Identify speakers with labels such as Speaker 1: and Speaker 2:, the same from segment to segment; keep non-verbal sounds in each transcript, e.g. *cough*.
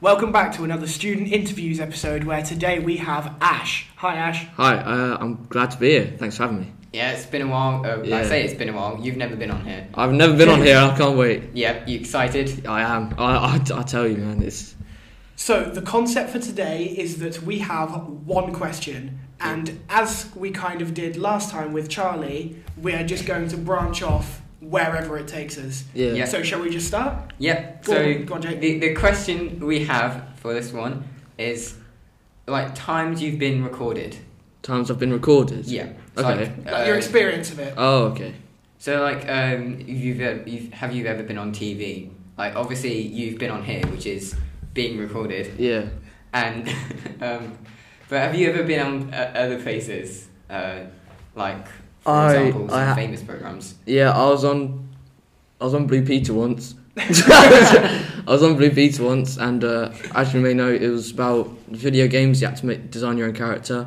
Speaker 1: Welcome back to another student interviews episode where today we have Ash. Hi, Ash.
Speaker 2: Hi, uh, I'm glad to be here. Thanks for having me.
Speaker 3: Yeah, it's been a while. Uh, I
Speaker 2: Yeah.
Speaker 3: say it's been a while. You've never been on here.
Speaker 2: I've never been on here. I can't wait.
Speaker 3: Yeah, you excited?
Speaker 2: I am. I, I, I tell you, man. It's
Speaker 1: So, the concept for today is that we have one question, and as we kind of did last time with Charlie, we are just going to branch off wherever it takes us.
Speaker 2: yeah.
Speaker 3: Yeah.
Speaker 1: So, shall we just start?
Speaker 3: Yep.
Speaker 1: Go
Speaker 3: so
Speaker 1: on, go on, Jake.
Speaker 3: the the question we have for this one is like times you've been recorded.
Speaker 2: Times I've been recorded.
Speaker 3: Yeah.
Speaker 2: Okay.
Speaker 3: Like,
Speaker 1: Like, your
Speaker 3: uh,
Speaker 1: experience of it.
Speaker 2: Oh, okay.
Speaker 3: So like, um, you've, uh, you've have you ever been on TV? Like, obviously you've been on here, which is being recorded.
Speaker 2: Yeah.
Speaker 3: And *laughs* um, but have you ever been on uh, other places? Uh, like for
Speaker 2: I-
Speaker 3: example, some
Speaker 2: I ha-
Speaker 3: famous programs.
Speaker 2: Yeah. I was on. I was on Blue Peter once. I was on Blue Peter once, and uh, as you may know, it was about video games. You had to make, design your own character,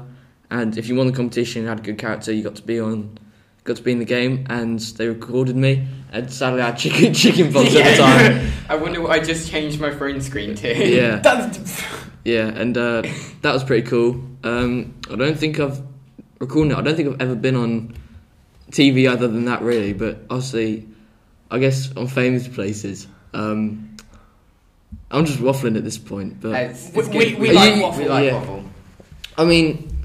Speaker 2: and if you won the competition and had a good character, you got to be on, got to be in the game. And they recorded me, and sadly, I had *laughs* chicken chicken pox at the time.
Speaker 3: I wonder what I just changed my phone screen to.
Speaker 2: Yeah,
Speaker 1: That's,
Speaker 2: yeah, and uh, that was pretty cool. Um, I don't think I've recording it. I don't think I've ever been on TV other than that, really. But obviously, I guess on famous places. Um, I'm just waffling at this point,
Speaker 3: *laughs*
Speaker 2: but
Speaker 3: That's-
Speaker 1: We-
Speaker 3: it's
Speaker 1: we-
Speaker 3: good.
Speaker 1: we
Speaker 3: We
Speaker 2: like
Speaker 1: waffle.
Speaker 3: like waffle. We like
Speaker 2: Yeah.
Speaker 3: waffle.
Speaker 2: I mean,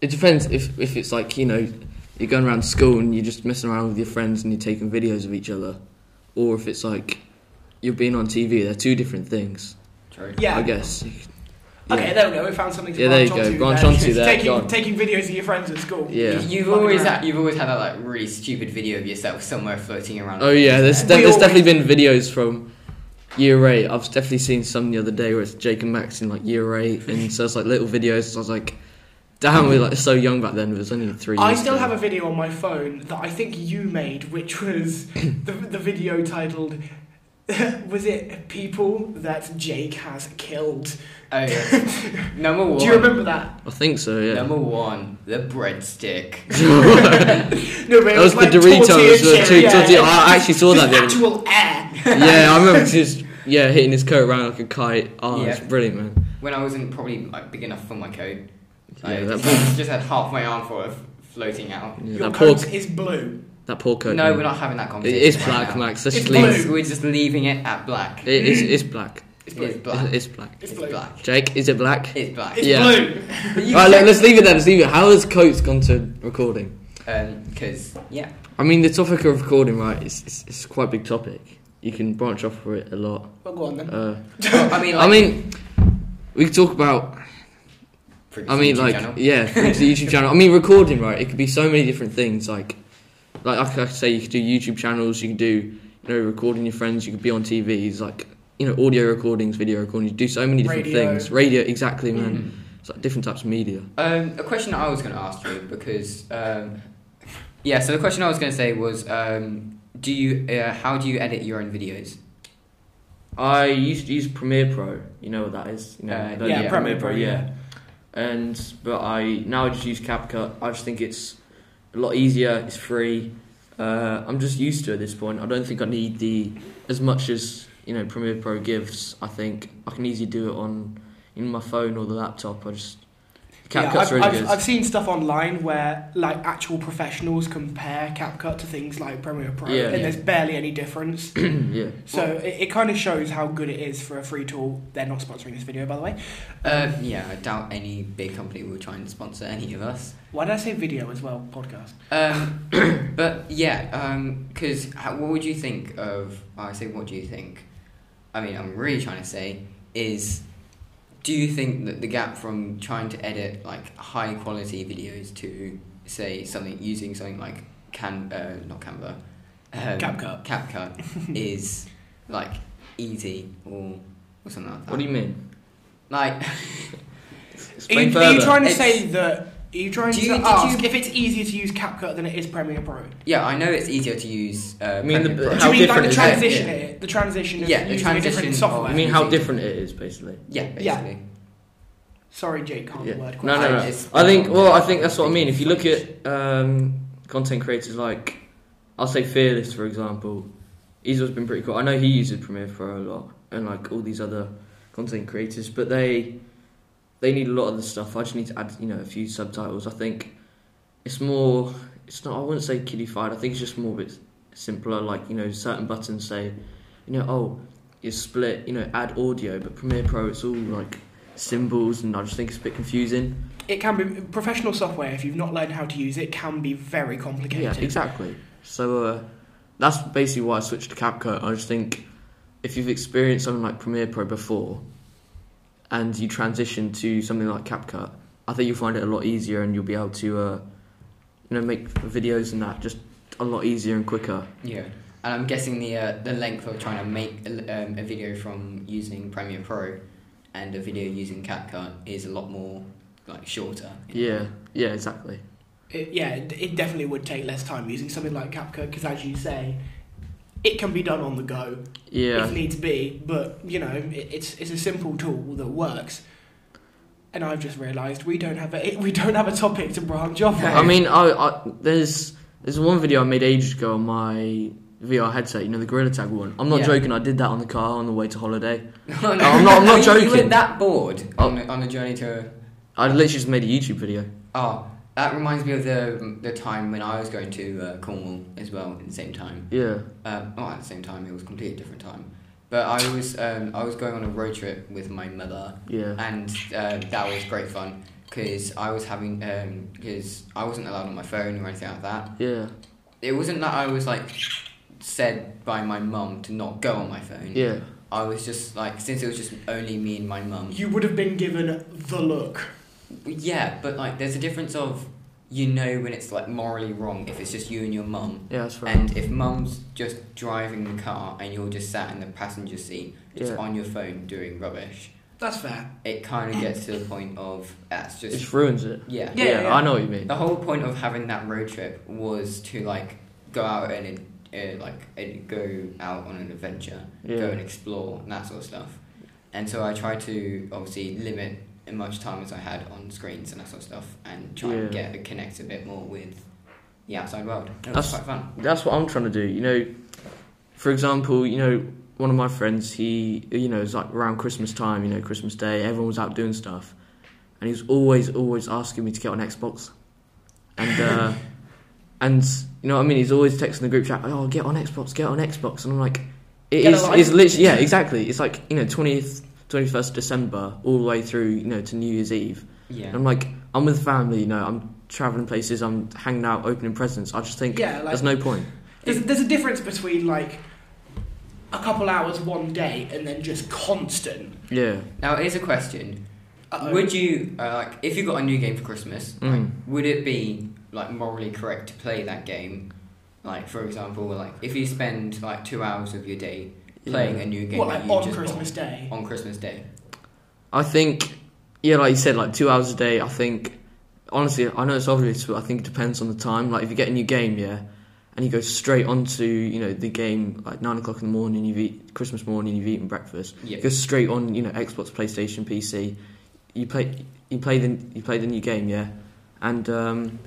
Speaker 2: it depends if if it's like you know you're going around school and you're just messing around with your friends and you're taking videos of each other, or if it's like you're being on TV. They're two different things,
Speaker 3: True.
Speaker 1: yeah.
Speaker 2: I guess.
Speaker 1: Okay, there we go. We found something to
Speaker 2: Yeah, there
Speaker 1: branch
Speaker 2: you go,
Speaker 1: onto.
Speaker 2: branch
Speaker 1: there.
Speaker 2: onto there, go
Speaker 1: Taking,
Speaker 2: on.
Speaker 1: taking videos of your friends at school.
Speaker 2: Yeah.
Speaker 3: You- You've
Speaker 1: Fucking
Speaker 3: always
Speaker 1: right.
Speaker 3: had, you've always had that like really stupid video of yourself somewhere floating around.
Speaker 2: Oh yeah, there's,
Speaker 1: We
Speaker 2: de- there's
Speaker 1: always-
Speaker 2: definitely been videos from year eight. I've definitely seen some the other day where it's Jake and Max in like year eight, and so it's like little videos. So I was like, damn, we were like so young back then. It was only three.
Speaker 1: I
Speaker 2: years
Speaker 1: still
Speaker 2: ago.
Speaker 1: have a video on my phone that I think you made, which
Speaker 2: *coughs*
Speaker 1: was the, the video titled, *laughs* was it People That Jake Has Killed?
Speaker 3: Oh yeah.
Speaker 1: *laughs*
Speaker 3: Number one.
Speaker 1: Do you remember that?
Speaker 2: I think so. Yeah. *laughs*
Speaker 3: Number one, the breadstick.
Speaker 1: No, but it
Speaker 2: That was
Speaker 1: like
Speaker 2: the Doritos,
Speaker 1: tortilla
Speaker 2: the
Speaker 1: chip,
Speaker 2: two
Speaker 1: yeah.
Speaker 2: tortilla- I- I actually saw
Speaker 1: Just
Speaker 2: that the other-
Speaker 1: actual air.
Speaker 2: *laughs* yeah, I remember just yeah hitting his coat around like a kite. Oh, it's
Speaker 3: Yeah.
Speaker 2: brilliant, man.
Speaker 3: When I wasn't probably like big enough for my coat, I
Speaker 2: Yeah,
Speaker 3: *laughs* just, just had half my arm for f- floating out.
Speaker 2: Yeah,
Speaker 1: Your
Speaker 2: that poor
Speaker 1: coat is blue.
Speaker 2: that poor coat.
Speaker 3: No,
Speaker 2: man.
Speaker 3: we're not having that
Speaker 2: It
Speaker 3: conversation.
Speaker 2: is
Speaker 3: right
Speaker 2: black,
Speaker 3: now.
Speaker 2: Max. Let's
Speaker 1: It's
Speaker 2: just
Speaker 1: blue.
Speaker 2: leave.
Speaker 3: It's- We're just leaving it at black.
Speaker 2: It is. It's black.
Speaker 3: It's it's black.
Speaker 2: It's black.
Speaker 1: It's
Speaker 3: It's
Speaker 1: blue.
Speaker 3: black.
Speaker 2: Jake, is it black?
Speaker 3: It's black.
Speaker 1: It's
Speaker 2: Yeah.
Speaker 1: blue.
Speaker 3: But you
Speaker 2: Right,
Speaker 3: check-
Speaker 2: look, let's leave it there. Let's leave it. How has coats gone to recording?
Speaker 3: Um, cause yeah,
Speaker 2: I mean, the topic of recording, right? It's it's, it's quite a big topic. You can branch off for it a lot.
Speaker 1: Well, go on then.
Speaker 2: Uh, *laughs*
Speaker 3: Well, I mean, like,
Speaker 2: I mean, we could talk about.
Speaker 3: for
Speaker 2: I mean,
Speaker 3: YouTube
Speaker 2: like,
Speaker 3: channel.
Speaker 2: yeah, for the YouTube channel. I mean, recording, right? It could be so many different things. Like, like I could say, you could do YouTube channels. You could do, you know, recording your friends. You could be on TVs, like, you know, audio recordings, video recordings. You do so many different
Speaker 1: Radio.
Speaker 2: things. Radio, exactly, man.
Speaker 3: Mhm.
Speaker 2: It's like different types of media.
Speaker 3: Um, a question I was going to ask you because um, yeah, so the question I was going to say was um, do you uh, how do you edit your own videos?
Speaker 2: I used to use Premiere Pro. You know what that is? You know,
Speaker 3: Uh,
Speaker 2: don't
Speaker 3: yeah,
Speaker 2: you?
Speaker 1: Premiere Pro, yeah.
Speaker 2: And but I now I just use CapCut. I just think it's a lot easier. It's free. Uh, I'm just used to it at this point. I don't think I need the as much as you know Premiere Pro gives. I think I can easily do it on in my phone or the laptop. I just
Speaker 1: Yeah,
Speaker 2: CapCut's
Speaker 1: I've,
Speaker 2: really
Speaker 1: I've,
Speaker 2: good.
Speaker 1: I've seen stuff online where like actual professionals compare CapCut to things like Premiere Pro,
Speaker 2: Yeah.
Speaker 1: and
Speaker 3: Yeah.
Speaker 1: there's barely any difference.
Speaker 2: yeah.
Speaker 1: So it, it kind of shows how good it is for a free tool. They're not sponsoring this video, by the way.
Speaker 3: Uh, yeah, I doubt any big company will try and sponsor any of us.
Speaker 1: Why did I say video as well? Podcast.
Speaker 3: Um, *clears throat* but yeah, because how what would you think of? I say, what do you think? I mean, I'm really trying to say is, do you think that the gap from trying to edit like high quality videos to say something using something like Can uh, not Canva, um,
Speaker 1: CapCut. *laughs*
Speaker 3: CapCut is like easy or or something like that?
Speaker 2: What do you mean?
Speaker 3: like? *laughs*
Speaker 1: Are you,
Speaker 2: Explain
Speaker 1: are you
Speaker 2: further.
Speaker 1: trying to
Speaker 3: It's-
Speaker 1: say that? Are you trying
Speaker 3: Do
Speaker 1: to
Speaker 3: you- did you-
Speaker 1: ask if it's easier to use CapCut than it is Premiere Pro? Do
Speaker 3: Yeah, I know it's easier to use. Uh,
Speaker 2: I mean, the-
Speaker 3: Premiere Pro.
Speaker 2: How
Speaker 1: you mean like
Speaker 2: different
Speaker 1: the
Speaker 2: is it?
Speaker 1: transition?
Speaker 3: Yeah.
Speaker 1: here? The transition of
Speaker 3: Yeah, the
Speaker 1: using a
Speaker 3: transition
Speaker 1: different
Speaker 3: of-
Speaker 1: software.
Speaker 2: You mean how different it is, basically.
Speaker 3: yeah, basically.
Speaker 1: Yeah. Sorry, Jake, can't
Speaker 2: Yeah.
Speaker 1: word.
Speaker 2: No, no, no.
Speaker 3: I just-
Speaker 2: I think. Well, I think that's what I mean. If you look at um, content creators like, I'll say Fearless for example, he's always been pretty cool. I know he uses Premiere Pro a lot, and like all these other content creators, but they they need a lot of the stuff. I just need to add, you know, a few subtitles. I think it's more. It's not. I wouldn't say kiddified. I think it's just more a bit simpler. Like you know, certain buttons say, you know, oh, you split. You know, add audio, but Premiere Pro, it's all like symbols, and I just think it's a bit confusing.
Speaker 1: It can be professional software. If you've not learned how to use it, can be very complicated.
Speaker 2: Yeah, exactly. So uh, that's basically why I switched to CapCut. I just think if you've experienced something like Premiere Pro before, and you transition to something like CapCut, I think you'll find it a lot easier, and you'll be able to, uh, you know, make videos and that just a lot easier and quicker.
Speaker 3: Yeah, and I'm guessing the uh, the length of trying to make a, um, a video from using Premiere Pro and a video using CapCut is a lot more like shorter.
Speaker 2: Yeah, yeah, exactly.
Speaker 1: It, yeah, it it definitely would take less time using something like CapCut because, as you say, it can be done on the go if
Speaker 2: Yeah,
Speaker 1: needs be. But you know, it, it's it's a simple tool that works. And I've just realised we don't have a *laughs* we don't have a topic to branch off.
Speaker 2: I
Speaker 1: on.
Speaker 2: mean, I, I there's there's one video I made ages ago on my VR headset. You know, the Gorilla Tag one. I'm not
Speaker 3: Yeah.
Speaker 2: joking. I did that on the car on the way to holiday.
Speaker 3: *laughs* no,
Speaker 2: I'm not- I'm not
Speaker 3: *laughs* You- You were
Speaker 2: joking. Oh.
Speaker 3: that bored on the, on the journey to.
Speaker 2: I literally just made a YouTube video.
Speaker 3: Oh, that reminds me of the the time when I was going to uh, Cornwall as well at the same time.
Speaker 2: Yeah,
Speaker 3: Um, not at the same time. It was a completely different time. But I was um, I was going on a road trip with my mother
Speaker 2: yeah,
Speaker 3: and uh, that was great fun because I was having because I wasn't allowed on my phone or anything like that.
Speaker 2: yeah,
Speaker 3: It wasn't that I was like said by my mum to not go on my phone.
Speaker 2: yeah.
Speaker 3: I was just like since it was just only me and my mum.
Speaker 1: you would have been given the look.
Speaker 3: Yeah, but like there's a difference of you know when it's like morally wrong if it's just you and your mum.
Speaker 2: Yeah, that's right.
Speaker 3: And if mum's just driving the car and you're just sat in the passenger seat, just
Speaker 2: Yeah.
Speaker 3: on your phone doing rubbish,
Speaker 1: That's fair.
Speaker 3: it kind of gets to the point of that's
Speaker 2: it
Speaker 3: just
Speaker 2: just ruins it.
Speaker 3: yeah.
Speaker 1: Yeah,
Speaker 2: yeah,
Speaker 1: yeah.
Speaker 2: I know what you mean.
Speaker 3: The whole point of having that road trip was to like go out and uh, like uh, go out on an adventure, go and
Speaker 2: Yeah,
Speaker 3: explore and that sort of stuff. And so I tried to obviously limit as much time as I had on screens and that sort of stuff, and try and
Speaker 2: Yeah.
Speaker 3: get connect a bit more with the outside world. It was
Speaker 2: That's-
Speaker 3: quite fun.
Speaker 2: that's what I'm trying to do. You know, for example, you know, one of my friends, he, you know, it's like around Christmas time. You know, Christmas Day, everyone was out doing stuff, and he was always, always asking me to get on Xbox, and. uh And you know what I mean? He's always texting the group chat, "Oh, get on Xbox, get on Xbox," and I'm like, "It
Speaker 1: Get
Speaker 2: is,
Speaker 1: alive.
Speaker 2: it's literally, yeah, exactly. It's like you know, twentieth, twenty-first December, all the way through, you know, to New Year's Eve. And
Speaker 3: Yeah.
Speaker 2: I'm like, I'm with family, you know, I'm traveling places, I'm hanging out, opening presents. I just think
Speaker 1: Yeah, like
Speaker 2: there's no point.
Speaker 1: There's, there's a difference between like a couple hours one day and then just constant.
Speaker 2: Yeah.
Speaker 3: Now here's a question:
Speaker 1: Uh-oh.
Speaker 3: Would you uh, like if you got a new game for Christmas?
Speaker 2: Mm.
Speaker 3: would it be like morally correct to play that game? Like for example, like if you spend like two hours of your day playing a new game
Speaker 1: what like
Speaker 3: that you
Speaker 1: on
Speaker 3: just
Speaker 1: Christmas
Speaker 3: bought
Speaker 1: Day?
Speaker 3: on Christmas Day.
Speaker 2: I think, yeah, like you said, like two hours a day. I think, honestly, I know it's obvious, but I think it depends on the time. Like if you get a new game, yeah, and you go straight onto you know the game like nine o'clock in the morning, you've eat Christmas morning, you've eaten breakfast,
Speaker 3: Yeah.
Speaker 2: you go straight on you know Xbox, PlayStation, PC. You play, you play the you play the new game, yeah, and um,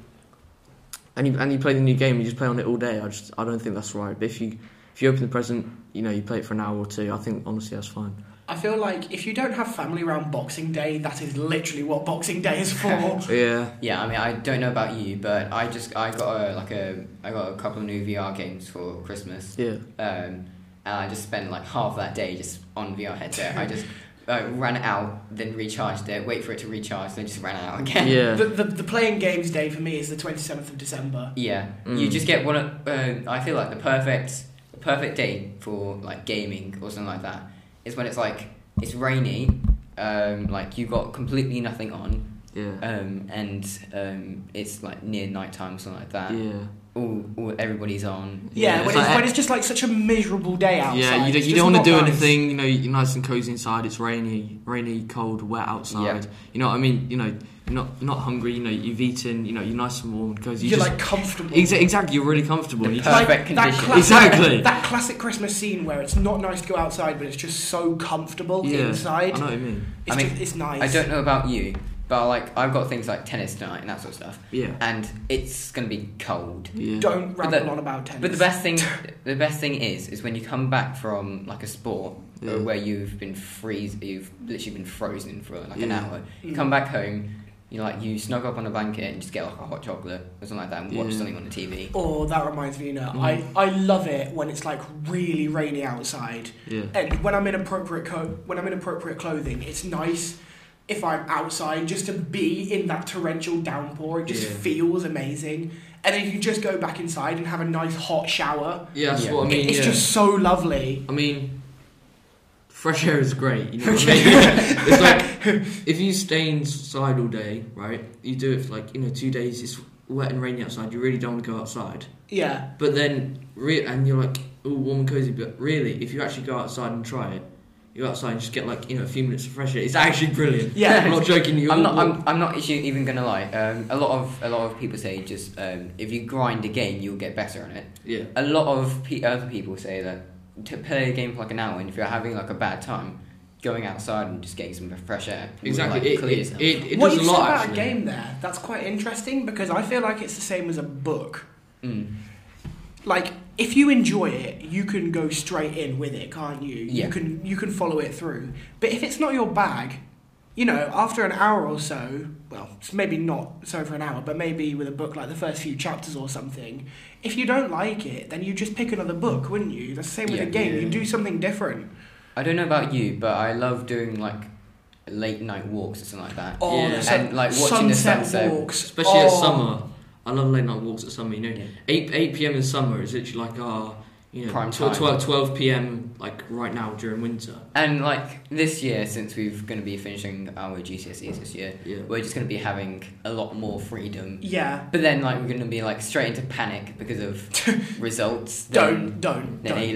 Speaker 2: and you and you play the new game. You just play on it all day. I just I don't think that's right. But if you if you open the present, you know you play it for an hour or two. I think honestly that's fine.
Speaker 1: I feel like if you don't have family around Boxing Day, that is literally what Boxing Day is for.
Speaker 2: Yeah,
Speaker 3: Yeah, I mean I don't know about you, but I just I got a like a I got a couple of new VR games for Christmas.
Speaker 2: yeah.
Speaker 3: Um, and I just spent like half that day just on VR headset.
Speaker 2: *laughs*
Speaker 3: I just uh, ran it out, then recharged it, wait for it to recharge, then just ran it out
Speaker 1: *laughs*
Speaker 2: *laughs*
Speaker 3: again.
Speaker 2: Yeah.
Speaker 1: the, the, the playing games day for me is the 27th of December.
Speaker 3: Yeah, you
Speaker 2: Mm.
Speaker 3: just get one of. Uh, I feel like the perfect, the perfect day for like gaming or something like that is when it's like it's rainy, um, like you got completely nothing on,
Speaker 2: Yeah.
Speaker 3: um, and um, it's like near nighttime or something like that.
Speaker 2: yeah.
Speaker 3: All, all everybody's on.
Speaker 1: Yeah,
Speaker 2: Yeah,
Speaker 1: when,
Speaker 2: it's
Speaker 1: it's,
Speaker 2: like-
Speaker 1: when it's just like such a miserable day outside.
Speaker 2: yeah, you
Speaker 1: it's
Speaker 2: don't, you
Speaker 1: just
Speaker 2: don't want
Speaker 1: not
Speaker 2: to do
Speaker 1: nice.
Speaker 2: anything. You know, you're nice and cozy inside. It's rainy, rainy, cold, wet outside. You know what I mean? You know, you're not you're not hungry. You know, you've eaten. You know, you're nice and warm and cozy.
Speaker 1: You're
Speaker 2: You just,
Speaker 1: like comfortable.
Speaker 2: exa- exactly. You're really comfortable.
Speaker 3: The
Speaker 2: You just-
Speaker 3: perfect
Speaker 1: that
Speaker 3: condition.
Speaker 1: classic,
Speaker 2: Exactly.
Speaker 1: That classic Christmas scene where it's not nice to go outside, but it's just so comfortable
Speaker 2: yeah,
Speaker 1: inside.
Speaker 2: I know what you mean.
Speaker 1: It's,
Speaker 3: I mean,
Speaker 1: just, it's nice.
Speaker 3: I don't know about you, but like I've got things like tennis tonight and that sort of stuff,
Speaker 2: Yeah,
Speaker 3: and it's gonna be cold.
Speaker 2: yeah,
Speaker 1: Don't
Speaker 3: But
Speaker 1: ramble
Speaker 2: *laughs*
Speaker 3: the-
Speaker 1: on about tennis.
Speaker 3: But the best thing, the best thing is, is when you come back from like a sport
Speaker 2: Yeah.
Speaker 3: uh, where you've been freeze, you've literally been frozen for like an
Speaker 2: Yeah.
Speaker 3: hour. You
Speaker 2: Mm.
Speaker 1: Mm.
Speaker 3: come back home, you like you snuggle up on a blanket and just get like a hot chocolate or something like that, and watch
Speaker 2: Yeah.
Speaker 3: something on the TV.
Speaker 1: Oh, that reminds me, you know,
Speaker 2: Mm.
Speaker 1: I, I love it when it's like really rainy outside.
Speaker 2: Yeah.
Speaker 1: And when I'm in appropriate co- when I'm in appropriate clothing, it's nice if I'm outside just to be in that torrential downpour. It just
Speaker 2: Yeah.
Speaker 1: feels amazing. And then you can just go back inside and have a nice hot shower.
Speaker 2: Yeah, that's
Speaker 3: Yeah.
Speaker 2: what I mean.
Speaker 1: it's
Speaker 2: yeah.
Speaker 1: just so lovely.
Speaker 2: I mean, fresh air is great. You know what I mean? it's like if you stay inside all day, right? You do it for like you know two days. It's wet and rainy outside. You really don't want to go outside.
Speaker 1: Yeah.
Speaker 2: But then, re- and you're like, oh, warm and cozy. But really, if you actually go outside and try it, you go outside and just get like you know a few minutes of fresh air. It's actually brilliant.
Speaker 1: Yeah.
Speaker 2: I'm not joking. You
Speaker 3: I'm
Speaker 2: all-
Speaker 3: not. I'm, I'm not actually even gonna lie. Um, a lot of a lot of people say just um, if you grind a game, you'll get better on it.
Speaker 2: yeah.
Speaker 3: A lot of pe- other people say that to play a game for like an hour, and if you're having like a bad time, going outside and just getting some fresh air, will,
Speaker 2: Exactly.
Speaker 3: like,
Speaker 2: It,
Speaker 3: clear
Speaker 2: it,
Speaker 3: yourself.
Speaker 2: it, it
Speaker 1: what
Speaker 2: does
Speaker 1: you
Speaker 2: a lot
Speaker 1: said about
Speaker 2: actually.
Speaker 1: a game there, that's quite interesting because I feel like it's the same as a book.
Speaker 3: Mm.
Speaker 1: like if you enjoy it you can go straight in with it can't you
Speaker 3: Yeah.
Speaker 1: you can you can follow it through but if it's not your bag you know after an hour or so well it's maybe not so for an hour but maybe with a book like the first few chapters or something if you don't like it then you just pick another book wouldn't you that's the same with
Speaker 3: Yeah.
Speaker 1: a game
Speaker 2: Yeah.
Speaker 1: you do something different
Speaker 3: I don't know about you, but I love doing like late night walks or something like that.
Speaker 1: oh
Speaker 2: Yeah.
Speaker 1: the sun-
Speaker 3: And like watching the
Speaker 1: sunset
Speaker 3: sunset.
Speaker 1: walks
Speaker 2: Especially at
Speaker 1: Oh,
Speaker 2: summer. I love late night walks at summer. You know,
Speaker 3: Yeah.
Speaker 2: 8, 8 p.m. in summer is literally like our, you know,
Speaker 3: Prime
Speaker 2: 12,
Speaker 3: time.
Speaker 2: 12, 12 p.m. like right now during winter.
Speaker 3: And like this year, since we're going to be finishing our GCSEs this year,
Speaker 2: Yeah.
Speaker 3: we're just going to be having a lot more freedom.
Speaker 1: yeah
Speaker 3: But then, like, we're going to be like straight into panic because
Speaker 1: *laughs*
Speaker 3: of results.
Speaker 1: don't don't
Speaker 3: Then, then
Speaker 1: don't
Speaker 3: A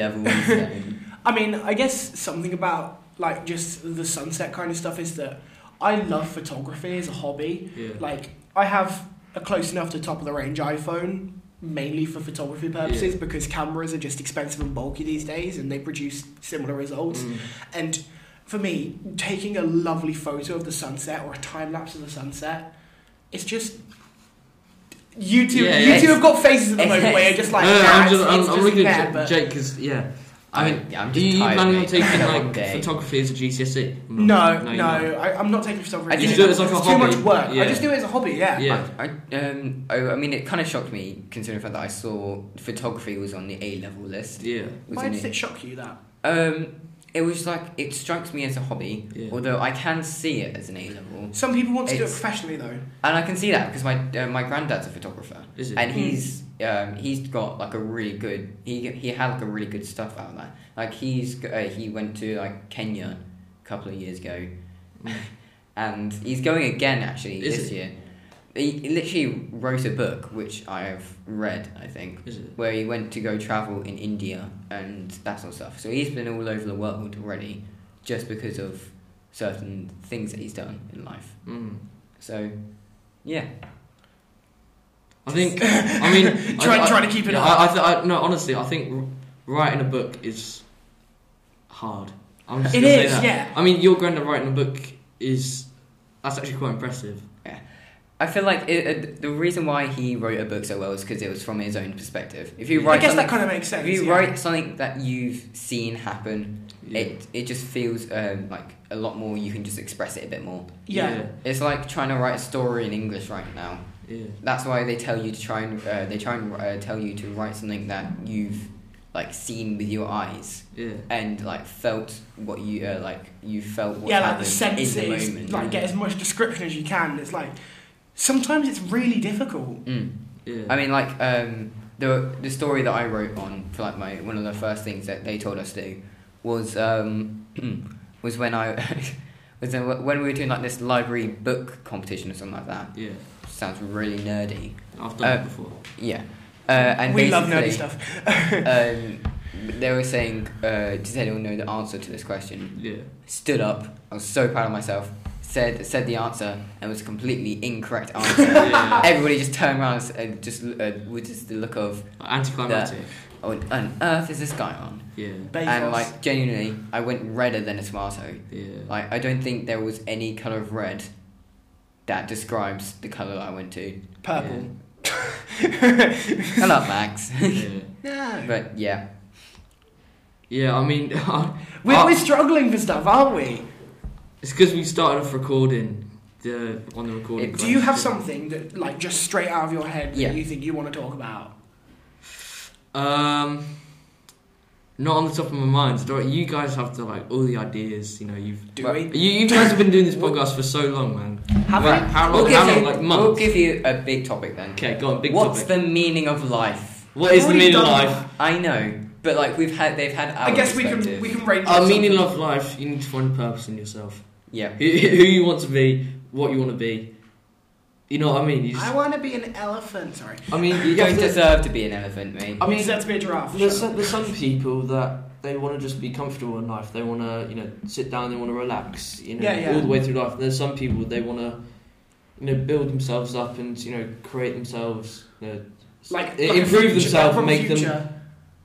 Speaker 1: *laughs*
Speaker 3: levels. then-
Speaker 1: I mean, I guess something about like just the sunset kind of stuff is that I love photography as a hobby.
Speaker 2: Yeah.
Speaker 1: Like I have a close enough to top of the range iPhone mainly for photography purposes because cameras are just expensive and bulky these days and they produce similar results.
Speaker 2: Mm.
Speaker 1: And for me, taking a lovely photo of the sunset or a time lapse of the sunset, it's just you two,
Speaker 2: Yeah,
Speaker 1: you
Speaker 2: yeah.
Speaker 1: two have got faces at the moment where you're just like,
Speaker 2: No, no,
Speaker 1: "Nah,
Speaker 2: I'm
Speaker 1: it's-
Speaker 2: just, I'm,
Speaker 1: it's
Speaker 2: I'm
Speaker 1: just
Speaker 2: looking
Speaker 1: there,
Speaker 2: at
Speaker 1: but-
Speaker 2: J- Jake because yeah, I mean,
Speaker 3: yeah, I'm
Speaker 2: do
Speaker 3: just
Speaker 2: you
Speaker 3: tired.
Speaker 2: planning on
Speaker 3: mate.
Speaker 2: taking
Speaker 3: *laughs* Another
Speaker 2: like
Speaker 3: day.
Speaker 2: photography as a GCSE?
Speaker 1: No, no,
Speaker 2: you're not.
Speaker 1: I, I'm not taking photography.
Speaker 3: I just
Speaker 1: It's
Speaker 3: do it
Speaker 2: as like a
Speaker 1: it's
Speaker 2: hobby.
Speaker 1: Too much work.
Speaker 2: Yeah.
Speaker 1: I just do it as a hobby. Yeah.
Speaker 2: Yeah.
Speaker 3: I, I, um, I, I mean, it kind of shocked me considering the fact that I saw photography was on the A level list.
Speaker 2: Yeah,
Speaker 3: Was
Speaker 1: Why
Speaker 3: in
Speaker 1: does
Speaker 3: it.
Speaker 1: it shock you that?
Speaker 3: Um, it was like it strikes me as a hobby,
Speaker 2: Yeah.
Speaker 3: although I can see it as an A level,
Speaker 1: Some people want to do it
Speaker 3: It's-
Speaker 1: professionally though.
Speaker 3: and I can see that because my uh, my granddad's a photographer,
Speaker 2: is it?
Speaker 3: and
Speaker 1: Hmm.
Speaker 3: he's um, he's got like a really good he he had like a really good stuff out of that. Like he's g- uh, he went to like Kenya a couple of years ago, and he's going again actually
Speaker 2: Hmm. Is
Speaker 3: this
Speaker 2: it?
Speaker 3: year. He he literally wrote a book which I have read, I think,
Speaker 2: is it?
Speaker 3: where he went to go travel in India and that sort of stuff. So he's been all over the world already, just because of certain things that he's done in life.
Speaker 2: Mm.
Speaker 3: So, yeah,
Speaker 1: *laughs*
Speaker 2: I think. I mean,
Speaker 1: Try-
Speaker 2: I, I,
Speaker 1: try to keep it
Speaker 2: yeah,
Speaker 1: up.
Speaker 2: I, I, th- I, no, honestly, I think r- writing a book is hard. I'm just
Speaker 1: It
Speaker 2: gonna say
Speaker 1: is,
Speaker 2: that.
Speaker 1: yeah.
Speaker 2: I mean, your granddad writing a book is that's actually quite impressive.
Speaker 3: I feel like it, it, the reason why he wrote a book so well is because it was from his own perspective. If you
Speaker 2: I
Speaker 3: write,
Speaker 1: I guess
Speaker 3: something,
Speaker 1: that kind of makes sense.
Speaker 3: if you
Speaker 1: yeah.
Speaker 3: write something that you've seen happen,
Speaker 2: Yeah.
Speaker 3: it it just feels um, like a lot more. You can just express it a bit more.
Speaker 1: Yeah.
Speaker 3: It's like trying to write a story in English right now.
Speaker 2: yeah, yeah.
Speaker 3: That's why they tell you to try and uh, they try and uh, tell you to write something that you've like seen with your eyes
Speaker 2: yeah.
Speaker 3: and like felt what you uh, like you felt what
Speaker 1: Yeah, like the
Speaker 3: happened
Speaker 1: senses,
Speaker 3: in the moment.
Speaker 1: like get as much description as you can. It's like sometimes it's really difficult.
Speaker 3: Mm.
Speaker 2: Yeah.
Speaker 3: I mean, like um, the the story that I wrote on for like my one of the first things that they told us to do was um, *clears throat* was when I *laughs* was when we were doing like this library book competition or something like that.
Speaker 2: yeah.
Speaker 3: Sounds really nerdy.
Speaker 2: I've done
Speaker 3: Uh,
Speaker 2: it before.
Speaker 3: Yeah. Uh, and
Speaker 1: we love nerdy
Speaker 3: basically-
Speaker 1: stuff.
Speaker 3: um, they were saying, uh, does anyone know the answer to this question?
Speaker 2: Yeah.
Speaker 3: Stood up, I was so proud of myself, said said the answer, and it was a completely incorrect
Speaker 1: *laughs*
Speaker 3: answer.
Speaker 2: yeah.
Speaker 3: *laughs* Everybody just turned around and just uh, with just the look of,
Speaker 2: Anticlimactic.
Speaker 3: oh, what on earth is this guy on?
Speaker 2: Yeah.
Speaker 1: Bezos.
Speaker 3: And like genuinely, I went redder than a tomato.
Speaker 2: Yeah.
Speaker 3: Like I don't think there was any color of red that describes the color I went
Speaker 1: *laughs*
Speaker 3: to.
Speaker 1: purple.
Speaker 3: Shut up, Max. *laughs*
Speaker 2: Yeah.
Speaker 1: No.
Speaker 3: but yeah,
Speaker 2: Yeah, I mean, *laughs*
Speaker 1: We're,
Speaker 2: Oh.
Speaker 1: we're struggling for stuff, aren't we?
Speaker 2: it's because we started off recording the on the recording.
Speaker 1: Do you have
Speaker 2: question.
Speaker 1: something that, like, just straight out of your head that
Speaker 3: Yeah.
Speaker 1: you think you want to talk about?
Speaker 2: Um, not on the top of my mind. So don't- you guys have to like all the ideas. You know, you've
Speaker 1: Do
Speaker 3: Well,
Speaker 1: we?
Speaker 2: you, you guys have been doing this podcast for so long, man.
Speaker 1: Have
Speaker 3: Right.
Speaker 1: we?
Speaker 2: How
Speaker 3: We'll
Speaker 2: long?
Speaker 3: give
Speaker 2: How long?
Speaker 3: you-
Speaker 2: Like
Speaker 3: We'll
Speaker 2: months.
Speaker 3: give you a big topic then.
Speaker 2: Okay, go on. Big
Speaker 3: What's
Speaker 2: topic.
Speaker 3: the meaning of life?
Speaker 2: What is the
Speaker 1: We've
Speaker 2: meaning of
Speaker 1: already
Speaker 2: life?
Speaker 3: I know, but like we've had, they've had. Our
Speaker 1: I guess we can
Speaker 3: perspective.
Speaker 1: we can range.
Speaker 2: Our
Speaker 1: it
Speaker 2: meaning
Speaker 1: something.
Speaker 2: of life. You need to find purpose in yourself. *laughs*
Speaker 3: Yeah.
Speaker 2: Who, who you want to be. What you want to be. You know what I mean? You
Speaker 1: I
Speaker 2: just,
Speaker 1: want to be an elephant. Sorry.
Speaker 2: I mean,
Speaker 3: You
Speaker 2: you
Speaker 3: don't
Speaker 2: guys.
Speaker 3: deserve to be an elephant, mate.
Speaker 2: I
Speaker 1: I
Speaker 2: mean,
Speaker 1: mean, that's be a giraffe.
Speaker 2: There's
Speaker 1: shut
Speaker 2: some, there's some people that they want to just be comfortable in life. They want to you know sit down. They want to relax. You know
Speaker 1: Yeah, yeah.
Speaker 2: all the way through life. And there's some people they want to you know build themselves up and you know create themselves. You know,
Speaker 1: up. like
Speaker 2: i-
Speaker 1: like a
Speaker 2: improve
Speaker 1: future-
Speaker 2: themselves,
Speaker 1: from
Speaker 2: make them-
Speaker 1: future.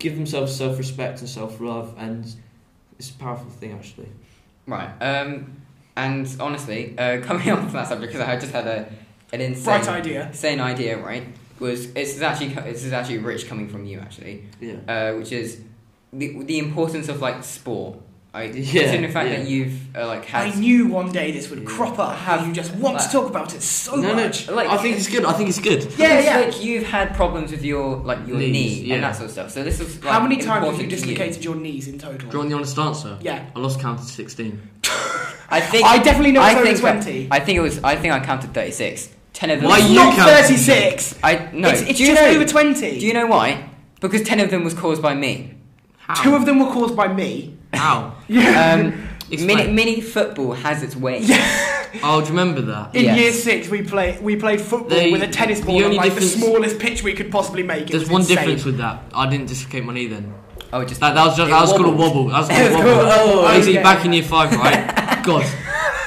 Speaker 2: give themselves self respect and self love, and it's a powerful thing actually.
Speaker 3: Right. Um, and honestly, uh, *laughs* coming on from that subject because I just had a an insane
Speaker 1: bright idea.
Speaker 3: insane idea. Right. Was it's actually co- this is actually rich coming from you actually,
Speaker 2: Yeah.
Speaker 3: uh, which is the the importance of like sport. I
Speaker 2: Yeah,
Speaker 3: considering the fact
Speaker 2: yeah.
Speaker 3: that you've uh, like
Speaker 1: I
Speaker 3: had
Speaker 1: knew one day this would
Speaker 2: Yeah.
Speaker 1: crop up.
Speaker 3: Have
Speaker 1: Have you just want to
Speaker 3: that.
Speaker 1: talk about it so
Speaker 2: no,
Speaker 1: much?
Speaker 2: no.
Speaker 3: like-
Speaker 2: I think it's good. I think it's good.
Speaker 1: Yeah,
Speaker 3: Because,
Speaker 1: yeah.
Speaker 3: Like you've had problems with your like your
Speaker 2: Knees,
Speaker 3: knee
Speaker 2: yeah.
Speaker 3: and that sort of stuff. So this is like,
Speaker 1: How many times have you
Speaker 3: important to
Speaker 1: dislocated your knees in total?
Speaker 2: Drawing the honest answer.
Speaker 1: yeah.
Speaker 2: I lost count to sixteen.
Speaker 3: I think
Speaker 1: I definitely know
Speaker 3: I
Speaker 1: it's over
Speaker 3: think-
Speaker 1: 20.
Speaker 3: I think it was. I think I counted thirty six. Ten of them.
Speaker 2: Why
Speaker 1: it's
Speaker 2: you
Speaker 1: not
Speaker 2: count?
Speaker 1: 36.
Speaker 3: I no.
Speaker 1: It's, it's
Speaker 3: do you
Speaker 1: just
Speaker 3: know?
Speaker 1: over 20.
Speaker 3: Do you know why? Because ten of them was caused by me.
Speaker 2: How?
Speaker 1: Two of them were caused by me. *laughs*
Speaker 2: How?
Speaker 1: Yeah.
Speaker 3: Um, mini,
Speaker 2: *laughs* Explain.
Speaker 3: mini football has its way.
Speaker 2: Oh, do you remember that?
Speaker 1: In
Speaker 3: yes.
Speaker 1: year six, we play we played football
Speaker 2: They-
Speaker 1: with a tennis
Speaker 2: the
Speaker 1: ball on
Speaker 2: only
Speaker 1: like the
Speaker 2: difference-
Speaker 1: smallest pitch we could possibly make. It
Speaker 2: There's
Speaker 1: was
Speaker 2: one
Speaker 1: insane.
Speaker 2: difference with that. I didn't dislocate my knee then.
Speaker 3: Oh, just
Speaker 2: That, that was just,
Speaker 3: it
Speaker 2: that was called a
Speaker 3: wobbled.
Speaker 2: wobble. That
Speaker 1: *laughs* It
Speaker 2: was called
Speaker 1: was
Speaker 2: a wobble.
Speaker 1: called- oh, oh,
Speaker 2: Basically,
Speaker 1: okay.
Speaker 2: back in year five,
Speaker 1: *laughs*
Speaker 2: right? God,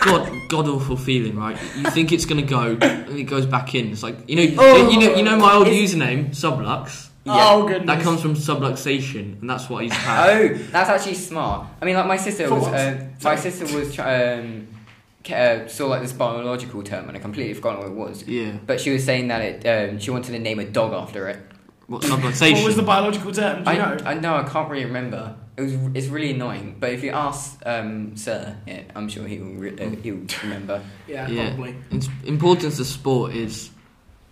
Speaker 2: God, god awful feeling, right? You think it's gonna go, and it goes back in. It's like you know,
Speaker 1: Oh.
Speaker 2: you know, you know my old
Speaker 3: It's-
Speaker 2: username Sublux.
Speaker 1: Oh goodness.
Speaker 2: That comes from subluxation, and that's what I used to have.
Speaker 3: Oh, that's actually smart. I mean, like my sister
Speaker 1: For
Speaker 3: was.
Speaker 1: what?
Speaker 3: Uh, my
Speaker 1: Sorry.
Speaker 3: sister was. tr- Um, ca- uh, saw like this biological term, and I completely forgot what it was.
Speaker 2: Yeah,
Speaker 3: But she was saying that it. Um, she wanted to name a dog after it.
Speaker 2: what
Speaker 1: What was the
Speaker 2: subluxation?
Speaker 1: biological term? Do
Speaker 3: I
Speaker 1: you know?
Speaker 3: I know. I can't really remember. It was. It's really annoying. But if you ask um, Sir, yeah, I'm sure he will. Re- uh,
Speaker 1: *laughs*
Speaker 3: he'll remember.
Speaker 1: Yeah,
Speaker 2: Yeah.
Speaker 1: probably.
Speaker 2: Its importance of sport is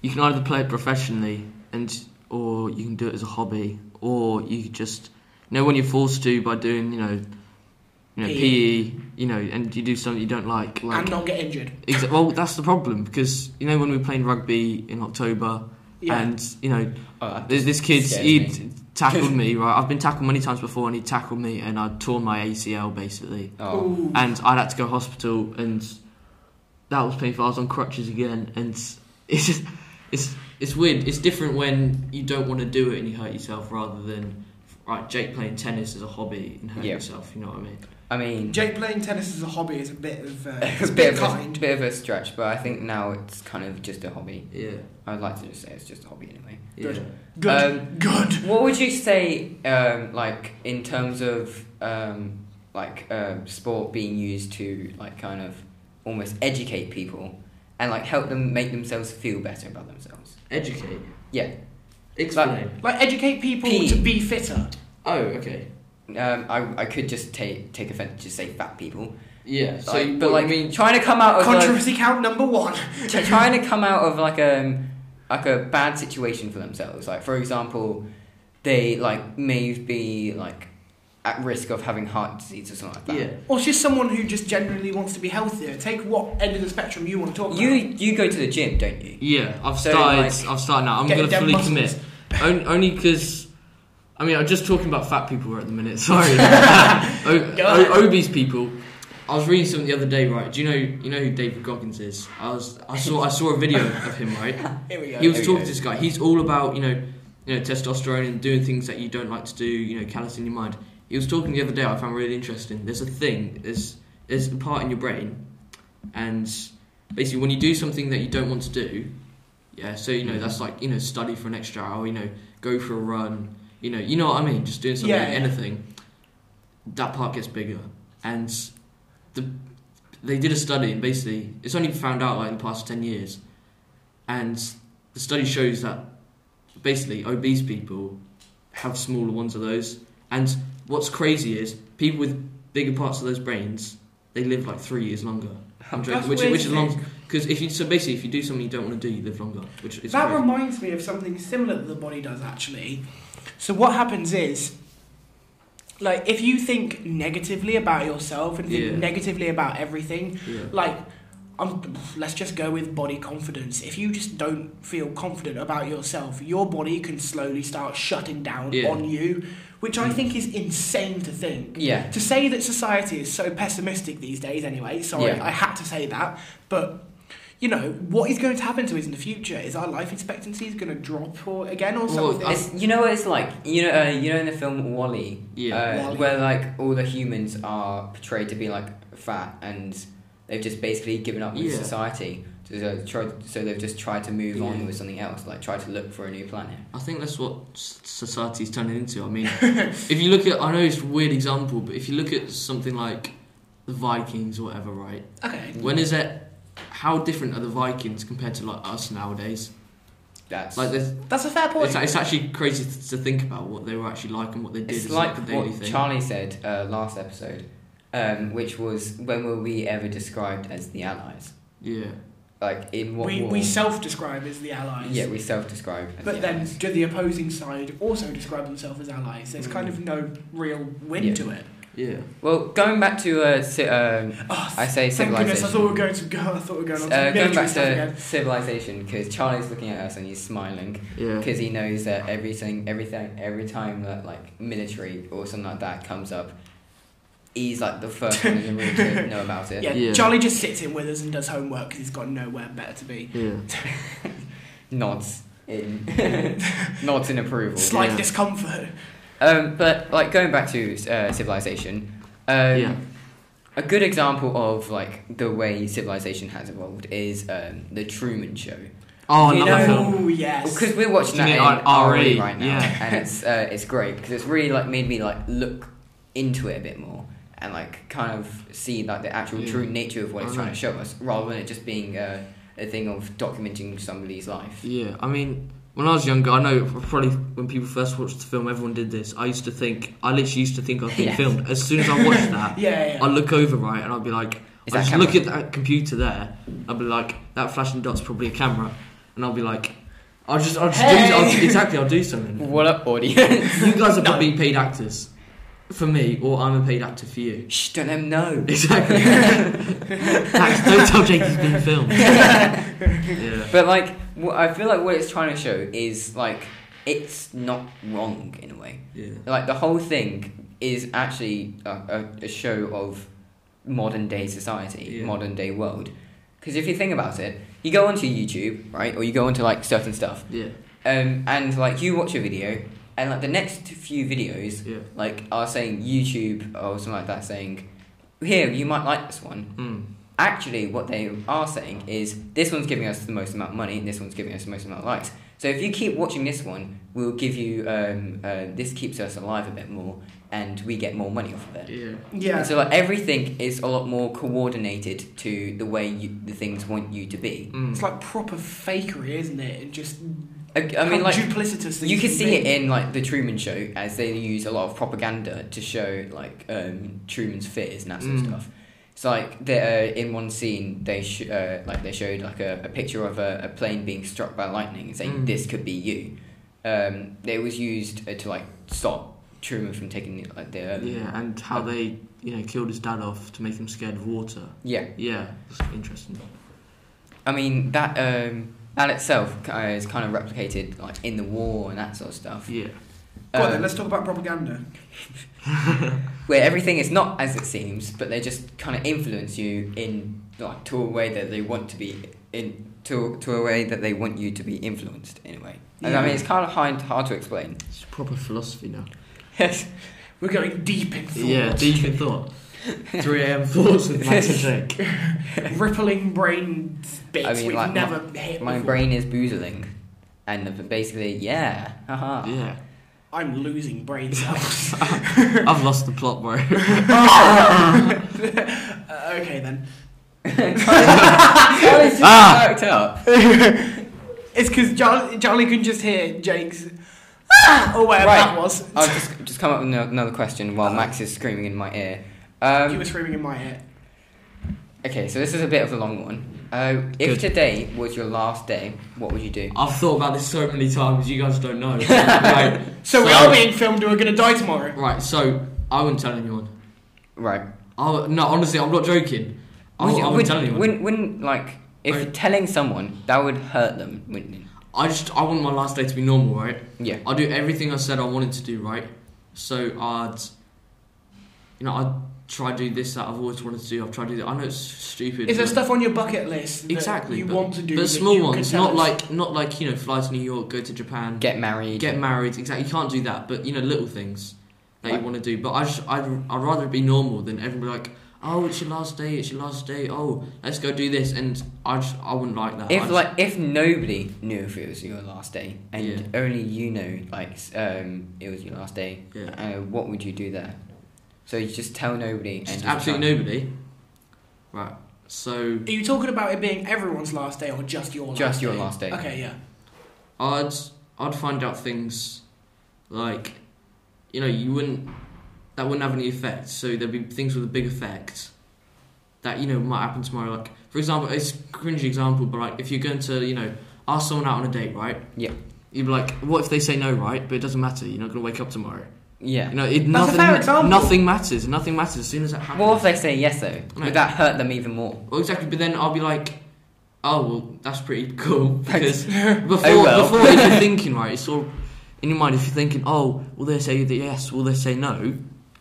Speaker 2: you can either play it professionally and or you can do it as a hobby or you could just you know when you're forced to by doing you know you know
Speaker 1: PE.
Speaker 2: PE you know and you do something you don't like like
Speaker 1: and E. not get injured.
Speaker 2: exa- well that's the problem because you know when we were playing rugby in October
Speaker 1: Yeah.
Speaker 2: and you know
Speaker 3: Oh, that
Speaker 2: there's this kid
Speaker 3: scares
Speaker 2: he
Speaker 3: me.
Speaker 2: t-
Speaker 1: *laughs*
Speaker 2: tackled me right I've been tackled many times before and he tackled me and I tore my ACL basically
Speaker 3: Oh.
Speaker 1: Ooh.
Speaker 2: and I'd had to go to hospital, and that was painful. I was on crutches again, and *laughs* it's just, it's it's weird. It's different when you don't want to do it and you hurt yourself, rather than right Jake playing tennis as a hobby and hurt
Speaker 3: Yeah.
Speaker 2: yourself. You know what I mean?
Speaker 3: I mean,
Speaker 1: Jake playing tennis as a hobby is a bit of uh, it's
Speaker 3: it was
Speaker 1: a
Speaker 3: *laughs* a
Speaker 1: bit
Speaker 3: bit of a,
Speaker 1: kind.
Speaker 3: bit of a stretch, but I think now it's kind of just a hobby.
Speaker 2: Yeah.
Speaker 3: I'd like to just say it's just a hobby anyway.
Speaker 2: Yeah.
Speaker 1: Good. Good.
Speaker 3: um,
Speaker 1: Good.
Speaker 3: What would you say, um, like in terms of um, like um sport being used to like kind of almost educate people and like help them make themselves feel better about themselves?
Speaker 2: Educate.
Speaker 3: Yeah.
Speaker 2: Explain.
Speaker 1: Like educate people
Speaker 3: Pee.
Speaker 1: to be fitter.
Speaker 2: oh, okay.
Speaker 3: Um, I, I could just take take offense to say fat people.
Speaker 2: Yeah. So,
Speaker 3: Like,
Speaker 2: but
Speaker 3: but
Speaker 2: what
Speaker 3: like
Speaker 2: you mean,
Speaker 3: trying to come out of *laughs* like,
Speaker 1: Controversy count number one.
Speaker 3: t- trying to come out of like a like a bad situation for themselves. Like for example, they like may be like at risk of having heart disease or something like that.
Speaker 2: yeah.
Speaker 1: Or it's just someone who just generally wants to be healthier. Take what end of the spectrum you want to talk
Speaker 3: You
Speaker 1: about.
Speaker 3: you go to the gym, don't you?
Speaker 2: Yeah, I've
Speaker 3: So,
Speaker 2: started.
Speaker 3: like,
Speaker 2: I've started now. I'm
Speaker 1: getting
Speaker 2: gonna
Speaker 1: them
Speaker 2: fully
Speaker 1: muscles.
Speaker 2: commit. On, only because, I mean, I'm just talking about fat people at the minute. *laughs*
Speaker 3: *laughs*
Speaker 2: Sorry, o- o- obese people. I was reading something the other day, right? Do you know you know who David Goggins is? I was I saw I saw a video of him,
Speaker 3: *laughs*
Speaker 2: right?
Speaker 1: Here we go.
Speaker 2: He was
Speaker 3: There we
Speaker 2: talking
Speaker 3: go.
Speaker 2: to this guy. He's all about you know you know testosterone and doing things that you don't like to do. You know, callousing your mind. He was talking the other day. I found really interesting. There's a thing. There's there's a part in your brain, and basically when you do something that you don't want to do, yeah. So you
Speaker 1: Mm.
Speaker 2: know that's like you know study for an extra hour. You know, go for a run. You know, you know what I mean. Just doing something,
Speaker 1: Yeah, yeah.
Speaker 2: anything. That part gets bigger, and the they did a study, and basically it's only found out like in the past ten years, and the study shows that basically obese people have smaller ones of those, and What's crazy is people with bigger parts of those brains they live like three years longer. I'm joking,
Speaker 1: That's
Speaker 2: which,
Speaker 1: weird
Speaker 2: which
Speaker 1: to
Speaker 2: is long
Speaker 1: think.
Speaker 2: because if you so basically if you do something you don't want to do, you live longer, which is
Speaker 1: that
Speaker 2: crazy.
Speaker 1: reminds me of something similar that the body does actually. So what happens is, like, if you think negatively about yourself and think
Speaker 2: Yeah.
Speaker 1: negatively about everything,
Speaker 2: yeah.
Speaker 1: like, um, let's just go with body confidence. If you just don't feel confident about yourself, your body can slowly start shutting down
Speaker 2: Yeah.
Speaker 1: on you, which I
Speaker 2: Mm.
Speaker 1: think is insane to think.
Speaker 3: Yeah.
Speaker 1: To say that society is so pessimistic these days, anyway, sorry,
Speaker 3: Yeah.
Speaker 1: I had to say that, but you know, what is going to happen to us in the future? Is our life expectancy is going to drop or, again or
Speaker 2: Well,
Speaker 1: something?
Speaker 2: I-
Speaker 3: It's, you know what it's like. You know, uh, you know in the film Wally,
Speaker 2: Yeah.
Speaker 3: uh,
Speaker 1: Wall-E.
Speaker 3: where like all the humans are portrayed to be like fat, and they've just basically given up with
Speaker 2: Yeah.
Speaker 3: society. So, so, try, so they've just tried to move
Speaker 2: Yeah.
Speaker 3: on with something else, like try to look for a new planet.
Speaker 2: I think that's what s- society's turning into. I mean, *laughs* if you look at, I know it's a weird example, but if you look at something like the Vikings or whatever, right?
Speaker 1: okay.
Speaker 2: When is it? How different are the Vikings compared to like us nowadays?
Speaker 3: That's
Speaker 2: Like, there's,
Speaker 1: That's a fair point.
Speaker 2: it's, it's actually crazy to to think about what they were actually like and what they did.
Speaker 3: It's
Speaker 2: as,
Speaker 3: like
Speaker 2: a daily
Speaker 3: what
Speaker 2: thing.
Speaker 3: Charlie said uh, last episode, um, which was when were we ever described as the Allies?
Speaker 2: yeah,
Speaker 3: Like in what
Speaker 1: we
Speaker 3: war?
Speaker 1: we self describe as the allies.
Speaker 3: yeah, we self-describe. As
Speaker 1: But
Speaker 3: the
Speaker 1: then,
Speaker 3: Allies.
Speaker 1: do the opposing side also describe themselves as allies? There's kind of no real win
Speaker 3: Hmm. Yeah.
Speaker 1: to it.
Speaker 2: yeah.
Speaker 3: well, going back to uh, ci- um,
Speaker 1: Oh,
Speaker 3: I say
Speaker 1: thank goodness! I
Speaker 3: civilization.
Speaker 1: thought we were going to go. I thought we were going on to
Speaker 3: Uh,
Speaker 1: military
Speaker 3: going back
Speaker 1: stuff
Speaker 3: to
Speaker 1: again.
Speaker 3: civilization, because Charlie's looking at us and he's smiling
Speaker 2: Yeah.
Speaker 3: because he knows that everything, everything, every time that like military or something like that comes up, he's like the first one in the room to
Speaker 1: *laughs*
Speaker 3: know about it.
Speaker 1: Yeah,
Speaker 2: Yeah.
Speaker 1: Charlie just sits in with us and does homework because he's got nowhere better to
Speaker 3: *laughs*
Speaker 1: be. *laughs*
Speaker 2: Yeah.
Speaker 3: Nods in,
Speaker 1: *laughs*
Speaker 3: *laughs* nods in approval.
Speaker 1: Slight
Speaker 2: yeah.
Speaker 1: discomfort.
Speaker 3: Um, but like going back to uh, civilization, um,
Speaker 2: Yeah.
Speaker 3: a good example of like the way civilization has evolved is um, the Truman Show.
Speaker 2: Oh,
Speaker 3: You
Speaker 2: another
Speaker 3: know-
Speaker 2: film.
Speaker 1: Oh yes.
Speaker 3: Because we're watching
Speaker 2: You
Speaker 3: that
Speaker 2: mean
Speaker 3: in
Speaker 2: on RE,
Speaker 3: RE right now,
Speaker 2: yeah.
Speaker 3: and it's uh, it's great because it's really like made me like look into it a bit more and like kind of see like the actual
Speaker 2: Yeah.
Speaker 3: true nature of what it's
Speaker 2: I
Speaker 3: trying
Speaker 2: know.
Speaker 3: to show us, rather than it just being uh, a thing of documenting somebody's life.
Speaker 2: Yeah, I mean, when I was younger, I know probably when people first watched the film, everyone did this. I used to think, I literally used to think I was being
Speaker 3: Yeah.
Speaker 2: filmed. As soon as I watched that,
Speaker 1: yeah, yeah.
Speaker 2: I look over right, and I'd be like,
Speaker 3: Is
Speaker 2: I
Speaker 3: that
Speaker 2: just
Speaker 3: camera?
Speaker 2: look at that computer there. I'd be like, that flashing dot's probably a camera, and I'll be like, I'll just, I'll just
Speaker 1: Hey!
Speaker 2: do I'll, exactly, I'll do something.
Speaker 3: What
Speaker 2: *laughs*
Speaker 3: up, audience?
Speaker 2: you guys are probably paid actors for me, or I'm a paid actor for you.
Speaker 3: Shh, don't let 'em know.
Speaker 2: Exactly.
Speaker 3: *laughs*
Speaker 2: Thanks, don't tell Jake he's being filmed. yeah.
Speaker 3: But like, what I feel like what it's trying to show is like it's not wrong in a way.
Speaker 2: Yeah.
Speaker 3: Like the whole thing is actually a, a, a show of modern day society,
Speaker 2: Yeah.
Speaker 3: modern day world. Because if you think about it, you go onto YouTube, right, or you go onto like certain stuff,
Speaker 2: Yeah.
Speaker 3: um, and like you watch a video, and like the next few videos,
Speaker 2: Yeah.
Speaker 3: like are saying YouTube or something like that, saying, "Here, you might like this one."
Speaker 2: Mm.
Speaker 3: actually what they are saying is this one's giving us the most amount of money and this one's giving us the most amount of likes so if you keep watching this one we'll give you um, uh, this keeps us alive a bit more and we get more money off of it
Speaker 2: Yeah.
Speaker 1: yeah.
Speaker 3: And so like everything is a lot more coordinated to the way you, the things want you to be
Speaker 2: Mm.
Speaker 1: It's like proper fakery, isn't it? And just
Speaker 3: i, I mean
Speaker 1: how
Speaker 3: like
Speaker 1: duplicitous.
Speaker 3: you can see it in like the Truman Show as they use a lot of propaganda to show like um, Truman's fears and that sort of
Speaker 2: Mm.
Speaker 3: stuff. It's like they uh, in one scene they sh- uh, like they showed like a, a picture of a, a plane being struck by lightning and saying
Speaker 2: Mm.
Speaker 3: this could be you. Um, it was used uh, to like stop Truman from taking the, like the um,
Speaker 2: Yeah, and how they, you know, killed his dad off to make him scared of water.
Speaker 3: yeah.
Speaker 2: Yeah, that's interesting.
Speaker 3: I mean that um, that itself uh, is kind of replicated like in the war and that sort of stuff.
Speaker 2: Yeah,
Speaker 1: Well,
Speaker 3: Um,
Speaker 1: then let's talk about propaganda.
Speaker 3: where everything is not as it seems, but they just kind of influence you in like to a way that they want to be in to to a way that they want you to be influenced in a way. And I mean, it's kind of hard hard to explain.
Speaker 2: it's proper philosophy now.
Speaker 3: Yes.
Speaker 1: We're going deep in thought.
Speaker 2: Yeah, deep in thought. 3 a.m. thoughts with Max and Jake.
Speaker 1: *laughs* rippling brain bits
Speaker 3: I mean,
Speaker 1: we've
Speaker 3: like,
Speaker 1: never hit.
Speaker 3: My
Speaker 1: before.
Speaker 3: brain is boozling, and basically, yeah, *laughs* haha.
Speaker 2: Yeah,
Speaker 1: I'm losing brain *laughs* cells.
Speaker 2: I've lost the plot, bro.
Speaker 1: Uh, okay then.
Speaker 3: *laughs* Charlie's *laughs* just
Speaker 2: Ah.
Speaker 3: worked up.
Speaker 1: It's because Charlie, Charlie can just hear Jake's. "Ah!" or whatever
Speaker 3: Right.
Speaker 1: that was.
Speaker 2: Uh,
Speaker 3: I'll just just come up Uh-huh. with no- another question while Max is screaming in my ear. Um,
Speaker 1: you were screaming in my ear.
Speaker 3: Okay, so this is a bit of a long one. Uh, if
Speaker 4: Good.
Speaker 3: today was your last day, what would you do?
Speaker 2: I've thought about this so many times. You guys don't know. right,
Speaker 1: So, we
Speaker 2: So-
Speaker 1: are being filmed. and We're gonna die tomorrow.
Speaker 2: right. So I wouldn't tell anyone.
Speaker 3: Right.
Speaker 2: I would- no, honestly, I'm not joking. I,
Speaker 3: Would
Speaker 2: would,
Speaker 3: you-
Speaker 2: I wouldn't
Speaker 3: would-
Speaker 2: tell anyone.
Speaker 3: Wouldn't, wouldn't, like, if
Speaker 2: Right.
Speaker 3: telling someone, that would hurt them, wouldn't it?
Speaker 2: I just I want my last day to be normal, right?
Speaker 3: Yeah.
Speaker 2: I do everything I said I wanted to do, right? So I'd, you know, I'd try to do this that I've always wanted to do. I've tried to do that. I know it's stupid.
Speaker 1: Is there
Speaker 2: but-
Speaker 1: stuff on your bucket list that
Speaker 2: exactly
Speaker 1: you
Speaker 2: but,
Speaker 1: want to do?
Speaker 2: But
Speaker 1: that
Speaker 2: small
Speaker 1: you could
Speaker 2: ones,
Speaker 1: tell
Speaker 2: not
Speaker 1: us?
Speaker 2: like not like you know, fly to New York, go to Japan,
Speaker 3: Get married.
Speaker 2: get married. Exactly, you can't do that. But you know, little things that
Speaker 3: Right.
Speaker 2: you want to do. But I just, I'd, I'd rather it be normal than everyone be like, oh, it's your last day, it's your last day. Oh, let's go do this. And I just, I wouldn't like that. I
Speaker 3: if
Speaker 2: just-
Speaker 3: like if nobody knew if it was your last day and
Speaker 2: Yeah.
Speaker 3: only you know like s- um it was your last day
Speaker 2: yeah,
Speaker 3: uh, what would you do there so you just tell nobody and
Speaker 2: just
Speaker 3: you
Speaker 2: absolutely
Speaker 3: try-
Speaker 2: nobody. Right. So
Speaker 1: Are you talking about it being everyone's last day or just your last
Speaker 3: just
Speaker 1: day?
Speaker 3: your last day
Speaker 1: Okay, yeah.
Speaker 2: I'd I'd find out things like you know you wouldn't that wouldn't have any effect. So there'd be things with a big effect that you know might happen tomorrow. Like for example, it's a cringy example, but like if you're going to you know ask someone out on a date, right?
Speaker 3: Yeah.
Speaker 2: You'd be like, what if they say no, right? But it doesn't matter. You're not gonna wake up tomorrow.
Speaker 3: yeah
Speaker 2: You know, it,
Speaker 1: That's a
Speaker 2: nothing.
Speaker 1: fair example.
Speaker 2: Nothing matters. Nothing matters as soon as that happens.
Speaker 3: what if they say yes though
Speaker 2: No.
Speaker 3: would that hurt them even more
Speaker 2: Well, exactly. But then I'll be like, oh well, that's pretty *laughs* cool because before
Speaker 3: Oh, well.
Speaker 2: before if
Speaker 3: *laughs*
Speaker 2: you're thinking right, it's all in your mind. If you're thinking, oh, will they say the yes? Will they say no?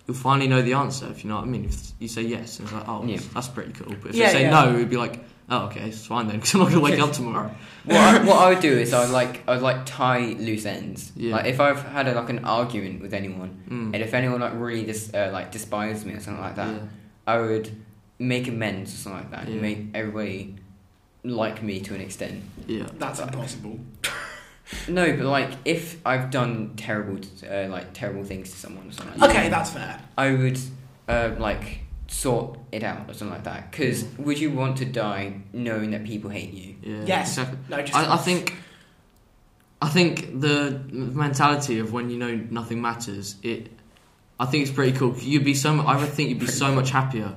Speaker 2: You'll finally know the answer if you know what I mean. If you say yes, and it's like, oh,
Speaker 3: Yeah.
Speaker 2: that's pretty cool. But if
Speaker 1: Yeah,
Speaker 2: they say
Speaker 1: yeah.
Speaker 2: no, it'd be like, oh, okay, it's fine then, because I'm not gonna wake up tomorrow.
Speaker 3: *laughs* what I, what I would do is I would like I would like tie loose ends.
Speaker 2: Yeah.
Speaker 3: Like if I've had a, like an argument with anyone,
Speaker 2: Mm.
Speaker 3: and if anyone like really dis- uh, like despises me or something like that,
Speaker 2: Yeah.
Speaker 3: I would make amends or something like that.
Speaker 2: Yeah.
Speaker 3: and Make everybody like me to an extent.
Speaker 2: yeah.
Speaker 1: That's impossible.
Speaker 3: No, but like if I've done terrible uh, like terrible things to someone or something, like
Speaker 1: Okay, that's fair.
Speaker 3: that, I would uh, like sort it out or something like that. Because would you want to die knowing that people hate you?
Speaker 2: Yeah,
Speaker 1: Yes.
Speaker 2: exactly.
Speaker 1: No, just
Speaker 2: I, I think I think the mentality of when you know nothing matters, it I think it's pretty cool. You'd be so mu- I would think you'd be so much happier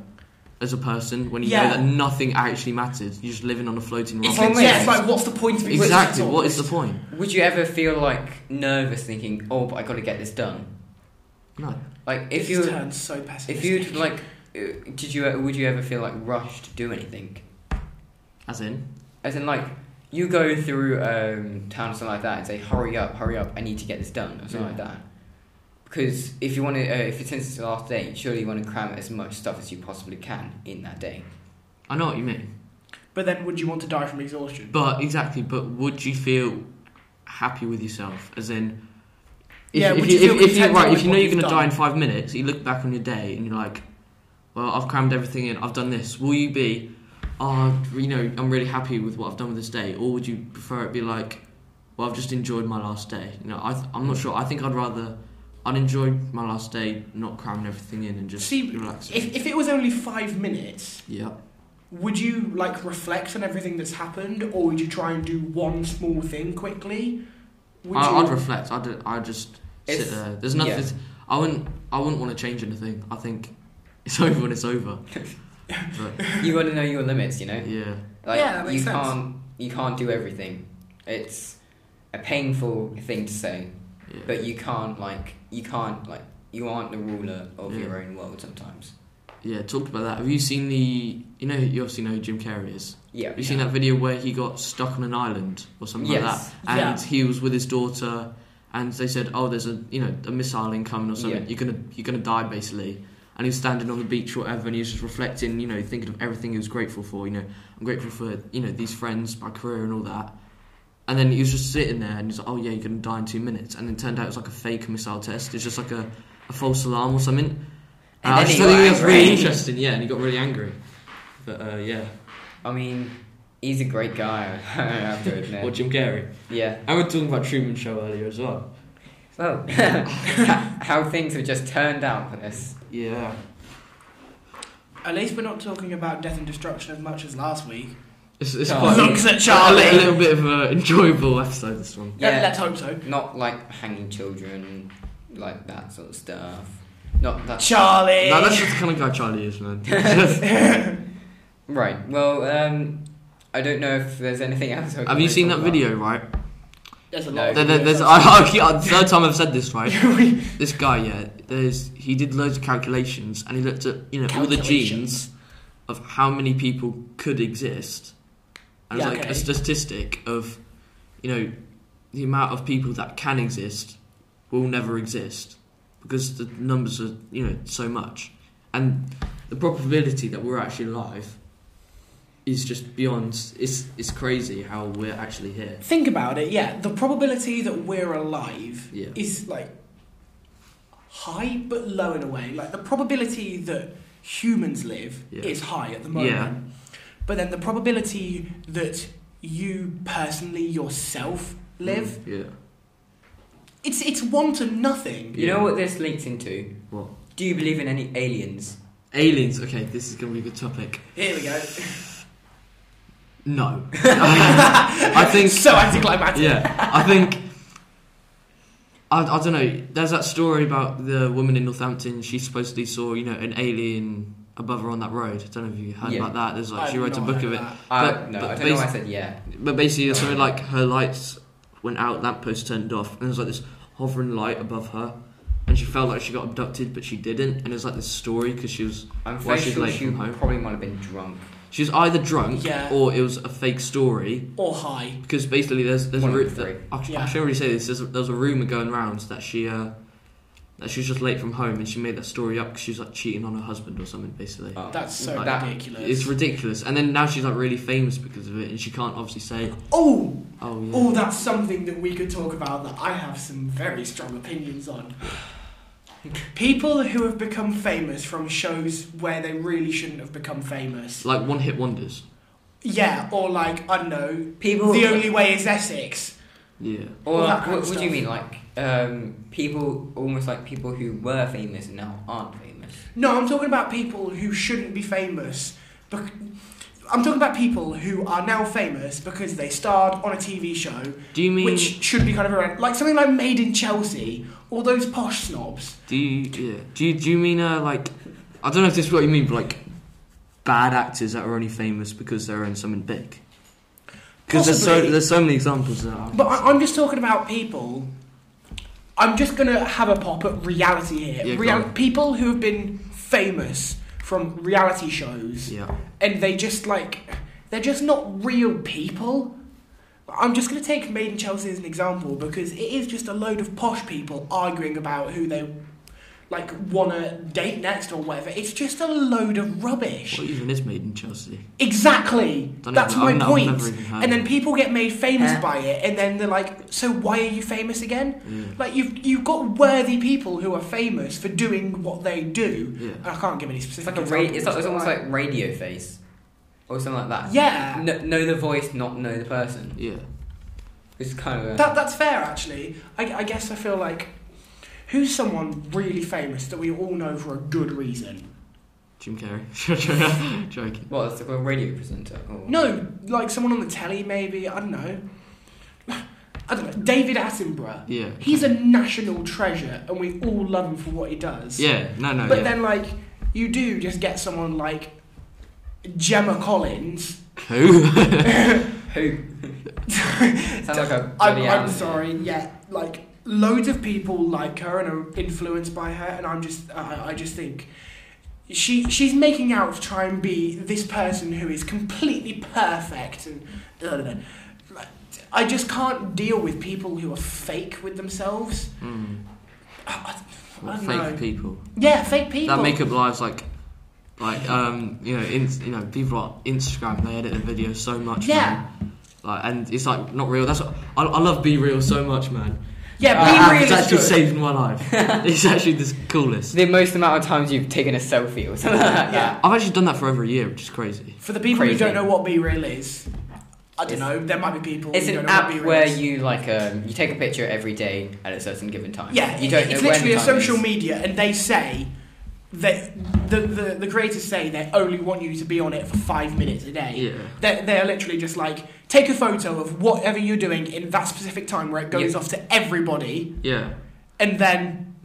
Speaker 2: as a person when you
Speaker 1: Yeah.
Speaker 2: know that nothing actually matters. You're just living on a floating
Speaker 1: It's
Speaker 2: rock.
Speaker 1: like,
Speaker 3: Only-
Speaker 1: yeah, it's like, what's the point of existence
Speaker 2: exactly.
Speaker 1: at all?
Speaker 2: What is the point?
Speaker 3: Would you ever feel like nervous thinking, oh, but I got to get this done?
Speaker 2: No.
Speaker 3: Like if
Speaker 1: this
Speaker 3: you
Speaker 1: turns so pessimistic.
Speaker 3: if you'd like, uh, did you would you ever feel like rushed to do anything?
Speaker 2: As in,
Speaker 3: As in like you go through um, town or something like that and say, hurry up, hurry up, I need to get this done or something like
Speaker 2: Yeah.
Speaker 3: that. Because if you want to, uh, if it's since the last day, surely you want to cram as much stuff as you possibly can in that day.
Speaker 2: I know what you mean.
Speaker 1: But then, would you want to die from exhaustion?
Speaker 2: But exactly. But would you feel happy with yourself? As in. If,
Speaker 1: Yeah,
Speaker 2: if
Speaker 1: would you
Speaker 2: you,
Speaker 1: feel
Speaker 2: if, if you
Speaker 1: content
Speaker 2: right,
Speaker 1: with
Speaker 2: if you know
Speaker 1: what you've
Speaker 2: you're going to die in
Speaker 1: done?
Speaker 2: five minutes, you look back on your day and you're like, "Well, I've crammed everything in. I've done this." Will you be, "Oh, you know, I'm really happy with what I've done with this day," or would you prefer it be like, "Well, I've just enjoyed my last day." You know, I th- I'm not sure. I think I'd rather I'd enjoy my last day, not cramming everything in, and just
Speaker 1: See,
Speaker 2: relaxing.
Speaker 1: If, if it was only five minutes,
Speaker 2: yeah,
Speaker 1: would you like reflect on everything that's happened, or would you try and do one small thing quickly? Would
Speaker 2: I,
Speaker 1: you?
Speaker 2: I'd reflect. I'd I'd just
Speaker 3: It's-
Speaker 2: sit there. There's nothing.
Speaker 3: yeah.
Speaker 2: I wouldn't. I wouldn't want to change anything. I think it's *laughs* over when it's over. but,
Speaker 3: you want to know your limits, you know.
Speaker 2: yeah.
Speaker 3: Like
Speaker 1: Yeah, that makes
Speaker 3: you
Speaker 1: sense.
Speaker 3: can't you can't do everything. It's a painful thing to say,
Speaker 2: Yeah.
Speaker 3: but you can't like you can't like you aren't the ruler of
Speaker 2: Yeah.
Speaker 3: your own world sometimes.
Speaker 2: Yeah, talked about that. Have you seen the? You know, you obviously know who Jim Carrey is.
Speaker 3: Yeah.
Speaker 2: Have you seen that video where he got stuck on an island or something
Speaker 3: Yes.
Speaker 2: like that, and
Speaker 1: Yeah.
Speaker 2: he was with his daughter, and they said, "Oh, there's a you know a missile incoming or something.
Speaker 3: Yeah.
Speaker 2: You're gonna you're gonna die basically." And he was standing on the beach or whatever, and he was just reflecting, you know, thinking of everything he was grateful for. You know, I'm grateful for you know these friends, my career, and all that. And then he was just sitting there, and he's like, "Oh yeah, you're gonna die in two minutes." And then it turned out it was like a fake missile test. It's just like a, a false alarm or something. And
Speaker 3: And
Speaker 2: I
Speaker 3: then
Speaker 2: just
Speaker 3: he
Speaker 2: thought
Speaker 3: got
Speaker 2: it was really
Speaker 3: angry.
Speaker 2: interesting, yeah, and he got really angry. But uh, yeah,
Speaker 3: I mean, he's a great guy. *laughs* I have to admit.
Speaker 2: or Jim Carrey.
Speaker 3: yeah.
Speaker 2: And we were talking about Truman Show earlier as well.
Speaker 1: Oh.
Speaker 3: Well, *laughs* how things have just turned out for this.
Speaker 2: Yeah.
Speaker 1: At least we're not talking about death and destruction as much as last week.
Speaker 2: It's, it's
Speaker 3: Oh,
Speaker 2: quite
Speaker 1: Looks at
Speaker 2: a little,
Speaker 1: Charlie.
Speaker 2: little bit of an enjoyable episode. This one.
Speaker 1: Let-
Speaker 3: Yeah,
Speaker 1: Let's hope so.
Speaker 3: not like hanging children, like that sort of stuff. Not that.
Speaker 1: Charlie.
Speaker 2: Now that's just the kind of guy Charlie is, man.
Speaker 3: *laughs* Right. Well, um, I don't know if there's anything else. I
Speaker 2: Have
Speaker 3: can
Speaker 2: you seen
Speaker 3: talk
Speaker 2: that
Speaker 3: about.
Speaker 2: video, right?
Speaker 1: *laughs* There's a
Speaker 3: No,
Speaker 1: lot.
Speaker 2: There, there,
Speaker 1: of
Speaker 2: there's, *laughs* I, I, the third time I've said
Speaker 1: *laughs*
Speaker 2: this, right? this guy, yeah, there's he did loads of calculations and he looked at you know all the
Speaker 1: Calculations.
Speaker 2: genes of how many people could exist, and
Speaker 1: Yeah,
Speaker 2: it's like
Speaker 1: okay.
Speaker 2: a statistic of you know the amount of people that can exist will never exist because the numbers are you know so much, and the probability that we're actually alive is just beyond. It's it's crazy how we're actually here.
Speaker 1: Think about it. Yeah, the probability that we're alive
Speaker 2: Yeah.
Speaker 1: is like high but low in a way. Like the probability that humans live
Speaker 2: Yeah.
Speaker 1: is high at the moment.
Speaker 2: Yeah.
Speaker 1: But then the probability that you personally yourself live,
Speaker 2: Yeah.
Speaker 1: it's it's one to nothing.
Speaker 3: You
Speaker 2: Yeah.
Speaker 3: know what this links into?
Speaker 2: What?
Speaker 3: Do you believe in any aliens?
Speaker 2: Aliens. Okay, this is gonna be a good topic.
Speaker 1: Here
Speaker 2: *laughs*
Speaker 1: we go. *laughs*
Speaker 2: No, I, I think
Speaker 1: so anticlimactic.
Speaker 2: yeah, I think I, I don't know. There's that story about the woman in Northampton. She supposedly saw you know an alien above her on that road. I don't know if you heard
Speaker 3: Yeah.
Speaker 2: about that. There's like
Speaker 1: I've
Speaker 2: she wrote a
Speaker 1: not
Speaker 2: book
Speaker 1: heard
Speaker 2: of it,
Speaker 1: that.
Speaker 3: Uh,
Speaker 2: But-
Speaker 3: no,
Speaker 2: but
Speaker 3: I don't know. why I
Speaker 2: basi-
Speaker 3: said yeah.
Speaker 2: but basically it's something like her lights went out, lamppost turned off, and there's like this hovering light above her. And she felt like she got abducted, but she didn't. And it was like this story because she was
Speaker 3: I'm
Speaker 2: Why
Speaker 3: fairly
Speaker 2: she's
Speaker 3: sure
Speaker 2: late
Speaker 3: she
Speaker 2: from home?
Speaker 3: probably might have been drunk.
Speaker 2: she was either drunk
Speaker 1: Yeah.
Speaker 2: or it was a fake story.
Speaker 1: Or high.
Speaker 2: Because basically, there's there's
Speaker 3: One
Speaker 2: a
Speaker 3: of
Speaker 2: ru-
Speaker 3: the three.
Speaker 2: that- I, sh-
Speaker 1: Yeah.
Speaker 2: I should already say this. There's a, there's a rumor going around that she uh, that she was just late from home and she made that story up because she was like cheating on her husband or something. Basically,
Speaker 3: Oh,
Speaker 1: That's so
Speaker 2: Like
Speaker 3: that-
Speaker 1: ridiculous.
Speaker 2: it's ridiculous. And then now she's like really famous because of it, and she can't obviously say,
Speaker 1: oh,
Speaker 2: "Oh yeah."
Speaker 1: Oh, that's something that we could talk about that I have some very strong opinions on. People who have become famous from shows where they really shouldn't have become famous.
Speaker 2: like one hit wonders.
Speaker 1: Yeah, or like, I don't know,
Speaker 3: People.
Speaker 1: The Only Way is Essex.
Speaker 2: Yeah,
Speaker 3: Or
Speaker 1: All that
Speaker 3: like,
Speaker 1: kind
Speaker 3: what,
Speaker 1: of
Speaker 3: what do you
Speaker 1: stuff.
Speaker 3: mean? Like um, people, almost like people who were famous and now aren't famous.
Speaker 1: No, I'm talking about people who shouldn't be famous. Bec- I'm talking about people who are now famous because they starred on a TV show,
Speaker 2: do you mean?
Speaker 1: which should be kind of around. Like something like Made in Chelsea, all those posh snobs.
Speaker 2: do you? Yeah. Do you? Do you mean uh, like? I don't know if this is what you mean, but like bad actors that are only famous because they're in something big. Because there's so
Speaker 1: Possibly.
Speaker 2: there's so many examples of that. I can
Speaker 1: But I,
Speaker 2: see.
Speaker 1: I'm just talking about people. I'm just gonna have a pop at reality here.
Speaker 2: Yeah, go
Speaker 1: Real-
Speaker 2: on.
Speaker 1: people who have been famous from reality shows,
Speaker 2: yeah.
Speaker 1: and they just like they're just not real people. I'm just gonna take Made in Chelsea as an example because it is just a load of posh people arguing about who they like wanna date next or whatever. It's just a load of rubbish.
Speaker 2: What even is made in Chelsea?
Speaker 1: Exactly.
Speaker 2: Don't
Speaker 1: That's
Speaker 2: even-
Speaker 1: my
Speaker 2: I've n- I've
Speaker 1: point.
Speaker 2: never even heard
Speaker 1: and then
Speaker 2: of
Speaker 1: people get made famous
Speaker 3: Huh?
Speaker 1: by it, and then they're like, "So why are you famous again?"
Speaker 2: Yeah.
Speaker 1: Like you've you've got worthy people who are famous for doing what they do.
Speaker 2: Yeah.
Speaker 1: And I can't give any
Speaker 3: It's
Speaker 1: specific.
Speaker 3: like a ra- it's, like,
Speaker 1: examples,
Speaker 3: it's almost
Speaker 1: but,
Speaker 3: like radio face, or something like that.
Speaker 1: yeah.
Speaker 3: Kn- know the voice, not know the person.
Speaker 2: Yeah.
Speaker 3: It's kind of a,
Speaker 1: That that's fair actually. I, I guess I feel like who's someone really famous that we all know for a good reason.
Speaker 2: Jim Carrey. *laughs* Joking.
Speaker 3: what? It's like a radio presenter. Or,
Speaker 1: No, like someone on the telly maybe. I don't know. *sighs* I don't know. David Attenborough.
Speaker 2: Yeah.
Speaker 1: He's a national treasure, and we all love him for what he does.
Speaker 2: Yeah, no, no,
Speaker 1: but
Speaker 2: Ah, yeah.
Speaker 1: then, like, you do just get someone like Gemma Collins.
Speaker 2: Who? *laughs*
Speaker 3: Who? Sounds like a
Speaker 1: *laughs* I'm,
Speaker 3: bloody
Speaker 1: I'm
Speaker 3: animal. *laughs*
Speaker 1: sorry, yeah, like loads of people like her and are influenced by her, and I'm just, I, I just think she she's making out to try and be this person who is completely perfect, and blah, blah, blah. Like, I just can't deal with people who are fake with themselves. *sighs*
Speaker 2: mm.
Speaker 1: I- I, I
Speaker 2: Well,
Speaker 1: don't
Speaker 2: fake
Speaker 1: know.
Speaker 2: people.
Speaker 1: Yeah, fake people.
Speaker 2: That make up lives like, like um, you know, in, you know, people on Instagram they edit the videos so much.
Speaker 1: Yeah.
Speaker 2: Man. Like, and it's like not real. That's what, I, I love be real so much, man.
Speaker 1: yeah,
Speaker 3: Uh,
Speaker 1: be
Speaker 2: Ah,
Speaker 1: real
Speaker 2: It's
Speaker 1: is
Speaker 2: actually
Speaker 1: good.
Speaker 2: saved my life. *laughs* it's actually the coolest.
Speaker 3: The most amount of times you've taken a selfie or something like
Speaker 1: *laughs*
Speaker 3: that.
Speaker 1: Yeah.
Speaker 2: I've actually done that for over a year, which is crazy.
Speaker 1: For the people who
Speaker 3: Crazy.
Speaker 1: don't know what Be Real is, I don't
Speaker 3: It's-
Speaker 1: know, there might be people
Speaker 3: It's
Speaker 1: who don't
Speaker 3: an
Speaker 1: know what
Speaker 3: app
Speaker 1: Be Real
Speaker 3: where
Speaker 1: is.
Speaker 3: you like um, you take a picture every day at a certain given time.
Speaker 1: Yeah,
Speaker 3: you don't
Speaker 1: it's
Speaker 3: know when
Speaker 1: literally
Speaker 3: the
Speaker 1: a
Speaker 3: time
Speaker 1: social
Speaker 3: is.
Speaker 1: media, and they say they, the, the, the creators say they only want you to be on it for five minutes a day.
Speaker 2: Yeah.
Speaker 1: They're, they're literally just like, take a photo of whatever you're doing in that specific time where it goes
Speaker 3: Yeah.
Speaker 1: off to everybody,
Speaker 2: Yeah.
Speaker 1: and then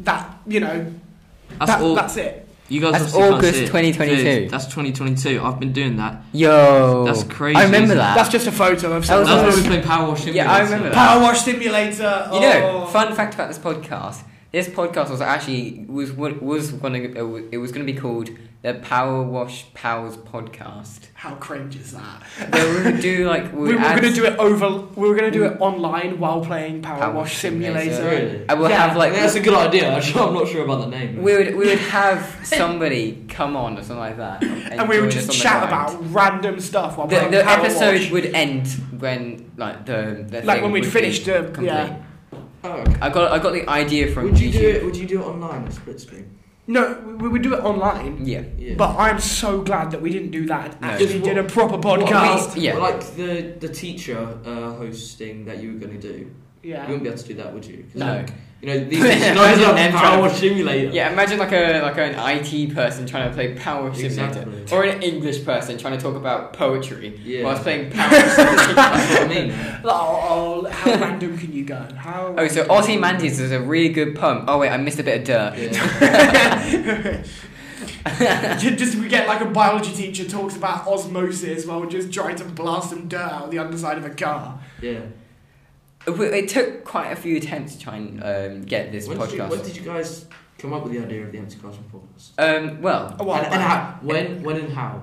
Speaker 1: that, you know,
Speaker 2: That's
Speaker 1: that,
Speaker 2: all.
Speaker 1: that's it.
Speaker 2: you guys
Speaker 3: That's
Speaker 2: obviously can't
Speaker 3: August
Speaker 2: see it.
Speaker 3: 2022.
Speaker 2: Dude, that's 2022. I've been doing that.
Speaker 3: Yo,
Speaker 2: That's crazy,
Speaker 3: I remember
Speaker 2: isn't it?
Speaker 3: that.
Speaker 1: That's just a photo of
Speaker 3: That
Speaker 1: someone
Speaker 3: was
Speaker 2: That's
Speaker 3: also-
Speaker 2: when
Speaker 1: else.
Speaker 2: we played Power Wash
Speaker 3: Yeah, I remember that.
Speaker 1: Power Wash Simulator.
Speaker 3: You know,
Speaker 1: oh.
Speaker 3: fun fact about this podcast. This podcast was actually was was going to it was going to be called the Power Wash Powers Podcast.
Speaker 1: How cringe is that?
Speaker 3: Then we would do
Speaker 1: *laughs*
Speaker 3: like
Speaker 1: We were
Speaker 3: add-
Speaker 1: going to do it over. We were going to do it online while playing Power,
Speaker 3: Power
Speaker 1: Wash
Speaker 3: Simulator.
Speaker 1: Simulator.
Speaker 2: Really?
Speaker 3: I will
Speaker 1: Yeah,
Speaker 3: have
Speaker 2: Like,
Speaker 3: like
Speaker 2: that's a good idea. *laughs* actually. I'm not sure about the name.
Speaker 3: we would we would have somebody come on or something like
Speaker 1: *laughs*
Speaker 3: that,
Speaker 1: And we would
Speaker 3: join us
Speaker 1: just
Speaker 3: on the
Speaker 1: chat
Speaker 3: ride.
Speaker 1: about random stuff while
Speaker 3: The,
Speaker 1: playing
Speaker 3: the
Speaker 1: Power
Speaker 3: episode
Speaker 1: Wash.
Speaker 3: would end when like the, the
Speaker 1: Like
Speaker 3: thing
Speaker 1: when we'd
Speaker 3: would
Speaker 1: finished
Speaker 3: be
Speaker 1: the-
Speaker 3: complete.
Speaker 1: yeah.
Speaker 2: Oh, okay.
Speaker 3: I got I got the idea from
Speaker 2: Would you
Speaker 3: YouTube.
Speaker 2: do it? Would you do it online or split screen?
Speaker 1: No, we- we would do it online.
Speaker 3: Yeah.
Speaker 2: Yeah.
Speaker 1: But I'm so glad that we didn't do that and
Speaker 3: No.
Speaker 1: actually
Speaker 2: Just
Speaker 1: did a
Speaker 2: what-
Speaker 1: proper
Speaker 2: what we-
Speaker 1: podcast.
Speaker 3: Yeah.
Speaker 2: Like the the teacher uh, hosting that you were gonna do. You
Speaker 1: yeah.
Speaker 2: wouldn't be able to do that, would you? 'Cause,
Speaker 3: No.
Speaker 2: Like, you know these
Speaker 3: Imagine
Speaker 2: guys have
Speaker 3: them
Speaker 2: Power
Speaker 3: trying to-
Speaker 2: Wash Simulator.
Speaker 3: Yeah, imagine like a like an IT person trying to play Power Simulator,
Speaker 2: Exactly.
Speaker 3: or an English person trying to talk about poetry
Speaker 2: Yeah.
Speaker 3: whilst playing Power *laughs* Simulator.
Speaker 2: That's what I mean.
Speaker 1: Like, oh, oh, how random can you go? How?
Speaker 3: oh, so Ozymandias is a really good poem. Oh wait, I missed a bit of dirt.
Speaker 2: Yeah.
Speaker 1: Ju- *laughs* just we get like a biology teacher talks about osmosis while we're just trying to blast some dirt out of the underside of a car.
Speaker 2: yeah.
Speaker 3: It- It took quite a few attempts to try and um, get this
Speaker 2: When did, you,
Speaker 3: podcast.
Speaker 2: when did you guys come up with the idea of the empty classroom podcast?
Speaker 3: um, well,
Speaker 1: A while
Speaker 2: and, and
Speaker 1: back.
Speaker 2: how, when, when, and how?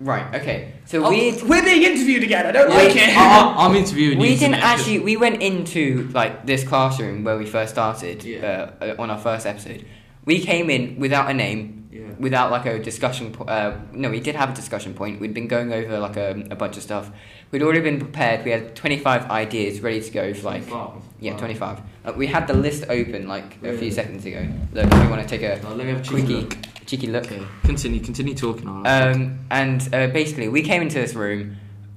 Speaker 3: right, okay. So
Speaker 1: Oh,
Speaker 3: we
Speaker 1: we're being interviewed again. I don't
Speaker 3: Yeah.
Speaker 1: like it.
Speaker 2: *laughs* I, I, I'm interviewing you.
Speaker 3: we didn't
Speaker 2: tonight.
Speaker 3: actually we went into like this classroom where we first started
Speaker 2: Yeah.
Speaker 3: uh, on our first episode. We came in without a name,
Speaker 2: Yeah.
Speaker 3: without like a discussion po- uh, no we did have a discussion point we'd been going over like a, a bunch of stuff we'd already been prepared we had 25 ideas ready to go for like
Speaker 2: 25.
Speaker 3: yeah
Speaker 2: Wow.
Speaker 3: 25 like, we had the list open like a
Speaker 2: Really?
Speaker 3: few seconds ago look if you want to take a
Speaker 2: Oh, let me have a cheeky
Speaker 3: quickie
Speaker 2: look.
Speaker 3: cheeky look
Speaker 2: Okay, continue, continue talking. I'll have a
Speaker 3: um, and uh, basically we came into this room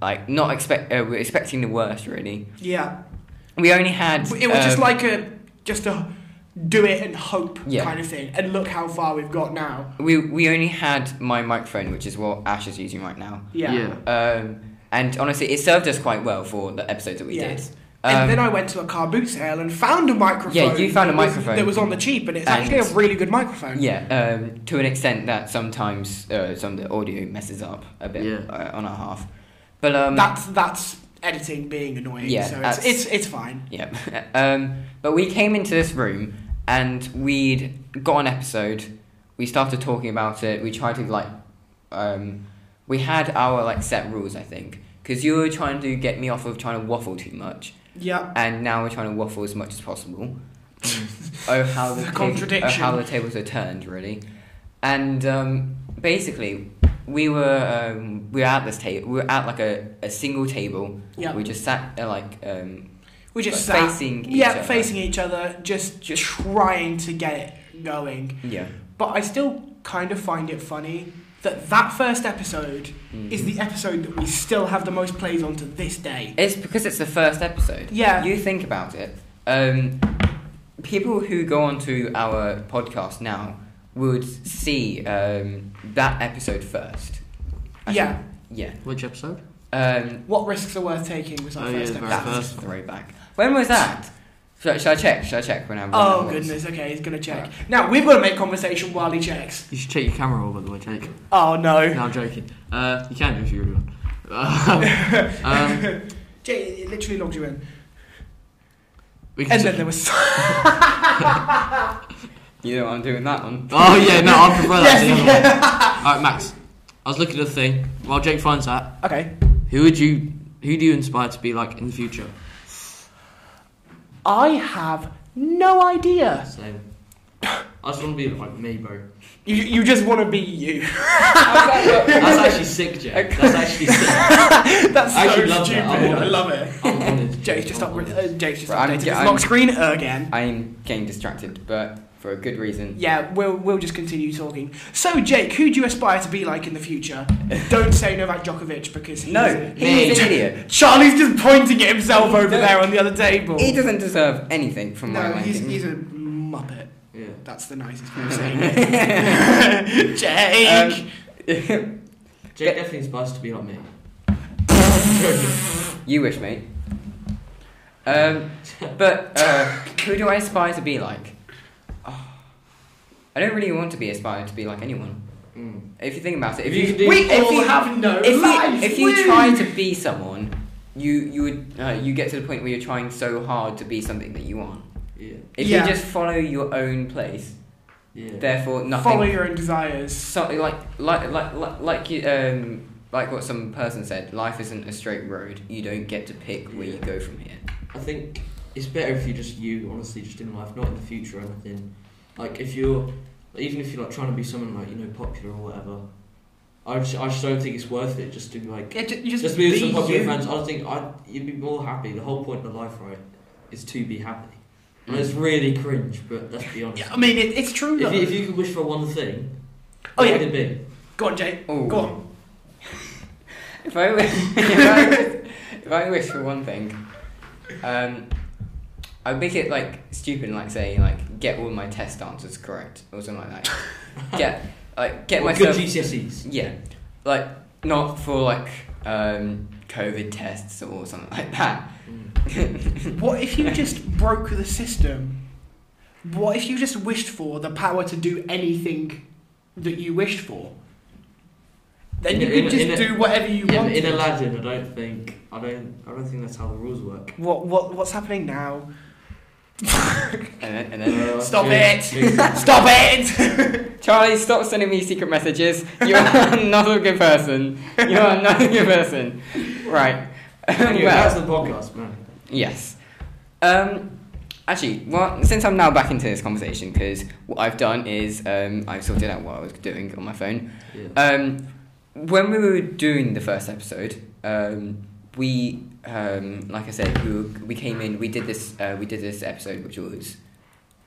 Speaker 3: like not expect uh, we're expecting the worst really
Speaker 1: *laughs* yeah,
Speaker 3: we only had
Speaker 1: it was just
Speaker 3: um,
Speaker 1: like a just a do it and hope
Speaker 3: Yeah.
Speaker 1: kind of thing. And look how far we've got now.
Speaker 3: we, we only had my microphone which is what ash is using right now
Speaker 2: look.
Speaker 1: Yeah.
Speaker 3: Um, and honestly, it served us quite well for the episodes that we
Speaker 1: Yeah.
Speaker 3: did.
Speaker 1: And
Speaker 3: Um,
Speaker 1: then I went to a car boot sale and found a microphone.
Speaker 3: Yeah, you found a
Speaker 1: that was-
Speaker 3: microphone.
Speaker 1: that was on the cheap, and it's
Speaker 3: And-
Speaker 1: actually a really good microphone.
Speaker 3: yeah, um, to an extent that sometimes uh, some of the audio messes up a bit
Speaker 2: Yeah.
Speaker 3: uh, on our half. But um,
Speaker 1: that's that's editing being annoying.
Speaker 3: Yeah,
Speaker 1: so it's,
Speaker 3: that's-
Speaker 1: it's it's fine.
Speaker 3: yeah. *laughs* um, but we came into this room and we'd got an episode. We started talking about it. We tried to like, um, we had our like set rules, I think, because you were trying to get me off of trying to waffle too much,
Speaker 1: Yeah.
Speaker 3: and now we're trying to waffle as much as possible.
Speaker 1: *laughs*
Speaker 3: oh how the,
Speaker 1: The
Speaker 3: tab-
Speaker 1: contradiction.
Speaker 3: oh, how the tables are turned really and um, basically we were um, we were at this table we were at like a, a single table
Speaker 1: Yeah.
Speaker 3: we just sat uh, like um,
Speaker 1: We just
Speaker 3: like,
Speaker 1: sat,
Speaker 3: facing each
Speaker 1: yeah,
Speaker 3: other.
Speaker 1: facing each other, just,
Speaker 3: Just-
Speaker 1: trying to get it going.
Speaker 3: yeah
Speaker 1: But I still kind of find it funny that that first episode
Speaker 3: Mm.
Speaker 1: is the episode that we still have the most plays on to this day.
Speaker 3: it's because it's the first episode
Speaker 1: Yeah.
Speaker 3: you think about it um, people who go onto our podcast now would see um, that episode first Actually,
Speaker 1: Yeah.
Speaker 3: yeah
Speaker 2: look. Which episode?
Speaker 3: um,
Speaker 1: What risks are worth taking was our
Speaker 2: Oh, yeah,
Speaker 1: first
Speaker 2: the very
Speaker 1: episode.
Speaker 3: That's
Speaker 2: first
Speaker 3: a throwback. When was that? Should, should I check? Should I check when I'm?
Speaker 1: Oh
Speaker 3: when that was?
Speaker 1: goodness! Okay, he's gonna check. Now we've got to make conversation while he checks.
Speaker 2: You should check your camera all, by the way, Jake.
Speaker 1: Oh no!
Speaker 2: No, I'm joking. Uh, you can do if you really want. um,
Speaker 1: *laughs* Jay, it literally logged you in,
Speaker 2: we can
Speaker 1: and
Speaker 2: s-
Speaker 1: then there was.
Speaker 3: You know what I'm doing
Speaker 2: *laughs*
Speaker 3: that one.
Speaker 2: oh yeah, no, I prefer that. to the other
Speaker 1: Yes,
Speaker 2: one. All right, Max. I was looking at the thing while Jake finds that.
Speaker 1: *laughs* okay.
Speaker 2: Who would you? Who do you inspire to be like in the future?
Speaker 1: I have no idea.
Speaker 2: Same. I just want to be like me, bro.
Speaker 1: You, you just want to be you. *laughs*
Speaker 2: That's actually sick, Jake. That's actually sick.
Speaker 1: That's so
Speaker 2: I actually love that.
Speaker 1: stupid.
Speaker 2: I want
Speaker 1: I
Speaker 2: it.
Speaker 1: love it.
Speaker 2: I'm honoured.
Speaker 1: Jake's just
Speaker 2: I'm
Speaker 1: up.
Speaker 2: honoured.
Speaker 1: Uh, Jake's just
Speaker 3: Right, I'm-
Speaker 1: updated his
Speaker 3: I'm-
Speaker 1: lock screen again.
Speaker 3: I'm getting distracted, but for a good reason.
Speaker 1: Yeah, we'll we'll just continue talking. So, Jake, who do you aspire to be like in the future? Don't say Novak Djokovic because he's
Speaker 3: No,
Speaker 2: Me.
Speaker 3: he's an idiot.
Speaker 1: Charlie's just pointing at himself over
Speaker 3: No.
Speaker 1: there on the other table.
Speaker 3: He doesn't deserve anything from
Speaker 1: no,
Speaker 3: Oh my
Speaker 1: he's,
Speaker 3: ranking.
Speaker 1: he's a muppet.
Speaker 2: Yeah.
Speaker 1: That's the nicest way of saying it. *laughs* Jake!
Speaker 2: Jake definitely inspires to be like me.
Speaker 3: You wish, mate. Um, but uh, who do I aspire to be like? Oh, I don't really want to be aspired to be like anyone.
Speaker 2: Mm.
Speaker 3: If you think about it, if
Speaker 2: You
Speaker 3: you
Speaker 2: can do-
Speaker 1: we
Speaker 3: if
Speaker 1: all
Speaker 3: you-
Speaker 1: have no
Speaker 3: if
Speaker 1: life.
Speaker 3: you, if you
Speaker 1: Woo!
Speaker 3: try to be someone, you you would uh, you get to the point where you're trying so hard to be something that you aren't.
Speaker 2: Yeah.
Speaker 3: If
Speaker 1: Yeah.
Speaker 3: you just follow your own place,
Speaker 2: Yeah.
Speaker 3: therefore nothing.
Speaker 1: follow your own desires.
Speaker 3: something like like like like like you um like what some person said. Life isn't a straight road. You don't get to pick where you
Speaker 2: Yeah.
Speaker 3: go from here.
Speaker 2: I think it's better if you just you honestly just in life, not in the future or anything. Like if you're, even if you're like trying to be someone like you know popular or whatever, I just, I just don't think it's worth it just to like
Speaker 1: Yeah, ju- you just,
Speaker 2: just be
Speaker 1: be
Speaker 2: with some popular
Speaker 1: you.
Speaker 2: fans. I think I you'd be more happy. The whole point of life, right, is to be happy. And
Speaker 3: Mm.
Speaker 2: it's really cringe, but let's be honest.
Speaker 1: Mm. Yeah, I mean, it, it's true though.
Speaker 2: if you, if you could wish for one thing,
Speaker 1: Oh,
Speaker 2: what
Speaker 1: yeah.
Speaker 2: would it be?
Speaker 1: Go on, Jake.
Speaker 3: Ooh.
Speaker 1: Go on.
Speaker 3: If I wish, *laughs* if, I, if I wish for one thing, um, I'd make it like stupid, and, like say like get all my test answers correct or something like
Speaker 2: *laughs*
Speaker 3: that. get like get
Speaker 2: Or
Speaker 3: myself
Speaker 2: good GCSEs.
Speaker 3: yeah, like not for like um COVID tests or something like that. *laughs*
Speaker 1: What if you just broke the system? What if you just wished for the power to do anything that you wished for? Then
Speaker 2: In
Speaker 1: you
Speaker 2: a-
Speaker 1: could
Speaker 2: in a-
Speaker 1: just
Speaker 2: in a-
Speaker 1: do whatever you
Speaker 2: Yeah, but
Speaker 1: want.
Speaker 2: in Aladdin, I don't think I don't I don't think that's how the rules work.
Speaker 1: What what what's happening now?
Speaker 3: And then, and then
Speaker 1: Stop
Speaker 2: Uh, Yeah,
Speaker 3: *laughs*
Speaker 1: it! *laughs*
Speaker 2: yeah.
Speaker 1: Stop it!
Speaker 3: Charlie, stop sending me secret messages. You are *laughs* not a good person. *laughs* You are not a good person. Right. *laughs*
Speaker 2: Anyway,
Speaker 3: Well-
Speaker 2: that's the podcast, man.
Speaker 3: Yes. Um, actually, well, since I'm now back into this conversation, because what I've done is um, I've sorted out what I was doing on my phone.
Speaker 2: Yeah.
Speaker 3: Um, when we were doing the first episode, um, we, um, like I said, we, were, we came in. We did this. Uh, we did this episode, which was,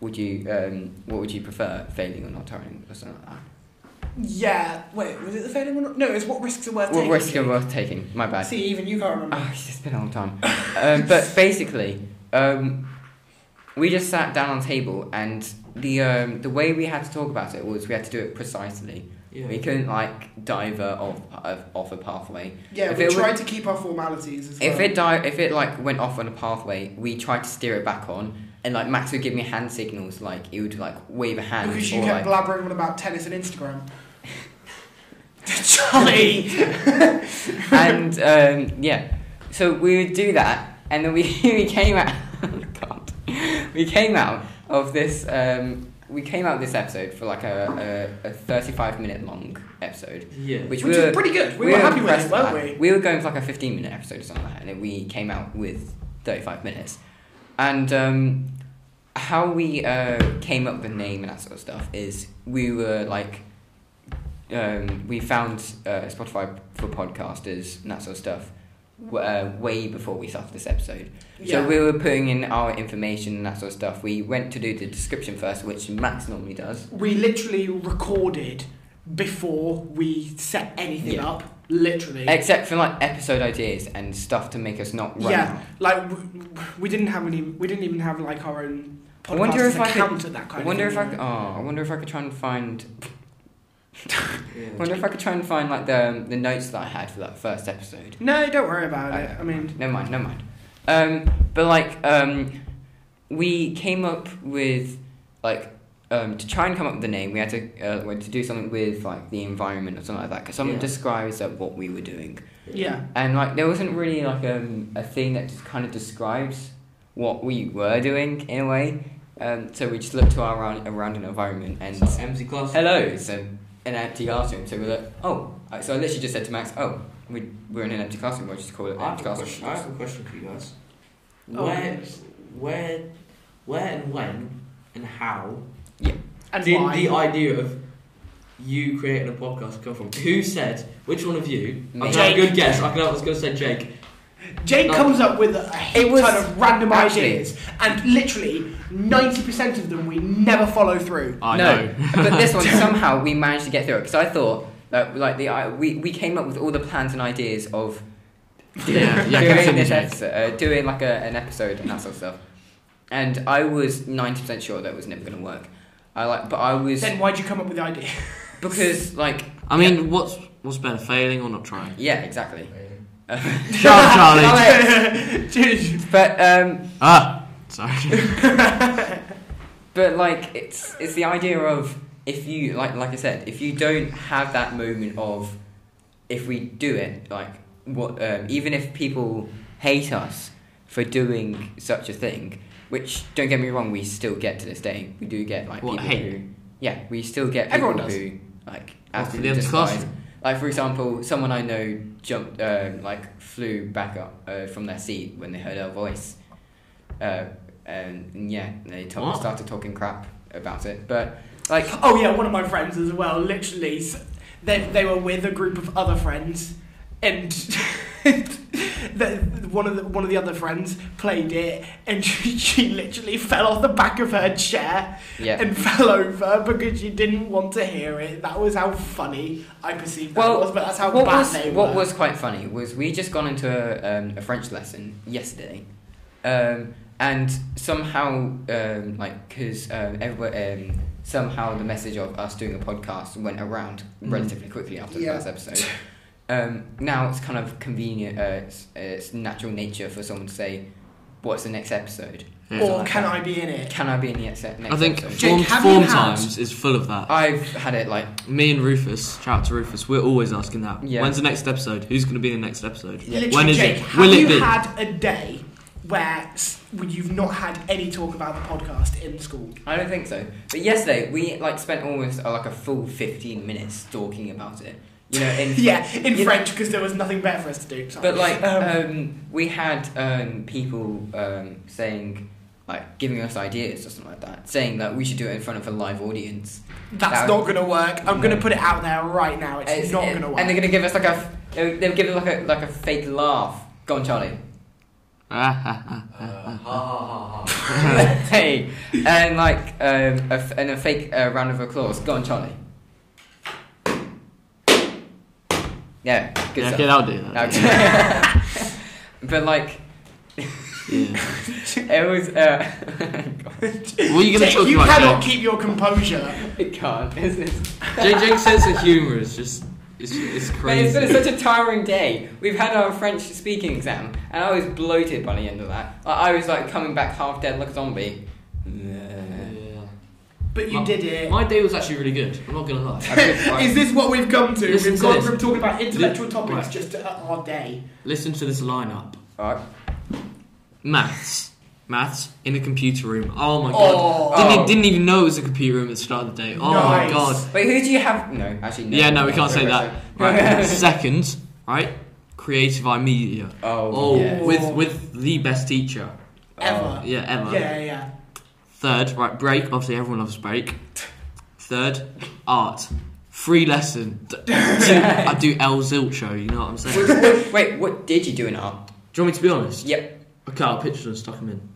Speaker 3: would you, um, what would you prefer, failing or not trying or something like that?
Speaker 1: yeah. Wait, was it the failing one? or- No, it's what risks are worth
Speaker 3: What
Speaker 1: taking.
Speaker 3: risk are worth taking? My bad.
Speaker 1: See, even you can't remember.
Speaker 3: Oh, it's been a long time. um, but basically, um, we just sat down on a table, and the um, the way we had to talk about it was we had to do it precisely.
Speaker 2: Yeah.
Speaker 3: We couldn't like divert off of, off a pathway.
Speaker 1: yeah,
Speaker 3: if
Speaker 1: we
Speaker 3: it
Speaker 1: tried
Speaker 3: would-
Speaker 1: to keep our formalities as well.
Speaker 3: If it di- if it like went off on a pathway, we tried to steer it back on, and like Max would give me hand signals, like he would like wave a hand
Speaker 1: because
Speaker 3: or
Speaker 1: you kept
Speaker 3: like
Speaker 1: blabbering on about tennis and
Speaker 3: *laughs*
Speaker 1: Instagram. *laughs* Charlie.
Speaker 3: and um, yeah, so we would do that, and then we *laughs* we came out. Oh God, we came out of this. Um, we came out of this episode for like a, a, a thirty-five minute long episode,
Speaker 2: Yeah.
Speaker 3: which,
Speaker 1: Which
Speaker 3: we
Speaker 1: is
Speaker 3: were
Speaker 1: pretty good. We were happy with
Speaker 3: impressed
Speaker 1: it,
Speaker 3: by
Speaker 1: weren't
Speaker 3: that.
Speaker 1: we?
Speaker 3: were going for like a fifteen minute episode or something like that, and then we came out with thirty-five minutes, and. Um, how we uh, came up with the name and that sort of stuff is we were like um, we found uh, Spotify for podcasters and that sort of stuff w- uh, way before we started this episode. So we were putting in our information and that sort of stuff. We went to do the description first, which Max normally does.
Speaker 1: we literally recorded before we set anything
Speaker 3: Yeah.
Speaker 1: up. Literally.
Speaker 3: Except for like episode ideas and stuff to make us not run
Speaker 1: Yeah.
Speaker 3: out.
Speaker 1: like we, we didn't have any. We didn't even have like our own.
Speaker 3: I
Speaker 1: Podcast
Speaker 3: wonder if I could-
Speaker 1: counter that kind
Speaker 3: I wonder
Speaker 1: of
Speaker 3: if
Speaker 1: thing,
Speaker 3: I could,
Speaker 1: you know?
Speaker 3: oh, I wonder if I could try and find
Speaker 2: yeah.
Speaker 3: I wonder if I could try and find like the the notes that I had for that first episode.
Speaker 1: No, don't worry about
Speaker 3: Okay,
Speaker 1: it. I mean,
Speaker 3: never mind, never mind. Um, but like, um, we came up with like um, to try and come up with a name. We had to uh, we had to do something with like the environment or something like that. Because someone
Speaker 2: Yeah.
Speaker 3: describes uh, what we were doing,
Speaker 1: yeah.
Speaker 3: and like there wasn't really like um, a thing that just kind of describes what we were doing in a way. Um, so we just looked to our around, around an environment and
Speaker 2: It's like empty class.
Speaker 3: hello, it's um, an empty classroom. So we're like, oh, I- so I literally just said to Max, oh, we we're in an empty classroom. We'll just call it
Speaker 2: I
Speaker 3: empty
Speaker 2: have, a
Speaker 3: classroom.
Speaker 2: question, I have a question for you guys.
Speaker 1: Oh.
Speaker 2: Where, where, where, and when, and how
Speaker 1: And
Speaker 2: did
Speaker 1: why?
Speaker 2: the idea of you creating a podcast come from? Who said? Which one of you?
Speaker 3: Me.
Speaker 2: I can have a
Speaker 1: Jake.
Speaker 2: good guess. I can have, I was going to say Jake.
Speaker 1: Jake
Speaker 2: No.
Speaker 1: comes up with a
Speaker 3: It
Speaker 1: heap
Speaker 3: was-
Speaker 1: ton of random
Speaker 3: actually-
Speaker 1: ideas, and literally ninety percent of them we never follow through. *laughs*
Speaker 5: I
Speaker 3: No.
Speaker 5: know.
Speaker 3: but
Speaker 5: *laughs*
Speaker 3: this one somehow we managed to get through it because I thought that like the I, we we came up with all the plans and ideas of *laughs*
Speaker 5: Yeah, yeah,
Speaker 3: doing
Speaker 5: continue,
Speaker 3: this
Speaker 5: Jake.
Speaker 3: episode, uh, doing like a, an episode and that sort of stuff. And I was ninety percent sure that it was never going to work. I like, but I was
Speaker 1: Then why'd you come up with the idea?
Speaker 3: because like
Speaker 2: I mean, what's what's better, failing or not trying?
Speaker 3: *laughs* yeah, exactly.
Speaker 2: Shut up,
Speaker 1: *laughs*
Speaker 2: Charlie.
Speaker 1: Dude.
Speaker 3: but um,
Speaker 2: ah, sorry.
Speaker 3: but like it's it's the idea of if you like like I said, if you don't have that moment of if we do it, like what um, even if people hate us for doing such a thing, which don't get me wrong, we still get to this day. We do get like
Speaker 2: What,
Speaker 3: people
Speaker 2: hate?
Speaker 3: who yeah, we still get people
Speaker 1: Everyone does.
Speaker 3: who like
Speaker 2: After
Speaker 3: absolutely
Speaker 2: the
Speaker 3: despise.
Speaker 2: classroom.
Speaker 3: Like for example, someone I know jumped, uh, like flew back up uh, from their seat when they heard our voice, uh, and and yeah, they to-
Speaker 2: What?
Speaker 3: started talking crap about it. But like,
Speaker 1: Oh yeah, one of my friends as well. Literally, s- they they were with a group of other friends, and *laughs* the, one of the one of the other friends played it, and *laughs* she, she literally fell off the back of her chair
Speaker 3: yeah,
Speaker 1: and *laughs* fell over because she didn't want to hear it. That was how funny I perceived that
Speaker 3: Well,
Speaker 1: was, but that's how
Speaker 3: what
Speaker 1: bad
Speaker 3: was
Speaker 1: they
Speaker 3: what
Speaker 1: were.
Speaker 3: was quite funny was we just gone into a, um, a French lesson yesterday, um, and somehow um, like because um, everybody. Um, Somehow the message of us doing a podcast went around
Speaker 2: Mm.
Speaker 3: relatively quickly after
Speaker 1: Yeah.
Speaker 3: the first episode. um, now it's kind of convenient. Uh, it's, it's natural nature for someone to say, "What's the next episode?
Speaker 2: Yeah.
Speaker 1: or can I be in it?
Speaker 3: Can I be in the ex- next?"
Speaker 2: I think
Speaker 3: episode?
Speaker 1: Jake,
Speaker 2: form,
Speaker 1: have
Speaker 2: form
Speaker 1: you had-
Speaker 2: times is full of that.
Speaker 3: I've had it like
Speaker 2: Me and Rufus, shout out to Rufus, we're always asking that.
Speaker 3: Yeah.
Speaker 2: When's the next episode? Who's going to be in the next episode?
Speaker 3: Yeah.
Speaker 1: Literally,
Speaker 2: When is
Speaker 1: Jake,
Speaker 2: it?
Speaker 1: Have
Speaker 2: Will
Speaker 1: you
Speaker 2: it be?
Speaker 1: had a day where s- where you've not had any talk about the podcast in school?
Speaker 3: I don't think so. But yesterday we like spent almost uh, like a full fifteen minutes talking about it. You
Speaker 1: *laughs*
Speaker 3: know, in
Speaker 1: Yeah, in
Speaker 3: you know,
Speaker 1: French because there was nothing better for us to do. Sorry.
Speaker 3: But like,
Speaker 1: Um,
Speaker 3: um, we had um, people um, saying, like, giving us ideas or something like that, saying that we should do it in front of a live audience.
Speaker 1: that's
Speaker 3: that-
Speaker 1: not gonna work. I'm
Speaker 3: No.
Speaker 1: gonna put it out there right now. It's,
Speaker 3: It's-
Speaker 1: not
Speaker 3: it-
Speaker 1: gonna work.
Speaker 3: And they're gonna give us like a, f- they'll they'll give us like a like a fake laugh. Go
Speaker 1: *laughs*
Speaker 3: on, Charlie. *laughs*
Speaker 2: Ah,
Speaker 3: hey, and like um, a f- and a fake uh, round of applause. Go on, Charlie. Yeah, good
Speaker 2: yeah,
Speaker 3: stuff.
Speaker 2: okay, that'll do that.
Speaker 3: Okay. *laughs* but like,
Speaker 2: Yeah.
Speaker 3: it was. Uh, *laughs*
Speaker 2: What are you going to
Speaker 1: Jake,
Speaker 2: talk
Speaker 1: you cannot
Speaker 2: about? Jake?
Speaker 1: keep your composure.
Speaker 3: it can't. It's, it's,
Speaker 2: Jake, Jake's sense of humour is just it's, it's
Speaker 3: Mate,
Speaker 2: crazy.
Speaker 3: it's been such a tiring day. We've had our French speaking exam, and I was bloated by the end of that. I, I was like coming back half dead like a zombie. *laughs*
Speaker 2: yeah.
Speaker 1: But you
Speaker 2: My-
Speaker 1: did it.
Speaker 2: My day was actually really good. I'm not going to lie.
Speaker 3: I couldn't
Speaker 1: *laughs*
Speaker 3: find-
Speaker 1: Is this what we've come to?
Speaker 2: Listen
Speaker 1: we've
Speaker 2: to
Speaker 1: gone
Speaker 2: this.
Speaker 1: from talking about intellectual
Speaker 2: Li-
Speaker 1: topics
Speaker 2: right.
Speaker 1: just to uh, our day.
Speaker 2: Listen to this lineup.
Speaker 3: Alright.
Speaker 2: Maths. Maths in a computer room. Oh my god.
Speaker 1: Oh,
Speaker 2: Didn't,
Speaker 3: Oh.
Speaker 2: didn't even know it was a computer room at the start of the day. Oh
Speaker 1: Nice.
Speaker 2: my god.
Speaker 3: Wait, who do you have? No, actually, no.
Speaker 2: Yeah, no, we can't say
Speaker 3: Wait,
Speaker 2: that.
Speaker 3: wait, *laughs*
Speaker 2: Right.
Speaker 3: wait.
Speaker 2: Second, right? Creative Eye Media.
Speaker 3: oh,
Speaker 2: Oh,
Speaker 3: yes.
Speaker 2: with with the best teacher.
Speaker 3: Oh,
Speaker 1: ever.
Speaker 2: Yeah, ever.
Speaker 1: yeah, yeah.
Speaker 2: Third, right? Break. Obviously, everyone loves break. Third, art. Free lesson. D- *laughs* do- I do El Zilcho. You know what I'm saying?
Speaker 3: Wait, wait, *laughs* wait, what did you do in art?
Speaker 2: Do you want me to be honest?
Speaker 3: Yep.
Speaker 2: Okay, I pictured and stuck them in.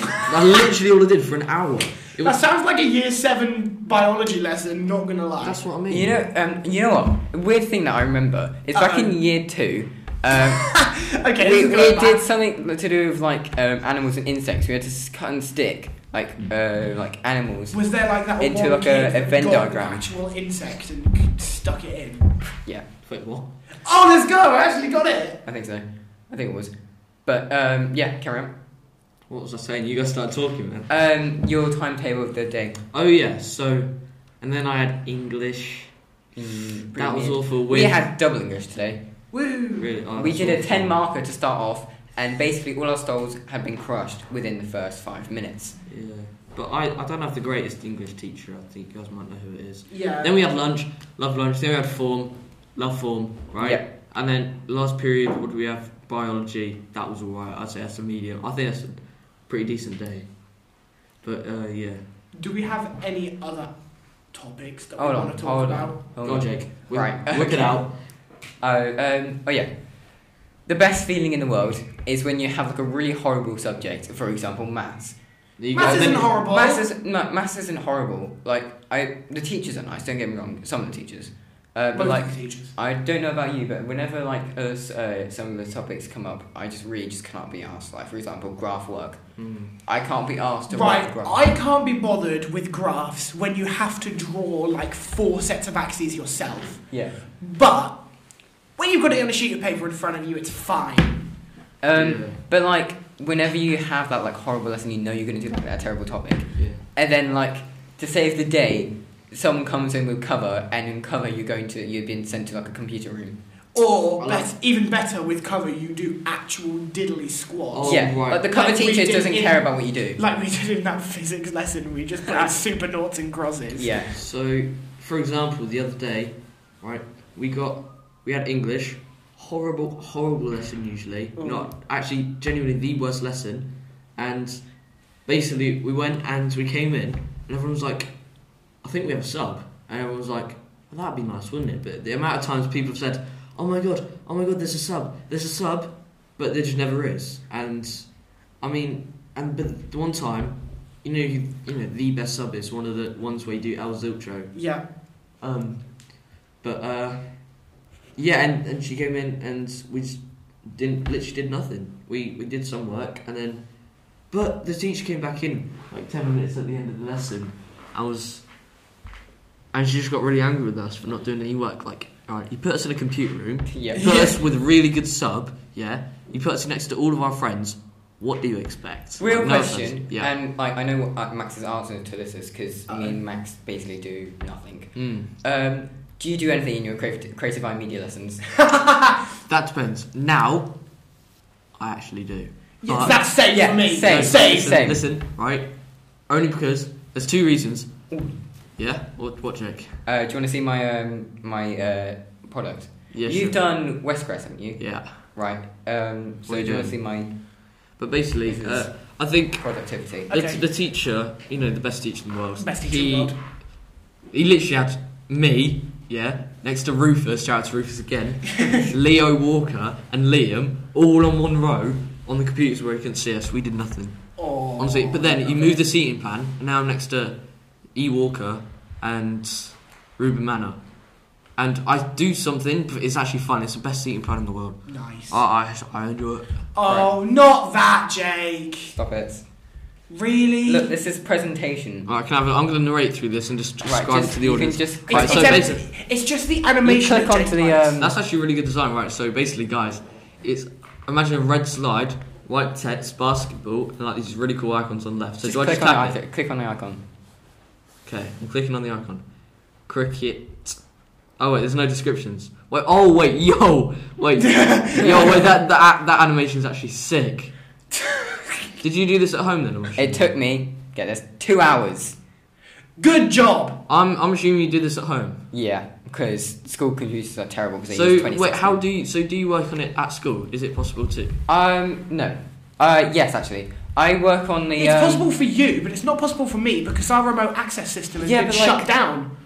Speaker 2: That's literally all I did for an hour. It
Speaker 1: That
Speaker 2: was.
Speaker 1: sounds like a year seven biology lesson. Not gonna lie.
Speaker 2: That's what I mean.
Speaker 3: You know, um, you know what? A weird thing that I remember is back
Speaker 2: Uh-huh.
Speaker 1: Uh-oh.
Speaker 3: in year two. Um,
Speaker 1: okay,
Speaker 3: we,
Speaker 1: this is
Speaker 3: we
Speaker 1: going
Speaker 3: did
Speaker 1: back.
Speaker 3: something to do with like um, animals and insects. We had to s- cut and stick like
Speaker 2: Mm.
Speaker 3: uh, like animals.
Speaker 1: Was there like that
Speaker 3: Into,
Speaker 1: one
Speaker 3: like, a-
Speaker 1: kid
Speaker 3: a
Speaker 1: that
Speaker 3: Venn
Speaker 1: got
Speaker 3: diagram.
Speaker 1: An actual insect and stuck it in.
Speaker 3: Yeah,
Speaker 2: Wait, what?
Speaker 1: Oh, let's go! I actually got it.
Speaker 3: I think so. I think it was. But um, yeah, carry on.
Speaker 2: What was I saying? You guys started talking, man.
Speaker 3: Um, your timetable of the day. Mm,
Speaker 2: Oh yeah. So, and then I had English.
Speaker 3: Mm,
Speaker 2: That was
Speaker 3: brilliant.
Speaker 2: awful.
Speaker 3: We
Speaker 2: Weird.
Speaker 3: had double English today.
Speaker 1: Woo!
Speaker 2: Really, oh,
Speaker 3: we
Speaker 2: that's
Speaker 3: did a
Speaker 2: awful.
Speaker 3: ten marker to start off, and basically all our stalls had been crushed within the first five minutes.
Speaker 2: Yeah. But I, I don't have the greatest English teacher. I think you guys might know who it is.
Speaker 1: Yeah.
Speaker 2: Then we had lunch. Love lunch. Then we had form. Love form. Right.
Speaker 3: Yeah.
Speaker 2: And then last period, what do we have? Biology. That was alright. I'd say that's a medium. I think that's a pretty decent day. But uh, yeah.
Speaker 1: Do we have any other topics that
Speaker 3: Hold
Speaker 1: we
Speaker 3: on,
Speaker 1: want to talk
Speaker 3: hold
Speaker 1: about?
Speaker 3: on, hold
Speaker 2: Go,
Speaker 3: on.
Speaker 2: Jake. Whip-
Speaker 3: Oh, Right,
Speaker 2: Whip it
Speaker 3: okay.
Speaker 2: out.
Speaker 3: Oh, um, oh yeah. The best feeling in the world is when you have like a really horrible subject. For example, maths.
Speaker 2: There you
Speaker 1: Maths
Speaker 2: go. Then-
Speaker 1: isn't horrible.
Speaker 3: Maths is no, maths isn't horrible. Like I, the teachers are nice. Don't get me wrong. Some of the teachers, Uh,
Speaker 1: Both
Speaker 3: but like,
Speaker 1: the teachers.
Speaker 3: I don't know about you, but whenever like us, uh, some of the topics come up, I just really just cannot be asked. Like for example, graph work.
Speaker 2: Hmm,
Speaker 3: I can't be asked to
Speaker 1: Right,
Speaker 3: write graph.
Speaker 1: I can't be bothered with graphs when you have to draw like four sets of axes yourself.
Speaker 3: yeah.
Speaker 1: But when you've got it on a sheet of paper in front of you, it's fine.
Speaker 3: Um,
Speaker 2: Yeah.
Speaker 3: But like, whenever you have that like horrible lesson, you know you're gonna do like that terrible topic,
Speaker 2: Yeah.
Speaker 3: and then like to save the day, someone comes in with cover, and in cover you're going to you've been sent to like a computer room.
Speaker 1: Or
Speaker 2: I like-
Speaker 1: bet, even better, with cover, you do actual diddly squats.
Speaker 2: Oh,
Speaker 3: yeah,
Speaker 2: right.
Speaker 3: like the cover
Speaker 1: Like we
Speaker 3: teacher
Speaker 1: did
Speaker 3: doesn't
Speaker 1: in-
Speaker 3: care about what you do.
Speaker 1: Like we did in that physics lesson, we just
Speaker 3: *laughs*
Speaker 1: played super noughts and crosses.
Speaker 3: yeah,
Speaker 2: So, for example, the other day, right, we got we had English, horrible, horrible lesson usually.
Speaker 1: Oh.
Speaker 2: Not actually, genuinely the worst lesson. And basically, we went and we came in, and everyone was like, "I think we have a sub," and everyone was like, well, "That'd be nice, wouldn't it?" But the amount of times people have said, "Oh my god, oh my god, there's a sub, there's a sub," but there just never is. And I mean, and but the one time. You know, you, you know, the best sub is one of the ones where you do El Zilcho.
Speaker 3: Uh,
Speaker 1: Yeah.
Speaker 2: Um, but uh, yeah, and, and she came in and we just didn't literally did nothing. We we did some work and then, but the teacher came back in like ten minutes at the end of the lesson. I was, and she just got really angry with us for not doing any work. Like, all right, you put us in a computer room,
Speaker 3: yeah.
Speaker 2: you put
Speaker 3: *laughs*
Speaker 2: us with a really good sub, yeah. You put us next to all of our friends. What do you expect?
Speaker 3: Real
Speaker 2: Like, no offense.
Speaker 3: question,
Speaker 2: Yeah.
Speaker 3: and like I know what uh, Max's answer to this is because
Speaker 1: Uh-oh.
Speaker 3: me and Max basically do nothing.
Speaker 2: Mm.
Speaker 3: Um, do you do anything in your creative, creative eye media lessons?
Speaker 2: That depends. Now, I actually do.
Speaker 1: Yeah,
Speaker 2: But-
Speaker 1: that's same
Speaker 3: Yeah,
Speaker 1: for me.
Speaker 3: same,
Speaker 1: same.
Speaker 2: listen,
Speaker 3: same.
Speaker 2: Listen, right? Only because there's two reasons. Yeah. What? What, Jake?
Speaker 3: Uh, do you want to see my um, my uh, product?
Speaker 2: Yeah.
Speaker 3: You've
Speaker 2: sure.
Speaker 3: done Westcrest, haven't you?
Speaker 2: Yeah.
Speaker 3: Right. Um, so
Speaker 2: What are
Speaker 3: do
Speaker 2: you
Speaker 3: you want
Speaker 2: doing?
Speaker 3: to see my
Speaker 2: But basically,
Speaker 3: If it's-
Speaker 2: uh, I think
Speaker 3: productivity?
Speaker 2: the,
Speaker 1: Okay.
Speaker 2: the teacher, you know, the best teacher in the world.
Speaker 1: Best teacher in
Speaker 2: he,
Speaker 1: the world.
Speaker 2: He literally had me. Yeah. Next to Rufus. Shout out to
Speaker 1: *laughs*
Speaker 2: Rufus again. Leo Walker and Liam all on one row on the computers where he couldn't see us. We did nothing.
Speaker 1: Oh,
Speaker 2: Honestly, but then you move the seating plan, and now I'm next to E. Walker and Ruben Manor. And I do something, but it's actually fun. It's the best seating plan in the world.
Speaker 1: Nice.
Speaker 2: I, I, I enjoy it.
Speaker 1: oh, not that, Jake.
Speaker 3: Stop it.
Speaker 1: Really?
Speaker 3: Look, this is presentation.
Speaker 2: Alright, can I have a, Uh, I'm going to narrate through this and just describe
Speaker 3: right, just,
Speaker 2: to the
Speaker 3: you can
Speaker 2: audience.
Speaker 3: just click
Speaker 2: Right,
Speaker 1: it's,
Speaker 2: so
Speaker 1: it's,
Speaker 2: basically-
Speaker 1: every- it's just the animation.
Speaker 3: You click
Speaker 1: that Jake
Speaker 3: onto the,
Speaker 1: likes.
Speaker 3: um,
Speaker 2: That's actually really good design, right? So basically, guys, it's imagine a red slide, white text, basketball, and like these really cool icons on the left. So
Speaker 3: just
Speaker 2: do I just
Speaker 3: click, on
Speaker 2: tap
Speaker 3: the
Speaker 2: it?
Speaker 3: icon, click on the icon.
Speaker 2: Okay, I'm clicking on the icon. Cricket. Oh wait, there's no descriptions. Wait, oh wait, yo,
Speaker 1: *laughs*
Speaker 2: wait, yo, wait. That that that animation is actually sick. Did you do this at home then? Or was
Speaker 3: It
Speaker 2: you-
Speaker 3: took me, get this, two hours.
Speaker 1: Good job.
Speaker 2: I'm I'm assuming you did this at home.
Speaker 3: Yeah, because school computers are terrible because they use
Speaker 2: So
Speaker 3: 20
Speaker 2: wait, how do you? So do you work on it at school? Is it possible to?
Speaker 3: Um, no. Uh, yes, actually. I work on the.
Speaker 1: It's
Speaker 3: um,
Speaker 1: possible for you, but it's not possible for me because our remote access system has
Speaker 3: Yeah,
Speaker 1: been
Speaker 3: but, like-
Speaker 1: shut down.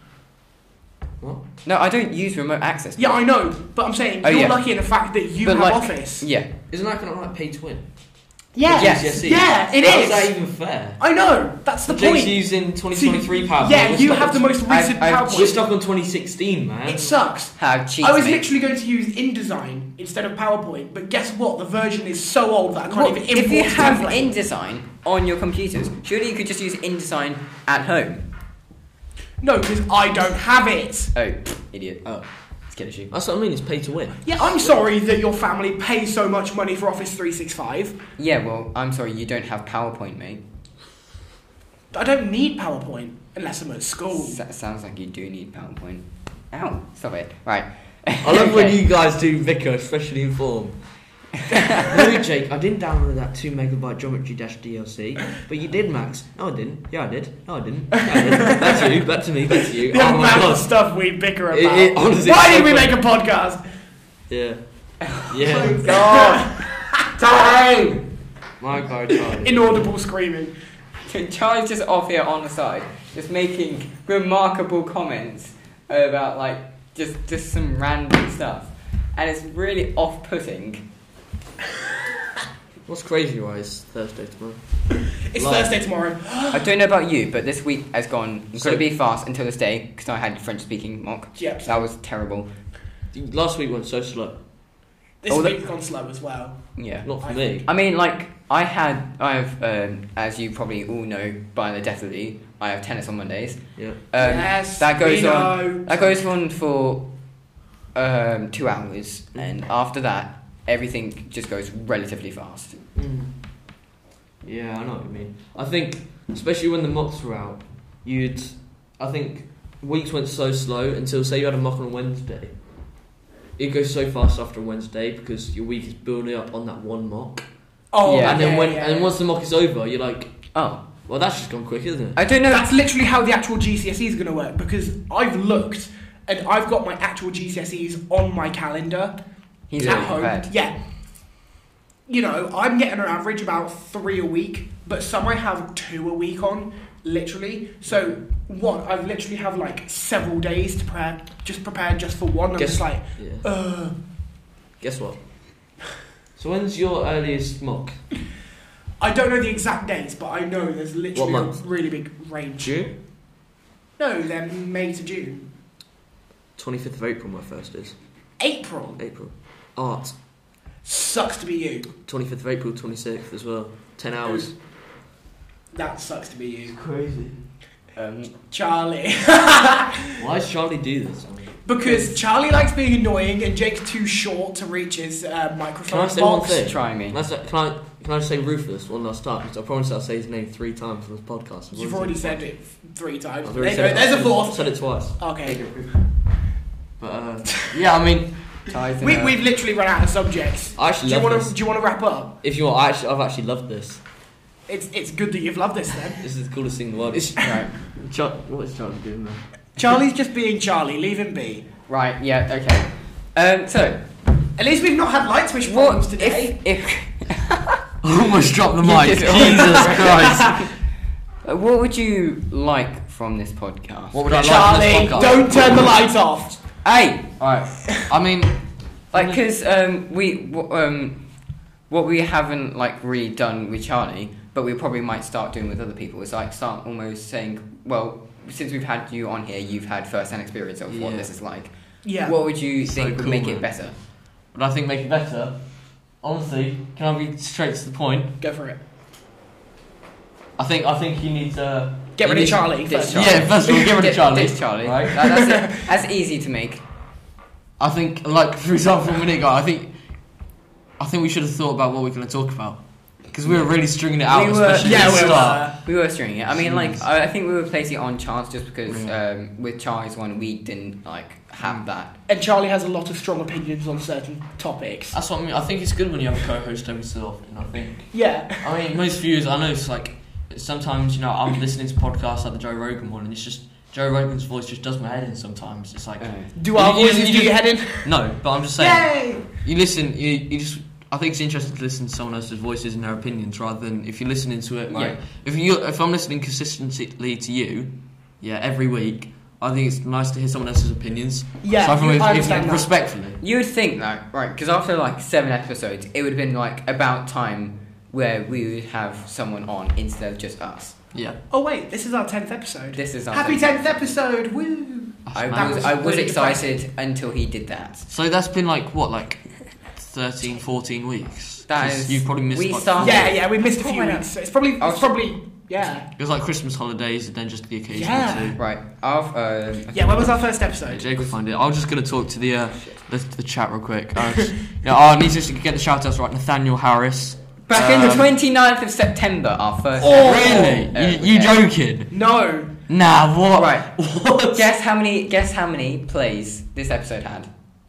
Speaker 2: What?
Speaker 3: No, I don't use remote access.
Speaker 1: Yeah, I know, but I'm saying
Speaker 3: Oh,
Speaker 1: you're
Speaker 3: yeah.
Speaker 1: lucky in the fact that you
Speaker 3: But,
Speaker 1: have
Speaker 3: like-
Speaker 1: office.
Speaker 3: Yeah.
Speaker 2: Isn't that kind of like pay to win?
Speaker 3: Yes.
Speaker 1: Yeah, it
Speaker 2: How
Speaker 1: is.
Speaker 2: even fair?
Speaker 1: I know. That's the
Speaker 2: Jake's
Speaker 1: point.
Speaker 2: using
Speaker 1: See,
Speaker 2: power.
Speaker 1: Yeah,
Speaker 2: We're
Speaker 1: you
Speaker 2: stuck
Speaker 1: have
Speaker 2: on-
Speaker 1: the most
Speaker 3: I've-
Speaker 1: recent
Speaker 3: I've-
Speaker 1: PowerPoint.
Speaker 2: We're stuck on 2016, man.
Speaker 1: It sucks.
Speaker 3: How cheap.
Speaker 1: I was
Speaker 3: mate.
Speaker 1: literally going to use InDesign instead of PowerPoint, but guess what? The version is so old that I can't
Speaker 3: What-
Speaker 1: even import
Speaker 3: if you
Speaker 1: the
Speaker 3: have
Speaker 1: template.
Speaker 3: InDesign on your computers, surely you could just use InDesign at home.
Speaker 1: No, because I don't have it.
Speaker 3: Oh, idiot. Oh, let's get issue.
Speaker 2: That's what I mean. It's pay to win.
Speaker 1: Yeah, I'm sorry that your family pays so much money for Office 365.
Speaker 3: Yeah, well, I'm sorry, you don't have PowerPoint, mate.
Speaker 1: I don't need PowerPoint unless I'm at school.
Speaker 3: Sa- sounds like you do need PowerPoint. Ow, stop it. Right.
Speaker 2: I love when
Speaker 3: *laughs* Okay.
Speaker 2: you guys do Vicar freshly
Speaker 3: *laughs*
Speaker 2: informed. no, Jake, I didn't download that two megabyte geometry dash DLC, but you did, Max. No, I didn't. Yeah, I did. No, I didn't. Yeah, I
Speaker 3: *laughs*
Speaker 2: did. back to you. Back to me. Back to you.
Speaker 1: The
Speaker 2: oh my
Speaker 1: amount of
Speaker 2: god.
Speaker 1: stuff we bicker about.
Speaker 2: It- it- honestly,
Speaker 1: Why
Speaker 2: it's
Speaker 1: did
Speaker 2: so
Speaker 1: we
Speaker 2: funny.
Speaker 1: make a podcast?
Speaker 2: Yeah. Yeah.
Speaker 1: *laughs*
Speaker 3: Oh God! Time!
Speaker 2: my god, Charlie.
Speaker 1: Inaudible screaming.
Speaker 3: Charlie's just off here on the side, just making remarkable comments about, like, just, just some random stuff. And it's really off putting.
Speaker 2: What's crazy, right? It's Thursday tomorrow.
Speaker 1: It's
Speaker 3: Like-
Speaker 1: Thursday tomorrow.
Speaker 3: I don't know about you, but this week has gone incredibly fast until this day because I had French speaking mock.
Speaker 1: Yep.
Speaker 3: That was terrible.
Speaker 2: Last week went so slow.
Speaker 1: This
Speaker 3: Oh, that-
Speaker 1: week's gone slow as well.
Speaker 3: Yeah.
Speaker 2: Not for
Speaker 1: I
Speaker 2: me.
Speaker 3: I mean, like I had, I have, um, as you probably all know by the death of the, I have tennis on Mondays.
Speaker 2: Yeah.
Speaker 3: Um,
Speaker 1: yes.
Speaker 3: that goes
Speaker 1: we
Speaker 3: on.
Speaker 1: know.
Speaker 3: That goes on for um, two hours, and after that, everything just goes relatively fast.
Speaker 2: Mm. Yeah, I know what you mean. I think, especially when the mocks were out, you'd. I think weeks went so slow until, say, you had a mock on Wednesday. It goes so fast after Wednesday because your week is building up on that one mock.
Speaker 1: Oh,
Speaker 3: Yeah.
Speaker 2: and then
Speaker 1: yeah,
Speaker 2: when
Speaker 1: yeah,
Speaker 2: and
Speaker 1: yeah.
Speaker 2: once the mock is over, you're like,
Speaker 3: Oh,
Speaker 2: well, that's just gone quick, isn't it?
Speaker 3: I don't know.
Speaker 1: That's literally how the actual GCSE E is going to work because I've looked and I've got my actual GCSEs on my calendar
Speaker 3: He's
Speaker 1: at
Speaker 3: not
Speaker 1: home.
Speaker 3: prepared.
Speaker 1: Yeah. You know, I'm getting on average about three a week, but some I have two a week on, literally. So what? I've literally have like several days to prepare, just prepare just for one. I'm
Speaker 2: Guess-
Speaker 1: just like,
Speaker 2: Yeah.
Speaker 1: uh,
Speaker 2: Guess what? So when's your earliest mock?
Speaker 1: I don't know the exact dates, but I know there's literally a
Speaker 2: month?
Speaker 1: really big range.
Speaker 2: June.
Speaker 1: No, they're May to June,
Speaker 2: Twenty fifth of April, my first is
Speaker 1: April.
Speaker 2: April. Art.
Speaker 1: Sucks to be you.
Speaker 2: Twenty fifth of April, twenty sixth as well. Ten hours.
Speaker 1: That sucks to be you,
Speaker 2: Crazy.
Speaker 3: Um,
Speaker 1: Charlie.
Speaker 2: Why does Charlie do this?
Speaker 1: Because Charlie likes being annoying and Jake's too short to reach his uh,
Speaker 2: Can I
Speaker 1: microphone
Speaker 2: say one
Speaker 1: box.
Speaker 2: thing?
Speaker 3: try me.
Speaker 2: Can I, say, uh, can, I, can I just say Rufus one last time? Because I promise I'll say his name three times on this podcast. I've
Speaker 1: You've already said it three times.
Speaker 2: I've
Speaker 1: There
Speaker 2: already
Speaker 1: you
Speaker 2: said
Speaker 1: go.
Speaker 2: it-
Speaker 1: There's a
Speaker 2: I've
Speaker 1: fourth.
Speaker 2: said it twice.
Speaker 1: Okay.
Speaker 2: But uh, yeah, I mean,
Speaker 3: Ties in
Speaker 1: We,
Speaker 3: a-
Speaker 1: we've literally run out of subjects.
Speaker 2: I
Speaker 1: Do
Speaker 2: actually
Speaker 1: you
Speaker 2: love
Speaker 1: want
Speaker 2: this.
Speaker 1: to? Do you want to wrap up?
Speaker 2: If you want, I actually, I've actually loved this.
Speaker 1: It's it's good that you've loved this then.
Speaker 2: This is the coolest thing in the world. It's,
Speaker 3: Right.
Speaker 2: Char- what is Charlie doing there?
Speaker 1: Charlie's just being Charlie. Leave him be.
Speaker 3: Right. Yeah. Okay. Um, so,
Speaker 1: At least we've not had light switch problems
Speaker 3: what
Speaker 1: today.
Speaker 3: if, if
Speaker 2: *laughs* I almost dropped the
Speaker 3: You
Speaker 2: mic.
Speaker 3: did it.
Speaker 2: Jesus Christ.
Speaker 3: uh, what would you like from this podcast?
Speaker 2: What would I
Speaker 1: Charlie,
Speaker 2: like from this podcast?
Speaker 1: don't turn the lights off.
Speaker 3: Hey,
Speaker 2: Alright, I mean,
Speaker 3: *laughs* like, cause um, we w- um, what we haven't like really done with Charlie, but we probably might start doing with other people is like start almost saying, well, since we've had you on here, you've had first-hand experience of what
Speaker 2: Yeah.
Speaker 3: this is like.
Speaker 1: Yeah.
Speaker 3: What would you
Speaker 2: So
Speaker 3: think would
Speaker 2: cool,
Speaker 3: make it
Speaker 2: man.
Speaker 3: better?
Speaker 2: what I think make it better, honestly, can I be straight to the point?
Speaker 1: Go for it.
Speaker 2: I think I think he needs uh,
Speaker 1: Get rid
Speaker 2: he
Speaker 1: of
Speaker 2: needs-
Speaker 1: Charlie.
Speaker 3: Ditch
Speaker 1: first.
Speaker 3: Charlie.
Speaker 2: Yeah, first of all, get rid of
Speaker 3: Ditch-
Speaker 2: Charlie.
Speaker 3: ditch Charlie.
Speaker 2: Right.
Speaker 3: That- that's, it. that's easy to make.
Speaker 2: I think, like for example, a minute ago, I think, I think we should have thought about what we're going to talk about because we were really stringing it out,
Speaker 3: We were-
Speaker 2: especially
Speaker 1: Yeah,
Speaker 2: at the
Speaker 1: we're.
Speaker 2: start.
Speaker 1: uh,
Speaker 3: We were stringing it. I mean, like,
Speaker 2: Jeez.
Speaker 3: I I think we were placing it on chance just because
Speaker 2: Yeah. Mm.
Speaker 3: um, with Charlie's one, we didn't like have that.
Speaker 1: And Charlie has a lot of strong opinions on certain topics.
Speaker 2: That's what I mean. I think it's good when you have a co-host every so often. I think.
Speaker 1: Yeah.
Speaker 2: I mean, most viewers, I know it's like sometimes you know I'm listening to podcasts like the Joe Rogan one, and it's just Joe Rogan's voice just does my head in sometimes. It's like
Speaker 3: Uh,
Speaker 1: Do our
Speaker 2: You- you-
Speaker 1: voices
Speaker 2: you
Speaker 1: do your
Speaker 2: just-
Speaker 1: head in?
Speaker 2: no, but I'm just saying.
Speaker 1: Yay!
Speaker 2: You listen. You, you just. I think it's interesting to listen to someone else's voices and their opinions rather than if you're listening to it. Like if you if I'm listening consistently to you, yeah, every week. I think it's nice to hear someone else's opinions.
Speaker 1: Yeah,
Speaker 2: so I think
Speaker 1: you-
Speaker 2: if-
Speaker 1: I
Speaker 2: if-
Speaker 1: understand that.
Speaker 2: respectfully.
Speaker 3: You would think though, right? Because after like seven episodes, it would have been like about time where we would have someone on instead of just us.
Speaker 2: Yeah,
Speaker 1: Oh wait, this is our tenth episode.
Speaker 3: This is our
Speaker 1: Happy
Speaker 3: thing.
Speaker 1: tenth episode! Woo!
Speaker 3: I
Speaker 1: That
Speaker 3: was,
Speaker 1: was
Speaker 3: I was
Speaker 1: really
Speaker 3: excited until he did that.
Speaker 2: So that's been like what, like 13, 14 weeks.
Speaker 3: That
Speaker 2: 'Cause
Speaker 3: is-
Speaker 2: you've probably missed.
Speaker 3: we
Speaker 2: like,
Speaker 3: started-
Speaker 1: Yeah, yeah, we missed a
Speaker 3: Oh,
Speaker 1: few
Speaker 3: why not?
Speaker 1: weeks. So it's probably,
Speaker 3: I
Speaker 1: it's
Speaker 3: was-
Speaker 1: probably, yeah,
Speaker 2: It was like Christmas holidays, and then just the occasional
Speaker 1: Yeah.
Speaker 2: two.
Speaker 3: Right. I've, uh,
Speaker 1: yeah. When was our first
Speaker 2: Right,
Speaker 1: episode?
Speaker 2: Jake will find it. I was just gonna talk to the uh,
Speaker 3: oh,
Speaker 2: the, the chat real quick. Uh, *laughs* yeah, oh, I need to get the shout outs right. Nathaniel Harris.
Speaker 3: back in the
Speaker 2: Um,
Speaker 3: 29th of September, our first.
Speaker 1: Oh,
Speaker 2: Really?
Speaker 3: uh,
Speaker 2: you, you
Speaker 3: yeah.
Speaker 2: joking?
Speaker 1: No,
Speaker 2: Nah, what?
Speaker 3: Right.
Speaker 2: *laughs* What?
Speaker 3: Guess how many? Guess how many plays this episode had?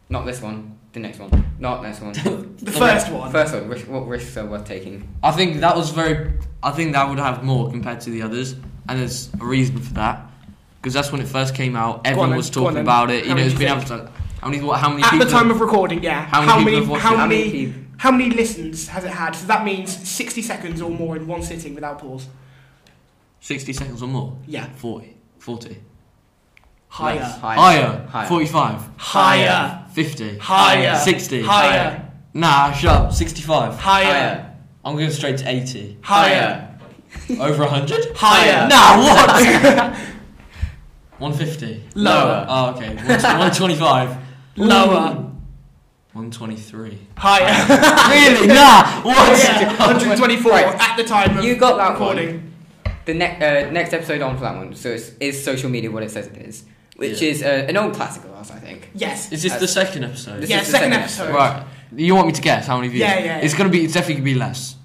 Speaker 3: Not this one. The next one. Not this one.
Speaker 1: the first *laughs* one.
Speaker 3: First one, risk, what risks are worth taking?
Speaker 2: I think that was very. I think that would have more compared to the others, and there's a reason for that. Because that's when it first came out. Everyone
Speaker 1: then,
Speaker 2: was
Speaker 1: go on then.
Speaker 2: talking about it.
Speaker 1: How
Speaker 2: You know,
Speaker 1: many
Speaker 2: it's
Speaker 1: do you
Speaker 2: been
Speaker 1: think?
Speaker 2: advertised. How many? What? How many?
Speaker 1: At the
Speaker 2: people-
Speaker 1: time of recording, yeah.
Speaker 2: How many
Speaker 1: how
Speaker 2: people
Speaker 1: many?
Speaker 2: have watched
Speaker 1: How
Speaker 2: it?
Speaker 3: How many
Speaker 1: many?
Speaker 3: people-
Speaker 1: How many listens has it had? So that means sixty seconds or more in one sitting without pause.
Speaker 2: 60 seconds or more?
Speaker 1: Yeah,
Speaker 2: 40. 40.
Speaker 1: higher,
Speaker 3: Less,
Speaker 2: Higher.
Speaker 3: Higher.
Speaker 2: 45.
Speaker 1: higher,
Speaker 2: 50.
Speaker 1: higher,
Speaker 2: 60.
Speaker 1: higher,
Speaker 2: Nah, shut up. 65.
Speaker 1: higher,
Speaker 2: I'm going straight to 80.
Speaker 3: uh,
Speaker 1: higher.
Speaker 2: Over 100?
Speaker 1: Higher.
Speaker 2: Nah, what? *laughs* 150.
Speaker 1: Lower.
Speaker 2: Oh, okay. 125.
Speaker 1: Lower.
Speaker 2: 123.
Speaker 1: *laughs* Higher.
Speaker 2: *laughs* really? Nah, what?
Speaker 1: yeah, 124
Speaker 3: Right.
Speaker 1: at the time of
Speaker 3: You got that one.
Speaker 1: recording.
Speaker 3: The next uh, next episode on for that one. So it's is social media what it says it is, which
Speaker 2: Yeah.
Speaker 3: is uh, an old classic of ours, I think.
Speaker 1: Yes.
Speaker 2: Is this the second episode?
Speaker 3: This
Speaker 1: yeah,
Speaker 3: is the
Speaker 1: second
Speaker 3: second
Speaker 1: episode.
Speaker 2: Right. You want me to guess how many views?
Speaker 1: Yeah, yeah,
Speaker 2: It's
Speaker 1: yeah.
Speaker 2: gonna be. It's definitely gonna be less.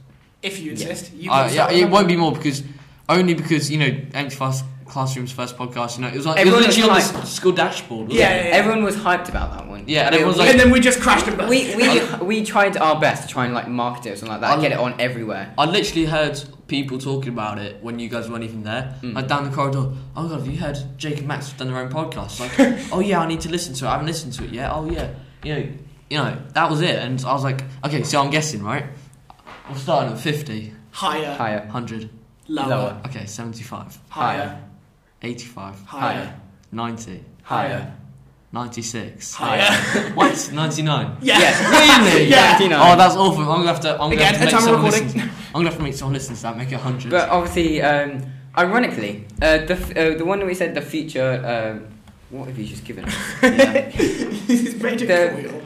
Speaker 1: If you
Speaker 3: Yeah.
Speaker 1: insist. You can
Speaker 2: Uh, yeah,
Speaker 1: start
Speaker 2: it
Speaker 1: with
Speaker 2: won't
Speaker 1: that
Speaker 2: be more because only because you know empty class, classrooms first podcast. You know it was like
Speaker 3: Everyone
Speaker 2: it was
Speaker 3: was
Speaker 2: literally on
Speaker 3: hyped.
Speaker 2: the s- school dashboard.
Speaker 1: one.
Speaker 2: Wasn't
Speaker 1: Yeah,
Speaker 2: It?
Speaker 1: yeah, yeah.
Speaker 3: Everyone was hyped about that one.
Speaker 2: Yeah, and
Speaker 3: We-
Speaker 2: everyone's
Speaker 3: we-
Speaker 2: like-
Speaker 1: and then we just crashed and burned.
Speaker 3: we
Speaker 2: *laughs*
Speaker 3: we we tried our best to try and like market it or something like that.
Speaker 2: I'll-
Speaker 3: get it on everywhere.
Speaker 2: I literally heard people talking about it when you guys weren't even there.
Speaker 1: Hmm.
Speaker 3: Mm.
Speaker 2: Like down the corridor. Oh god, have you heard Jake and Max have done their own
Speaker 1: *laughs*
Speaker 2: podcast? Like, oh yeah, I need to listen to it. I haven't listened to it yet. Oh yeah, you know, you know that was it. And I was like, okay, so I'm guessing right. I'm starting at 50,
Speaker 1: higher,
Speaker 3: Higher,
Speaker 2: 100,
Speaker 1: lower,
Speaker 3: lower,
Speaker 2: okay, 75,
Speaker 1: higher,
Speaker 2: 85,
Speaker 1: higher,
Speaker 2: 90, *laughs*
Speaker 3: higher.
Speaker 1: *laughs*
Speaker 2: 96.
Speaker 1: higher.
Speaker 2: What? 99.
Speaker 1: *laughs* Yes.
Speaker 2: Really?
Speaker 1: Yeah.
Speaker 2: Oh, that's awful. I'm gonna have to. I'm gonna
Speaker 1: Again,
Speaker 2: have to make
Speaker 1: time
Speaker 2: someone
Speaker 1: recording.
Speaker 2: listen. I'm gonna have to make someone listen to that. Make it hundred.
Speaker 3: But obviously, um, ironically, uh, the f- uh, the one that we said the feature. Um, what have you just given
Speaker 2: *laughs*
Speaker 3: us? Yeah.
Speaker 1: He's made it
Speaker 3: The-
Speaker 1: real.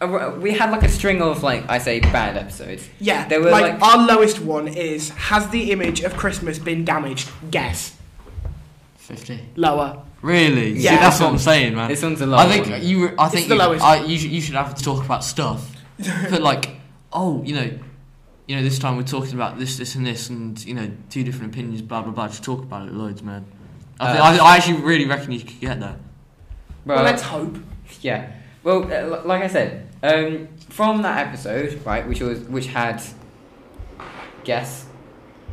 Speaker 3: Uh, we had like a string of like I say bad episodes.
Speaker 1: Yeah,
Speaker 3: They were
Speaker 1: like,
Speaker 3: like-
Speaker 1: our lowest one is has the image of Christmas been damaged? Guess
Speaker 2: Fifty.
Speaker 1: lower.
Speaker 2: Really?
Speaker 1: Yeah.
Speaker 2: See, that's what I'm saying, man.
Speaker 3: This one's a lot.
Speaker 2: I think you. I think
Speaker 1: the
Speaker 2: you,
Speaker 1: lowest.
Speaker 2: I, you, should, you should have to talk about
Speaker 1: *laughs*
Speaker 2: stuff. but like, oh, you know, you know, this time we're talking about this, this, and this, and you know, two different opinions, blah blah blah. Just talk about it loads, man. I, thi-
Speaker 3: Uh,
Speaker 2: I, I actually really reckon you could get there.
Speaker 1: Well,
Speaker 3: Well,
Speaker 1: let's hope.
Speaker 3: yeah. Well, uh, li- like I said, um, from that episode, right, which was which had guess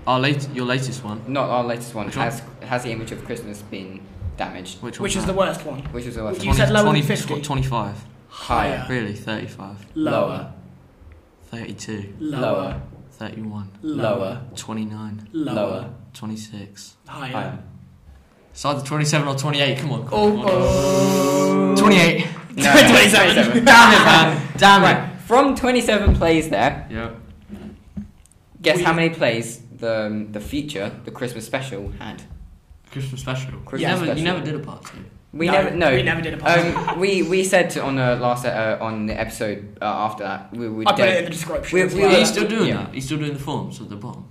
Speaker 2: Our late, your latest one.
Speaker 3: not our latest one
Speaker 2: Which one?
Speaker 3: has has the image of Christmas been damaged,
Speaker 2: Which,
Speaker 1: Which
Speaker 2: one's
Speaker 1: is the
Speaker 2: that?
Speaker 1: worst one?
Speaker 3: which was the last
Speaker 1: You said lower than 50.
Speaker 2: 25.
Speaker 3: Higher.
Speaker 2: Really? 35.
Speaker 1: Lower.
Speaker 2: 32.
Speaker 3: one.
Speaker 1: Lower.
Speaker 2: 31.
Speaker 1: Lower.
Speaker 2: 29.
Speaker 1: Lower.
Speaker 3: Lower.
Speaker 2: 26.
Speaker 1: *laughs* Higher.
Speaker 2: It's either 27 or 28. Come on. Come
Speaker 1: Oh, oh.
Speaker 2: on.
Speaker 1: *laughs*
Speaker 2: 28.
Speaker 3: No, no, no,
Speaker 1: 27.
Speaker 2: *laughs* Damn it, man. Damn it.
Speaker 3: Right, from 27 plays there,
Speaker 2: Yep.
Speaker 3: guess
Speaker 1: We-
Speaker 3: how many plays the um, the feature, the Christmas special had.
Speaker 2: Christmas special.
Speaker 3: Christmas
Speaker 2: you, never,
Speaker 3: special.
Speaker 2: you never did a part two.
Speaker 3: We
Speaker 1: No,
Speaker 3: never no.
Speaker 1: We never did a part.
Speaker 3: um, we we said to- on the last uh, on the episode uh, after that we we
Speaker 1: I put it in
Speaker 3: did
Speaker 1: the description.
Speaker 3: we-
Speaker 1: as
Speaker 3: we-
Speaker 1: well.
Speaker 2: Are
Speaker 3: Yeah.
Speaker 2: you still doing
Speaker 3: Yeah.
Speaker 2: that? Are you still doing the forms at the bottom?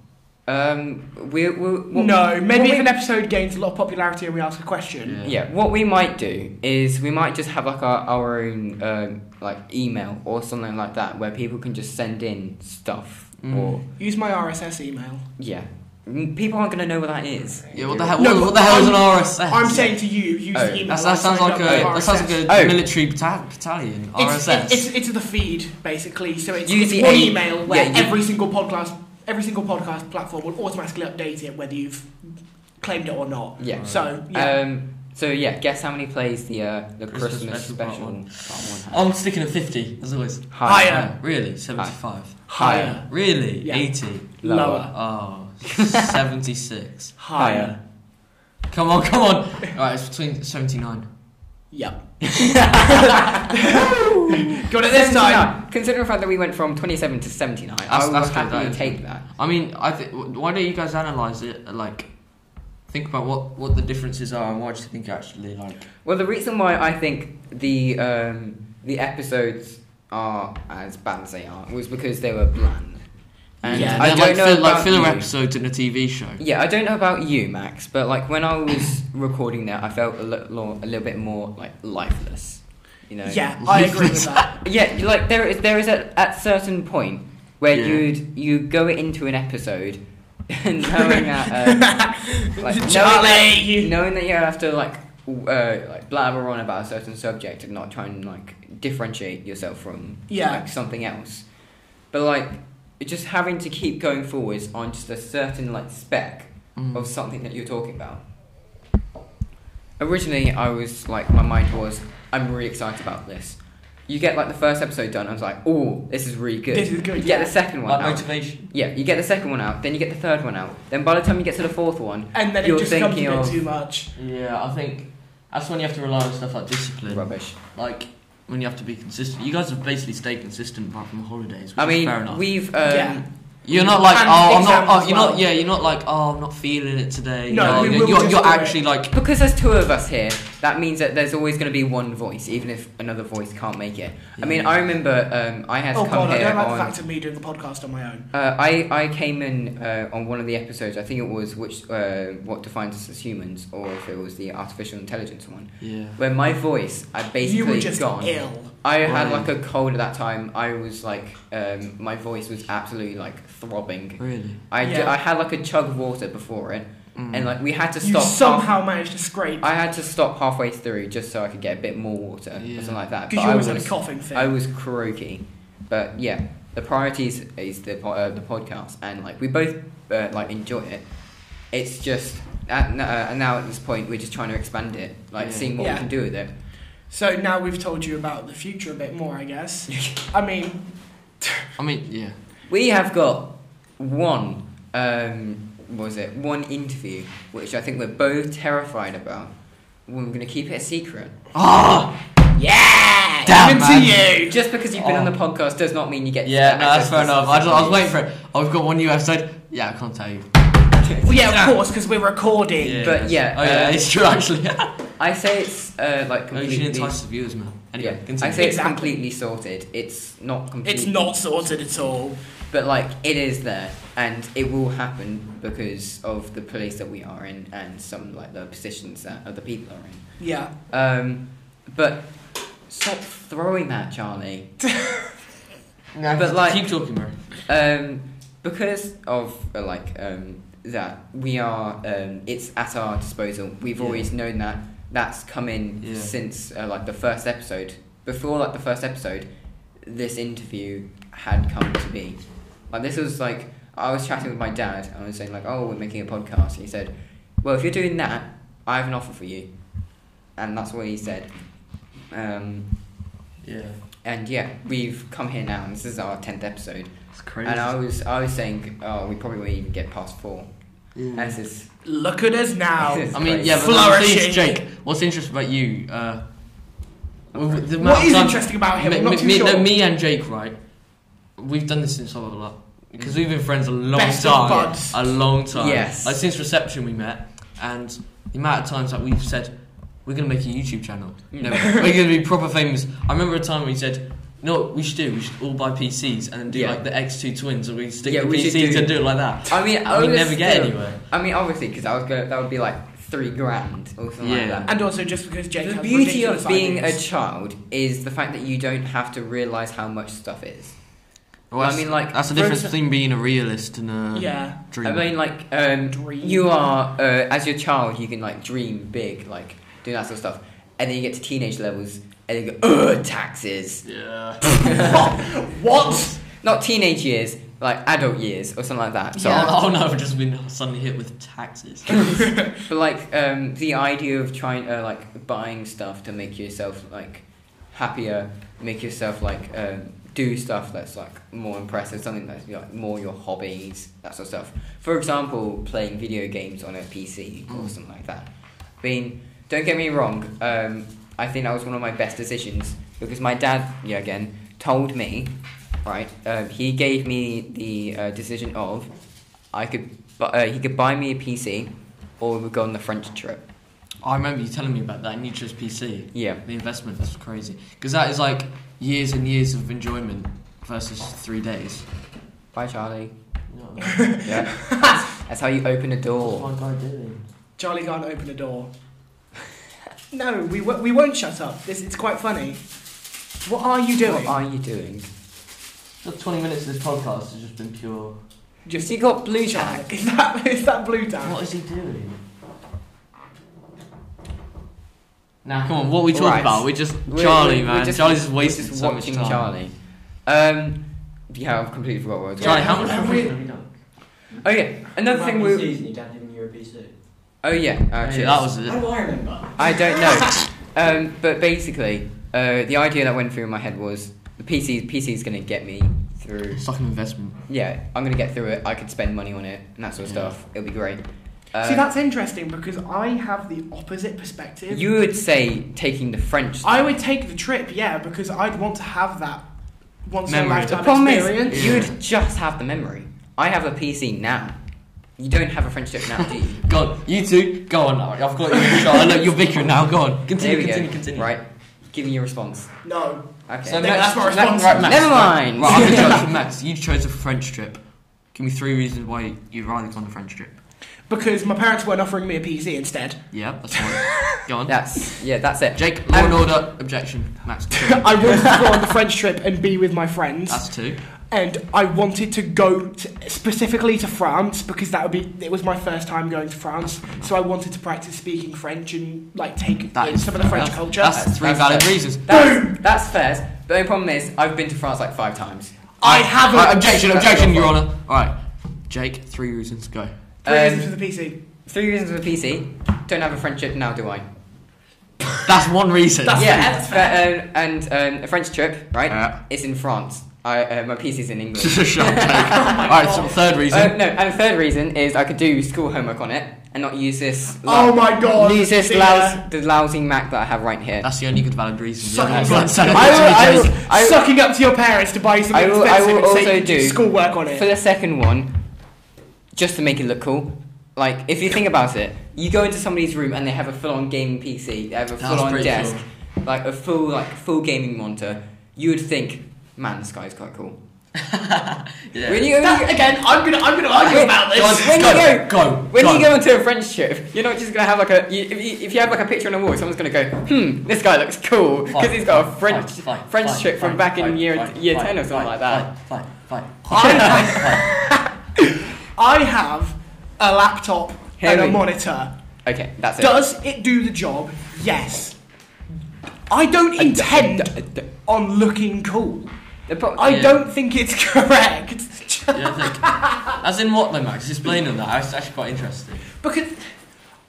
Speaker 3: um we we what-
Speaker 1: no, maybe
Speaker 3: what
Speaker 1: if
Speaker 3: we-
Speaker 1: an episode gains a lot of popularity and we ask a question.
Speaker 2: Yeah.
Speaker 3: Yeah, what we might do is we might just have like our, our own um, like email or something like that where people can just send in stuff
Speaker 2: Mm.
Speaker 3: or
Speaker 1: Use my RSS email.
Speaker 3: yeah, Mm, people aren't gonna know what that is.
Speaker 2: Yeah, what the hell,
Speaker 1: No,
Speaker 2: what,
Speaker 1: but
Speaker 2: what the hell is an
Speaker 1: I'm-
Speaker 2: RSS?
Speaker 1: I'm saying to you, use
Speaker 3: Oh,
Speaker 1: the email.
Speaker 2: That's, that,
Speaker 1: I
Speaker 2: sounds
Speaker 1: signed up
Speaker 2: like a,
Speaker 1: for
Speaker 2: that sounds like
Speaker 1: RSS.
Speaker 2: a
Speaker 3: Oh.
Speaker 2: military batta- battalion.
Speaker 1: It's,
Speaker 2: RSS.
Speaker 1: it's, it's, it's the feed basically, so it's,
Speaker 3: Use
Speaker 1: it's
Speaker 3: the
Speaker 1: one
Speaker 3: A-
Speaker 1: email where
Speaker 3: yeah, you-
Speaker 1: every single podcast, every single podcast platform will automatically update it whether you've claimed it or not.
Speaker 3: Yeah.
Speaker 1: So yeah,
Speaker 3: Um. So yeah, guess how many plays the uh, the
Speaker 2: Christmas
Speaker 3: Christmas,
Speaker 2: special part
Speaker 3: special
Speaker 2: one.
Speaker 3: part one
Speaker 2: I'm sticking at 50, as always.
Speaker 1: Higher.
Speaker 2: Yeah, really? 75.
Speaker 1: higher,
Speaker 2: Really?
Speaker 1: Yeah.
Speaker 2: 80.
Speaker 1: lower,
Speaker 3: Lower.
Speaker 2: Oh, *laughs* 76.
Speaker 1: higher.
Speaker 3: Higher.
Speaker 2: Come on, come on. Alright, it's between 79.
Speaker 1: Yep.
Speaker 3: *laughs*
Speaker 1: Got it this time.
Speaker 3: Considering the fact that we went from 27 to 79,
Speaker 2: That's-
Speaker 3: I would
Speaker 2: that's good,
Speaker 3: happily
Speaker 2: that is
Speaker 3: take
Speaker 2: good.
Speaker 3: that.
Speaker 2: I mean, I th- why don't you guys analyse it? Like, think about what, what the differences are and why do you think actually, like.
Speaker 3: Well, the reason why I think the um, the episodes are as bad as they are was because they were bland. And
Speaker 1: Yeah,
Speaker 3: I
Speaker 2: they're
Speaker 3: don't
Speaker 2: like,
Speaker 3: know
Speaker 2: fill-
Speaker 3: about
Speaker 2: like filler
Speaker 3: you.
Speaker 2: episodes in a TV show.
Speaker 3: Yeah, I don't know about you, Max, but like when I was *coughs* recording that, I felt a little, a little bit more like lifeless. You know.
Speaker 1: Yeah, I agree with that.
Speaker 3: Yeah, you- like there is there is a at certain point where
Speaker 2: Yeah.
Speaker 3: you'd you go into an episode *laughs* and
Speaker 2: *laughs*
Speaker 3: knowing that uh, like knowing that,
Speaker 1: Charlie!
Speaker 3: knowing that you have to like w- uh, like blabber on about a certain subject and not try and like differentiate yourself from
Speaker 1: Yeah.
Speaker 3: like something else, but like just having to keep going forwards on just a certain like spec
Speaker 2: Mm.
Speaker 3: of something that you're talking about. Originally, I was like, my mind was, I'm really excited about this. You get like the first episode done, I was like, oh, this is really good.
Speaker 1: This is good,
Speaker 3: You get
Speaker 1: yeah.
Speaker 3: the second one
Speaker 2: Like
Speaker 3: out.
Speaker 2: motivation.
Speaker 3: yeah, you get the second one out, then you get the third one out. Then by the time you get to the fourth one,
Speaker 1: And then it
Speaker 3: You're
Speaker 1: just comes a
Speaker 3: thinking
Speaker 1: bit
Speaker 3: of-
Speaker 1: too much.
Speaker 2: Yeah, I think that's when you have to rely on stuff like discipline.
Speaker 3: rubbish.
Speaker 2: Like, when you have to be consistent. You guys have basically stayed consistent apart from holidays, which
Speaker 3: I
Speaker 2: is Oh, fair
Speaker 3: mean,
Speaker 2: enough.
Speaker 3: we've um,
Speaker 1: Yeah.
Speaker 2: You're not like
Speaker 1: And
Speaker 2: oh I'm
Speaker 1: exams
Speaker 2: not oh,
Speaker 1: as
Speaker 2: you're
Speaker 1: well.
Speaker 2: not yeah you're not like oh I'm not feeling it today.
Speaker 1: No,
Speaker 2: Oh,
Speaker 1: we
Speaker 2: you're
Speaker 1: will
Speaker 2: you're,
Speaker 1: just
Speaker 2: you're
Speaker 1: do it.
Speaker 2: actually like
Speaker 3: Because there's two of us here, that means that there's always going to be one voice, even if another voice can't make it. I mean, I remember um, I had to
Speaker 1: Oh
Speaker 3: come
Speaker 1: god, I
Speaker 3: here
Speaker 1: don't like the
Speaker 3: on.
Speaker 1: fact of me doing the podcast on my own.
Speaker 3: Uh, I, I came in uh, on one of the episodes. I think it was which uh, what defines us as humans, or if it was the artificial intelligence one.
Speaker 2: yeah.
Speaker 3: Where my voice, I basically
Speaker 1: you were just
Speaker 3: gone.
Speaker 1: ill.
Speaker 3: I had
Speaker 2: Right.
Speaker 3: like a cold at that time. I was like, um, my voice was absolutely like throbbing.
Speaker 2: Really.
Speaker 3: I, ju-
Speaker 1: Yeah.
Speaker 3: I had like a chug of water before it,
Speaker 2: Mm.
Speaker 3: and like we had to
Speaker 1: You
Speaker 3: stop. half-
Speaker 1: somehow managed to scrape
Speaker 3: I had to stop halfway through just so I could get a bit more water or
Speaker 2: Yeah.
Speaker 3: something like that. But
Speaker 1: because you
Speaker 3: I
Speaker 1: always
Speaker 3: was
Speaker 1: had a coughing fit.
Speaker 3: I was croaky, but yeah, the priorities is the po- uh, the podcast, and like we both uh, like enjoy it. It's just at, n- uh, and now at this point we're just trying to expand it, like
Speaker 2: Yeah.
Speaker 3: seeing what
Speaker 1: Yeah.
Speaker 3: we can do with it.
Speaker 1: so now we've told you about the future a bit more, I
Speaker 3: *laughs*
Speaker 1: guess. I mean,
Speaker 2: I mean yeah.
Speaker 3: We have got one, um, what was it? One interview, which I think we're both terrified about. We're gonna keep it a secret.
Speaker 2: Ah
Speaker 3: Yeah.
Speaker 2: damn
Speaker 1: into
Speaker 2: man.
Speaker 1: you.
Speaker 3: Just because you've been on
Speaker 2: Oh.
Speaker 3: the podcast does not mean you get.
Speaker 2: Yeah, no, that's
Speaker 3: access
Speaker 2: fair
Speaker 3: to
Speaker 2: enough. I, just, I was
Speaker 3: secrets.
Speaker 2: waiting for it. I've got one you have said. Yeah, I can't tell you.
Speaker 1: Well, yeah,
Speaker 2: Yeah.
Speaker 1: of course, because we're recording.
Speaker 3: But yeah,
Speaker 2: oh yeah,
Speaker 3: uh,
Speaker 2: it's true actually.
Speaker 3: I say it's uh, like
Speaker 2: Oh, you should
Speaker 3: completely.
Speaker 2: entice the viewers, man. Anyway,
Speaker 3: yeah, I
Speaker 2: continue.
Speaker 3: say it's
Speaker 1: Exactly.
Speaker 3: completely sorted. It's not complete.
Speaker 1: It's not sorted at all.
Speaker 3: But like, it is there, and it will happen because of the place that we are in, and some like the positions that other people are
Speaker 1: Yeah.
Speaker 3: in. Um, but stop throwing that, Charlie.
Speaker 2: No,
Speaker 3: but, like-
Speaker 2: keep talking, bro.
Speaker 3: Um, because of uh, like um, that, we are. Um, it's at our disposal. We've
Speaker 2: Yeah.
Speaker 3: always known that. That's come in
Speaker 2: Yeah.
Speaker 3: since uh, like the first episode. Before like the first episode, this interview had come to be. Like this was like I was chatting with my dad and I was saying like, "Oh, we're making a podcast." And he said, "Well, if you're doing that, I have an offer for you," and that's what he said. Um,
Speaker 2: Yeah,
Speaker 3: and yeah, we've come here now, and this is our tenth episode.
Speaker 2: it's crazy.
Speaker 3: And I was I was saying, oh, we probably won't even get past four. As is,
Speaker 1: Look at us
Speaker 3: *laughs*
Speaker 1: now.
Speaker 3: This is-
Speaker 2: I mean, yeah, but
Speaker 1: Flourishing.
Speaker 2: the thing is, Jake, what's interesting about you? Uh, with the amount
Speaker 1: what
Speaker 2: of
Speaker 1: is
Speaker 2: time-
Speaker 1: interesting about him?
Speaker 2: me,
Speaker 1: I'm not
Speaker 2: me-
Speaker 1: too
Speaker 2: me-
Speaker 1: sure.
Speaker 2: no, me and Jake, right? We've done this since I was a lot because we've been friends a long
Speaker 1: Best of
Speaker 2: time,
Speaker 1: buds.
Speaker 2: a long time.
Speaker 3: Yes.
Speaker 2: like since reception we met, and the amount of times that we've said we're gonna make a YouTube channel.
Speaker 3: Mm.
Speaker 2: No, we're gonna be proper famous. I remember a time we said. No, we should do. We should all buy PCs and then do
Speaker 3: Yeah.
Speaker 2: like the X2 twins, and we stick
Speaker 3: Yeah,
Speaker 2: the
Speaker 3: we
Speaker 2: PCs
Speaker 3: should do-
Speaker 2: and do it like that.
Speaker 3: I mean, I
Speaker 2: we
Speaker 3: was
Speaker 2: never get
Speaker 3: still-
Speaker 2: anywhere.
Speaker 3: I mean, obviously, because I was going, that would be like three grand or something like
Speaker 2: Yeah.
Speaker 3: that.
Speaker 1: and also just because Jake
Speaker 3: the
Speaker 1: has
Speaker 3: beauty
Speaker 1: ridiculous
Speaker 3: of being
Speaker 1: ideas.
Speaker 3: a child is the fact that you don't have to realize how much stuff is.
Speaker 2: Well,
Speaker 3: I
Speaker 2: that's-
Speaker 3: mean, like,
Speaker 2: that's the
Speaker 3: for
Speaker 2: difference
Speaker 3: exa-
Speaker 2: between being a realist and a
Speaker 1: yeah.
Speaker 2: dreamer.
Speaker 3: I mean, like, um,
Speaker 1: Dream.
Speaker 3: you are uh, as your child, you can like dream big, like doing that sort of stuff, and then you get to teenage levels, and you go, ugh, taxes. *laughs*
Speaker 2: yeah.
Speaker 1: What?
Speaker 3: Not teenage years, like adult years or something like that. So,
Speaker 1: Yeah.
Speaker 2: Oh, oh no, I've just been suddenly hit with taxes. *coughs*
Speaker 3: but like um, the idea of trying, uh, like buying stuff to make yourself like happier, make yourself like um, do stuff that's like more impressive, something that's like more your hobbies, that sort of stuff. For example, playing video games on a PC or
Speaker 2: Mm.
Speaker 3: something like that. I mean, don't get me wrong. Um, I think that was one of my best decisions because my dad, yeah, again, told me, right? Um, he gave me the uh, decision of I could, bu- uh, he could buy me a PC, or we would go on the French trip.
Speaker 2: I remember you telling me about that, and you chose PC.
Speaker 3: Yeah,
Speaker 2: The investment, that's crazy. Because that is like years and years of enjoyment versus three
Speaker 3: *laughs*
Speaker 2: days.
Speaker 3: bye Charlie.
Speaker 2: No,
Speaker 3: Yeah, that's how you open a door.
Speaker 2: my guy doing?
Speaker 1: Charlie can't open a door. no, we, w- we won't shut up. This it's quite funny. What are you doing?
Speaker 3: What are you doing?
Speaker 2: The 20 minutes of this podcast has just been pure.
Speaker 3: Just
Speaker 1: Just
Speaker 3: you got blue
Speaker 1: Jack. *laughs*
Speaker 3: tack.
Speaker 1: Is that is that blue tag?
Speaker 2: What is he doing? Now, come on, what are we talking
Speaker 3: Right.
Speaker 2: about? We're just.
Speaker 3: We're-
Speaker 2: Charlie,
Speaker 3: we're- we're
Speaker 2: man. Charlie's just
Speaker 3: we're
Speaker 2: wasting
Speaker 3: just
Speaker 2: so much
Speaker 3: watching
Speaker 2: time.
Speaker 3: Charlie. Um, yeah, I've completely forgot what I was
Speaker 2: Charlie,
Speaker 1: Yeah,
Speaker 2: how much
Speaker 1: I
Speaker 2: have
Speaker 1: really-
Speaker 2: we done?
Speaker 3: Oh yeah, another thing we.
Speaker 5: Season, your dad giving you a PC.
Speaker 3: Oh yeah, uh,
Speaker 2: Actually,
Speaker 3: cheers.
Speaker 2: that was it.
Speaker 5: How do I remember?
Speaker 3: I don't know. Um, but basically, uh, the idea that went through my head was the PC PC's gonna get me through.
Speaker 2: It's like an investment.
Speaker 3: Yeah, I'm gonna get through it. I could spend money on it and that sort of
Speaker 2: Yeah.
Speaker 3: stuff. It'll be great. Uh,
Speaker 1: See, that's interesting because I have the opposite perspective.
Speaker 3: Uh, you would say taking the French.
Speaker 1: I would take the trip, yeah, because I'd want to have that once in a
Speaker 2: Memory.
Speaker 1: lifetime
Speaker 3: The problem
Speaker 1: experience.
Speaker 3: is,
Speaker 2: Yeah.
Speaker 3: you'd just have the memory. I have a PC now. You don't have a friendship now,
Speaker 1: *laughs*
Speaker 3: do you?
Speaker 2: Go on, you two, go on. Alright, I've got you. in shot. I know you're bickering now. Go on, continue,
Speaker 3: There we
Speaker 2: continue,
Speaker 3: go.
Speaker 2: continue.
Speaker 3: Right, give me your response.
Speaker 1: No.
Speaker 3: Okay.
Speaker 2: So
Speaker 1: Nick,
Speaker 2: Max-
Speaker 1: that's my
Speaker 2: Max-
Speaker 1: response.
Speaker 2: right, Max,
Speaker 3: Never
Speaker 2: right.
Speaker 3: mind.
Speaker 2: Right,
Speaker 3: *laughs*
Speaker 2: I'm gonna judge for Max. You chose a French trip. Give me three reasons why you'd rather go on a French trip.
Speaker 1: Because my parents weren't offering me a PC instead. *laughs*
Speaker 2: Yeah, that's one. go on.
Speaker 3: that's yeah, that's it.
Speaker 2: Jake, law and order, objection. Max, continue.
Speaker 1: *laughs* I wanted to go on the French trip and be with my friends.
Speaker 2: that's two.
Speaker 1: and I wanted to go to, specifically to France because that would be it was my first time going to France, so I wanted to practice speaking French and like take
Speaker 2: That
Speaker 1: in
Speaker 2: is
Speaker 1: some of the French
Speaker 2: that's-
Speaker 1: culture.
Speaker 2: That's three
Speaker 3: That's
Speaker 2: valid
Speaker 3: fair.
Speaker 2: reasons.
Speaker 3: That's, that's fair. But the only problem is, I've been to France like five times.
Speaker 1: I haven't.
Speaker 2: Right, objection,
Speaker 3: That's
Speaker 2: objection,
Speaker 3: your
Speaker 2: Your
Speaker 3: fault.
Speaker 2: Honour. Alright, Jake, three reasons, go.
Speaker 1: Three
Speaker 3: Um,
Speaker 1: reasons for the PC.
Speaker 3: Three reasons for the PC. Don't have a friendship now, do I?
Speaker 2: That's one reason. *laughs*
Speaker 1: That's
Speaker 3: yeah,
Speaker 1: fair,
Speaker 3: that's fair. And, and um, a French trip, right?
Speaker 2: Yeah.
Speaker 3: It's in France. I, uh, my PC's in England.
Speaker 2: Shut up, Jake. Alright, so the third reason.
Speaker 3: Uh, no, and the third reason is I could do school homework on it and not use this.
Speaker 1: Oh my God,
Speaker 3: Use this
Speaker 1: see
Speaker 3: lousy, the lousy Mac that I have right here.
Speaker 2: that's the only good valid reason.
Speaker 1: Sucking,
Speaker 2: Yeah, *laughs*
Speaker 1: up-
Speaker 2: that's-
Speaker 1: I
Speaker 2: that's-
Speaker 1: will,
Speaker 2: that's-
Speaker 1: I will-
Speaker 2: that's-
Speaker 3: I will-
Speaker 1: sucking up to your parents to buy you something
Speaker 3: I will- I
Speaker 1: expensive
Speaker 3: will
Speaker 1: and say
Speaker 3: also
Speaker 1: you
Speaker 3: do-
Speaker 1: schoolwork on it.
Speaker 3: For the second one, just to make it look cool, like if you think about it, you go into somebody's room and they have a full-on gaming PC, they have a
Speaker 2: That's
Speaker 3: full-on
Speaker 2: pretty
Speaker 3: desk, like a full like full gaming monitor. You would think, man, this guy's quite cool.
Speaker 2: *laughs* Yeah.
Speaker 3: When you, when
Speaker 1: That-
Speaker 3: you-
Speaker 1: again, I'm gonna I'm gonna argue
Speaker 3: Wait,
Speaker 1: about
Speaker 2: Go on,
Speaker 1: this.
Speaker 3: When you
Speaker 2: go,
Speaker 3: go-
Speaker 2: go,
Speaker 3: when
Speaker 2: go.
Speaker 3: you go into a friendship, you're not just gonna have like a. You, if, you, if you have like a picture on a wall, someone's gonna go, hmm, this guy looks cool because
Speaker 2: Fine,
Speaker 3: he's got a
Speaker 2: fine,
Speaker 3: French
Speaker 2: fine, fine,
Speaker 3: friendship from
Speaker 2: fine,
Speaker 3: back in
Speaker 2: fine,
Speaker 3: year
Speaker 2: fine,
Speaker 3: year
Speaker 2: fine,
Speaker 3: ten or something
Speaker 2: fine,
Speaker 3: like that.
Speaker 2: Fine, fine, fine.
Speaker 1: *laughs* I *laughs* I have a laptop
Speaker 3: Here
Speaker 1: and a
Speaker 3: we-
Speaker 1: monitor.
Speaker 3: Okay, that's it.
Speaker 1: Does it do the job? Yes. I don't intend on looking cool.
Speaker 3: The pro-
Speaker 1: I
Speaker 2: Yeah.
Speaker 1: don't think it's *laughs* correct.
Speaker 2: Yeah, I think- As in what though, Max? Explain on that. That's actually quite interesting.
Speaker 1: because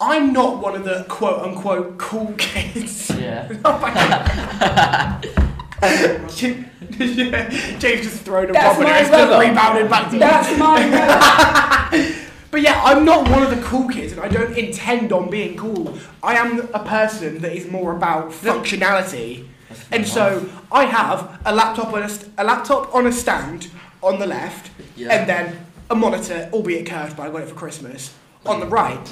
Speaker 1: I'm not one of the quote unquote cool *laughs* kids.
Speaker 2: Yeah.
Speaker 1: Oh my God. James just thrown a
Speaker 3: That's
Speaker 1: bomb and
Speaker 3: my
Speaker 1: it's just
Speaker 3: brother.
Speaker 1: rebounded back to me.
Speaker 3: That's my
Speaker 1: But yeah, I'm not one of the cool kids and I don't intend on being cool. I am a person that is more about functionality. And so I have a laptop on a, st- a laptop on a stand on the left,
Speaker 2: Yeah.
Speaker 1: and then a monitor, albeit curved, but I got it for Christmas, on the right.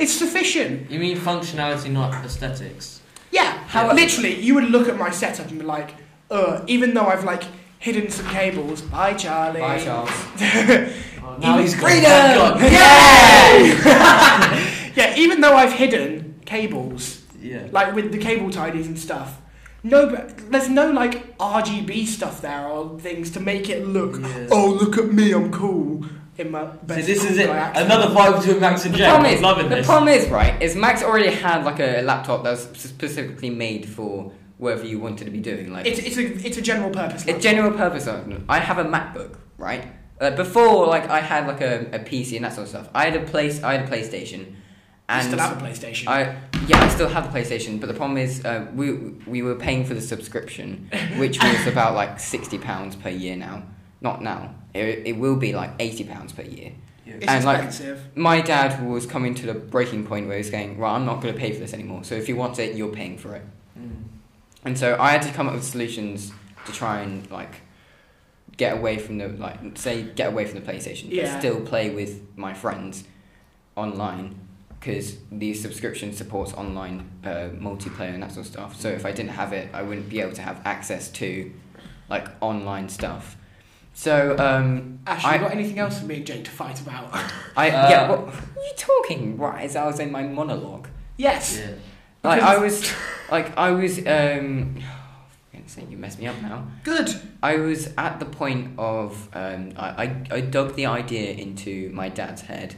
Speaker 1: It's sufficient.
Speaker 2: You mean functionality, not aesthetics?
Speaker 1: Yeah.
Speaker 3: How-
Speaker 1: Literally, you would look at my setup and be like, "Ugh." Even though I've like hidden some cables. Bye, Charlie.
Speaker 3: *laughs* Bye, Charles.
Speaker 1: *laughs*
Speaker 3: Oh,
Speaker 1: Even-
Speaker 2: God.
Speaker 1: Yay! *laughs* yeah. Even though I've hidden cables,
Speaker 2: Yeah.
Speaker 1: like with the cable tidies and stuff. No, but there's no like RGB stuff there or things to make it look.
Speaker 2: Yeah.
Speaker 1: Oh, look at me, I'm cool. In my best cool guy accent.
Speaker 2: vibe between Max and
Speaker 3: The problem is, the problem is, right, is Max already had like a laptop that was specifically made for whatever you wanted to be doing, like
Speaker 1: It's, it's a it's a general purpose.
Speaker 3: a
Speaker 1: laptop.
Speaker 3: general purpose. of- I have a MacBook, right? Uh, before, like I had like a, a PC and that sort of stuff. I had a place, I had a PlayStation,
Speaker 1: You
Speaker 3: and
Speaker 1: still have a PlayStation.
Speaker 3: I yeah, I still have the PlayStation, but the problem is uh, we we were paying for the
Speaker 1: *laughs*
Speaker 3: subscription, which was about like sixty pounds per year now. Not now. It, it will be like eighty pounds per year.
Speaker 1: it's
Speaker 3: and, like,
Speaker 1: expensive.
Speaker 3: My dad was coming to the breaking point where he was going, right, I'm not going to pay for this anymore. So if you want it, you're paying for it.
Speaker 2: Mm.
Speaker 3: And so I had to come up with solutions to try and like get away from the like say get away from the PlayStation,
Speaker 1: Yeah.
Speaker 3: but still play with my friends online because the subscription supports online uh, multiplayer and that sort of stuff. So if I didn't have it, I wouldn't be able to have access to like online stuff. So um,
Speaker 1: Ash,
Speaker 3: I-
Speaker 1: you got anything else for me and Jake to fight about?
Speaker 3: *laughs* I
Speaker 2: Uh,
Speaker 3: yeah, what, what are you talking right as I was in my monologue?
Speaker 1: yes.
Speaker 2: Yeah.
Speaker 3: Like
Speaker 1: Because-
Speaker 3: I was, like I was. Um, *sighs* I'm gonna say you messed me up now.
Speaker 1: Good.
Speaker 3: I was at the point of um, I, I I dug the idea into my dad's head,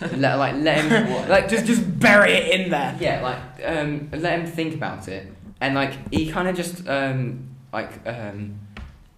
Speaker 3: let, like let him like
Speaker 1: Just just bury it in there.
Speaker 3: yeah like um, let him think about it and like he kind of just um, like um,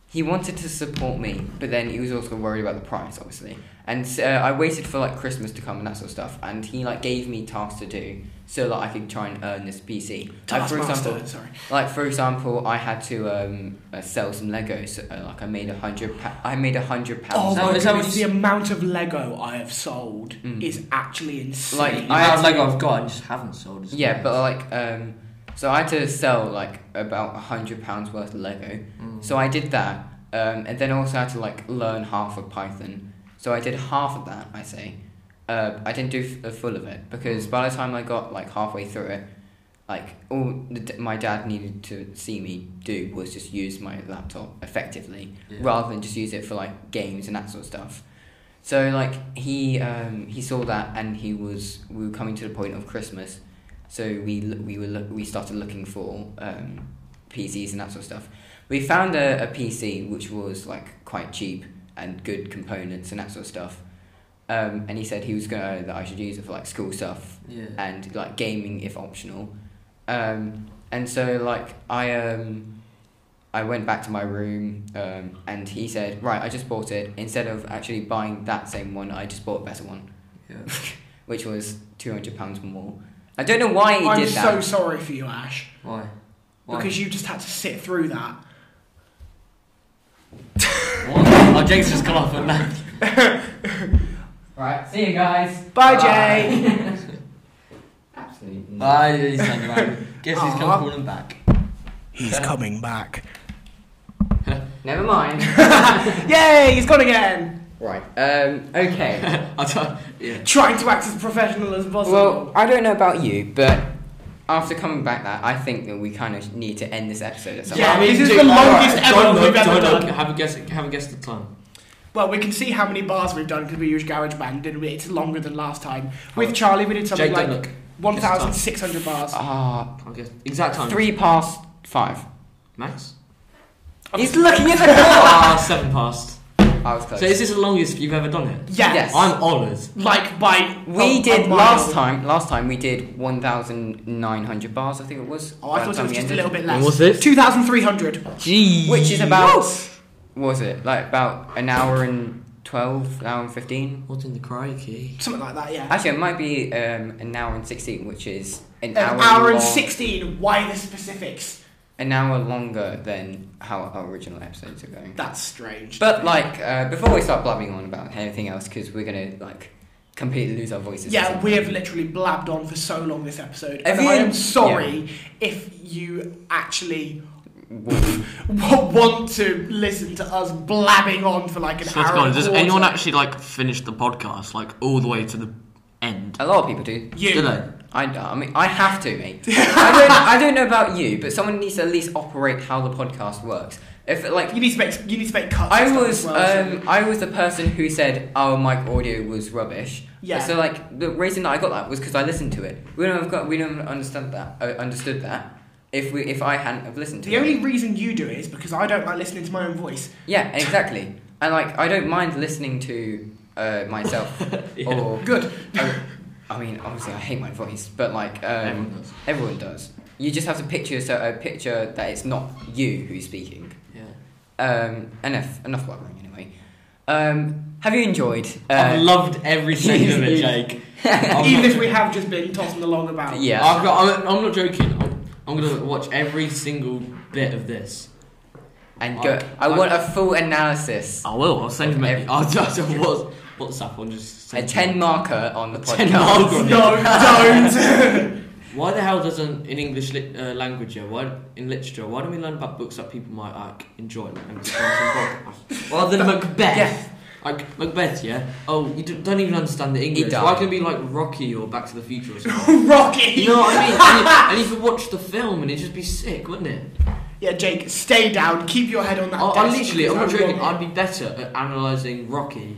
Speaker 3: he wanted to support me but then he was also worried about the price obviously and so, uh, i waited for like christmas to come and that sort of stuff and he like gave me tasks to do so that i could try and earn this pc like, for
Speaker 1: Taskmaster,
Speaker 3: example
Speaker 1: sorry.
Speaker 3: like for example i had to um, uh, sell some legos uh, like i made a hundred pa- i made a hundred
Speaker 1: Oh,
Speaker 3: pounds
Speaker 2: that-
Speaker 1: my
Speaker 2: is that what
Speaker 1: goodness,
Speaker 2: you
Speaker 1: the amount of Lego I have sold
Speaker 3: Mm.
Speaker 1: is actually insane.
Speaker 3: Like,
Speaker 2: The amount
Speaker 3: I
Speaker 2: of
Speaker 3: had-
Speaker 2: Lego I've got, I just haven't sold. is
Speaker 3: Yeah,
Speaker 2: nice.
Speaker 3: but like, um, so I had to sell like about a hundred pounds worth of Lego.
Speaker 2: Mm.
Speaker 3: So I did that, Um, and then also I had to like learn half of Python. So I did half of that, I say. Uh, I didn't do f- a full of it because by the time I got like halfway through it, like all the d- my dad needed to see me do was just use my laptop effectively
Speaker 2: Yeah.
Speaker 3: rather than just use it for like games and that sort of stuff. So like he um, he saw that and he was we were coming to the point of Christmas, so we l- we were lo- we started looking for um, PCs and that sort of stuff. We found a, a PC which was like quite cheap and good components and that sort of stuff. Um, and he said he was gonna that I should use it for like school stuff
Speaker 2: Yeah.
Speaker 3: and like gaming if optional. Um, and so like I um, I went back to my room um, and he said, right, I just bought it instead of actually buying that same one. I just bought a better one,
Speaker 2: Yeah.
Speaker 3: *laughs* which was two hundred pounds more. I don't know why he
Speaker 1: I'm
Speaker 3: did
Speaker 1: so
Speaker 3: that.
Speaker 1: sorry for you, Ash,
Speaker 2: Why? Why?
Speaker 1: because you just had to sit through that.
Speaker 2: What? Oh, Jake's just gone off and left.
Speaker 3: right, see you guys.
Speaker 1: Bye, Jay.
Speaker 3: *laughs*
Speaker 1: *laughs*
Speaker 3: Absolutely.
Speaker 2: Ah, he's hanging around.
Speaker 1: *laughs*
Speaker 2: Guess he's
Speaker 1: Aw.
Speaker 2: gonna call him back.
Speaker 1: He's coming back.
Speaker 3: Never mind. *laughs*
Speaker 1: Yay! He's gone again.
Speaker 3: right. Um. Okay.
Speaker 2: *laughs* I don't, yeah.
Speaker 1: Trying to act as professional as possible.
Speaker 3: Well, I don't know about you, but after coming back that, I think that we kind of need to end this episode at some
Speaker 1: Yeah,
Speaker 3: point.
Speaker 1: this is the longest ever we've ever done.
Speaker 2: Have a guess. Have a guess the time.
Speaker 1: Well, we can see how many bars we've done because we used GarageBand and we- it's longer than last time.
Speaker 3: Oh.
Speaker 1: With Charlie, we did something
Speaker 2: Jake, don't
Speaker 1: like
Speaker 2: look.
Speaker 1: 1,600 bars.
Speaker 3: Ah,
Speaker 2: I'll guess exact time.
Speaker 3: three past five.
Speaker 1: *laughs*
Speaker 2: max.
Speaker 3: He's looking at
Speaker 2: Ah, seven past.
Speaker 3: the. I was close.
Speaker 2: So is this the longest you've ever done it?
Speaker 1: Yeah.
Speaker 3: Yes.
Speaker 2: I'm honoured.
Speaker 1: Like by.
Speaker 3: we
Speaker 1: a-
Speaker 3: did
Speaker 1: a mile.
Speaker 3: last time. Last time we did one thousand nine hundred bars. I think it was.
Speaker 1: Oh, I
Speaker 3: by
Speaker 1: thought
Speaker 3: the
Speaker 1: it
Speaker 3: time
Speaker 1: was just
Speaker 3: we
Speaker 1: a
Speaker 3: ended.
Speaker 1: little bit
Speaker 4: And
Speaker 1: less.
Speaker 4: what's this?
Speaker 1: 2,300.
Speaker 4: Gee.
Speaker 3: Which is about. What was it like about an hour and twelve, hour and fifteen?
Speaker 2: What's in the crikey?
Speaker 1: Something like that, yeah.
Speaker 3: Actually, it might be um, an hour and sixteen, which is an,
Speaker 1: An hour and
Speaker 3: long-
Speaker 1: 16. Why the specifics?
Speaker 3: an hour longer than how our original episodes are going.
Speaker 1: That's strange.
Speaker 3: But like, uh, before we start blabbing on about anything else, because we're gonna like completely lose our voices.
Speaker 1: yeah, we have literally blabbed on for so long this episode.
Speaker 3: If
Speaker 1: And
Speaker 3: you-
Speaker 1: I am sorry if you actually
Speaker 3: Whoa.
Speaker 1: w- *laughs* want to listen to us blabbing on for like an
Speaker 2: So
Speaker 1: hour.
Speaker 2: it's gone.
Speaker 1: and
Speaker 2: Does
Speaker 1: quarter.
Speaker 2: anyone actually like finish the podcast like all the way to the end?
Speaker 3: A lot of people do.
Speaker 1: You.
Speaker 2: Do they?
Speaker 3: I, I mean, I have to,
Speaker 1: *laughs*
Speaker 3: mate. I don't, I don't know about you, but someone needs to at least operate how the podcast works. If like,
Speaker 1: You need to make you need to make cuts.
Speaker 3: I
Speaker 1: and stuff
Speaker 3: was,
Speaker 1: as well, so-
Speaker 3: um, I was the person who said our mic audio was rubbish.
Speaker 1: Yeah.
Speaker 3: So like, the reason that I got that was because I listened to it. We don't have got, we don't understand that, uh, understood that. If we, if I hadn't have listened to
Speaker 1: the
Speaker 3: it.
Speaker 1: only reason you do it is because I don't like listening to my own
Speaker 3: *laughs*
Speaker 1: voice.
Speaker 3: Yeah, exactly. And like, I don't mind listening to uh, myself.
Speaker 2: *laughs* Yeah.
Speaker 3: Or
Speaker 1: Good.
Speaker 3: *laughs* I, I mean, obviously, I hate my voice, but like, um,
Speaker 2: Everyone does.
Speaker 3: everyone does. You just have to picture so a picture that it's not you who's speaking.
Speaker 2: Yeah.
Speaker 3: Um, enough, enough blabbering anyway. Um, have you enjoyed?
Speaker 2: I've
Speaker 3: Uh,
Speaker 2: loved *laughs* every second of it, *laughs* Jake. I'm
Speaker 1: Even
Speaker 2: not-
Speaker 1: if we have just been tossing along about.
Speaker 3: Oh, Yeah.
Speaker 2: I've got, I'm, I'm not joking. I'm, I'm gonna watch every single bit of this.
Speaker 3: and go. I want a full analysis,
Speaker 2: I will. I'll send you.
Speaker 3: Every-
Speaker 2: Every, *laughs* I'll, just- I'll, what's WhatsApp. I'll just
Speaker 3: a
Speaker 2: send you.
Speaker 3: ten marker on the
Speaker 2: A 10
Speaker 3: podcast.
Speaker 2: marker.
Speaker 1: No,
Speaker 3: *laughs*
Speaker 1: don't. *laughs*
Speaker 2: Why the hell doesn't in English lit, uh, language? yeah, Why in literature? Why don't we learn about books that people might like enjoy? Like, and *laughs* Rather than Macbeth.
Speaker 3: yeah.
Speaker 2: Like Macbeth, yeah. Oh, you d- don't even understand the English.
Speaker 3: don't.
Speaker 2: Why can it be like Rocky or Back to the Future or something? *laughs*
Speaker 1: Rocky.
Speaker 2: you know what I mean? And you, and you could watch the film and it'd just be sick, wouldn't it?
Speaker 1: Yeah, Jake, stay down. Keep your head on that.
Speaker 2: I, I
Speaker 1: desk,
Speaker 2: literally, I'm not
Speaker 1: because I
Speaker 2: joking.
Speaker 1: want
Speaker 2: I'd be better at analysing Rocky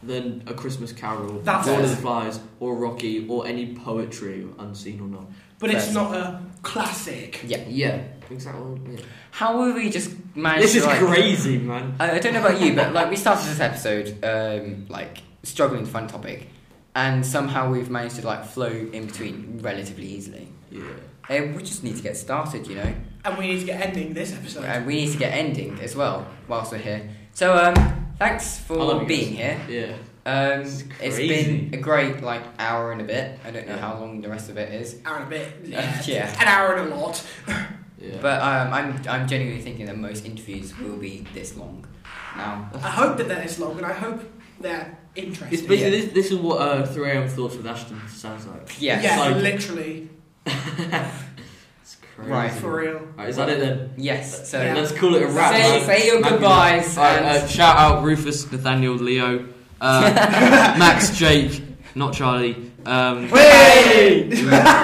Speaker 2: than a Christmas Carol,
Speaker 1: That's
Speaker 2: Lord
Speaker 1: it.
Speaker 2: of the Flies, or Rocky, or any poetry, unseen or not.
Speaker 1: it. But it's
Speaker 3: Fair.
Speaker 1: not a classic.
Speaker 3: Yeah.
Speaker 2: Yeah, exactly. Yeah.
Speaker 3: How will we just manage?
Speaker 2: This
Speaker 3: to,
Speaker 2: is
Speaker 3: like,
Speaker 2: crazy, man.
Speaker 3: I, I don't know about you, but like we started this episode um, like struggling to find a topic, and somehow we've managed to like flow in between relatively easily.
Speaker 2: Yeah.
Speaker 3: Uh, we just need to get started, you know,
Speaker 1: And we need to get ending this episode.
Speaker 2: Um,
Speaker 3: and we need to get ending as well whilst we're here. So um, thanks
Speaker 2: I love
Speaker 3: for
Speaker 2: you
Speaker 3: being
Speaker 2: guys.
Speaker 3: here.
Speaker 2: Yeah.
Speaker 3: Um,
Speaker 2: This is
Speaker 3: it's
Speaker 2: crazy.
Speaker 3: been a great like hour and a bit. I don't know
Speaker 2: Yeah.
Speaker 3: how long the rest of it is,
Speaker 1: hour and a bit.
Speaker 2: uh,
Speaker 1: Yeah.
Speaker 3: yeah.
Speaker 1: An hour and a lot.
Speaker 2: Yeah.
Speaker 3: but um, I'm I'm genuinely thinking that most interviews will be this long. Now,
Speaker 1: I hope that they're this long, and I hope they're interesting.
Speaker 2: it's basically this, this is what uh, 3 a.m. thoughts with Ashton sounds like.
Speaker 3: yeah.
Speaker 1: Yeah,
Speaker 2: Like-
Speaker 1: literally.
Speaker 2: *laughs* it's
Speaker 3: Right.
Speaker 1: For real.
Speaker 2: Alright, is that it then?
Speaker 3: Yes. So
Speaker 1: Yeah.
Speaker 2: Let's call it a wrap.
Speaker 3: say,
Speaker 2: man.
Speaker 3: say your
Speaker 2: Thank you.
Speaker 3: goodbyes.
Speaker 2: Alright,
Speaker 3: and-
Speaker 2: uh, shout out Rufus, Nathaniel, Leo,
Speaker 3: *laughs*
Speaker 2: uh, Max, Jake, not Charlie, um,
Speaker 3: *laughs*
Speaker 1: Hey!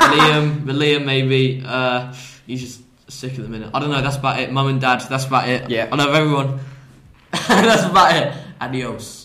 Speaker 2: Liam, but Liam maybe. Uh, he's just sick at the minute. I don't know. *laughs* That's about it. Mum and Dad. That's about it.
Speaker 3: Yeah.
Speaker 2: I love everyone. that's about it. Adios.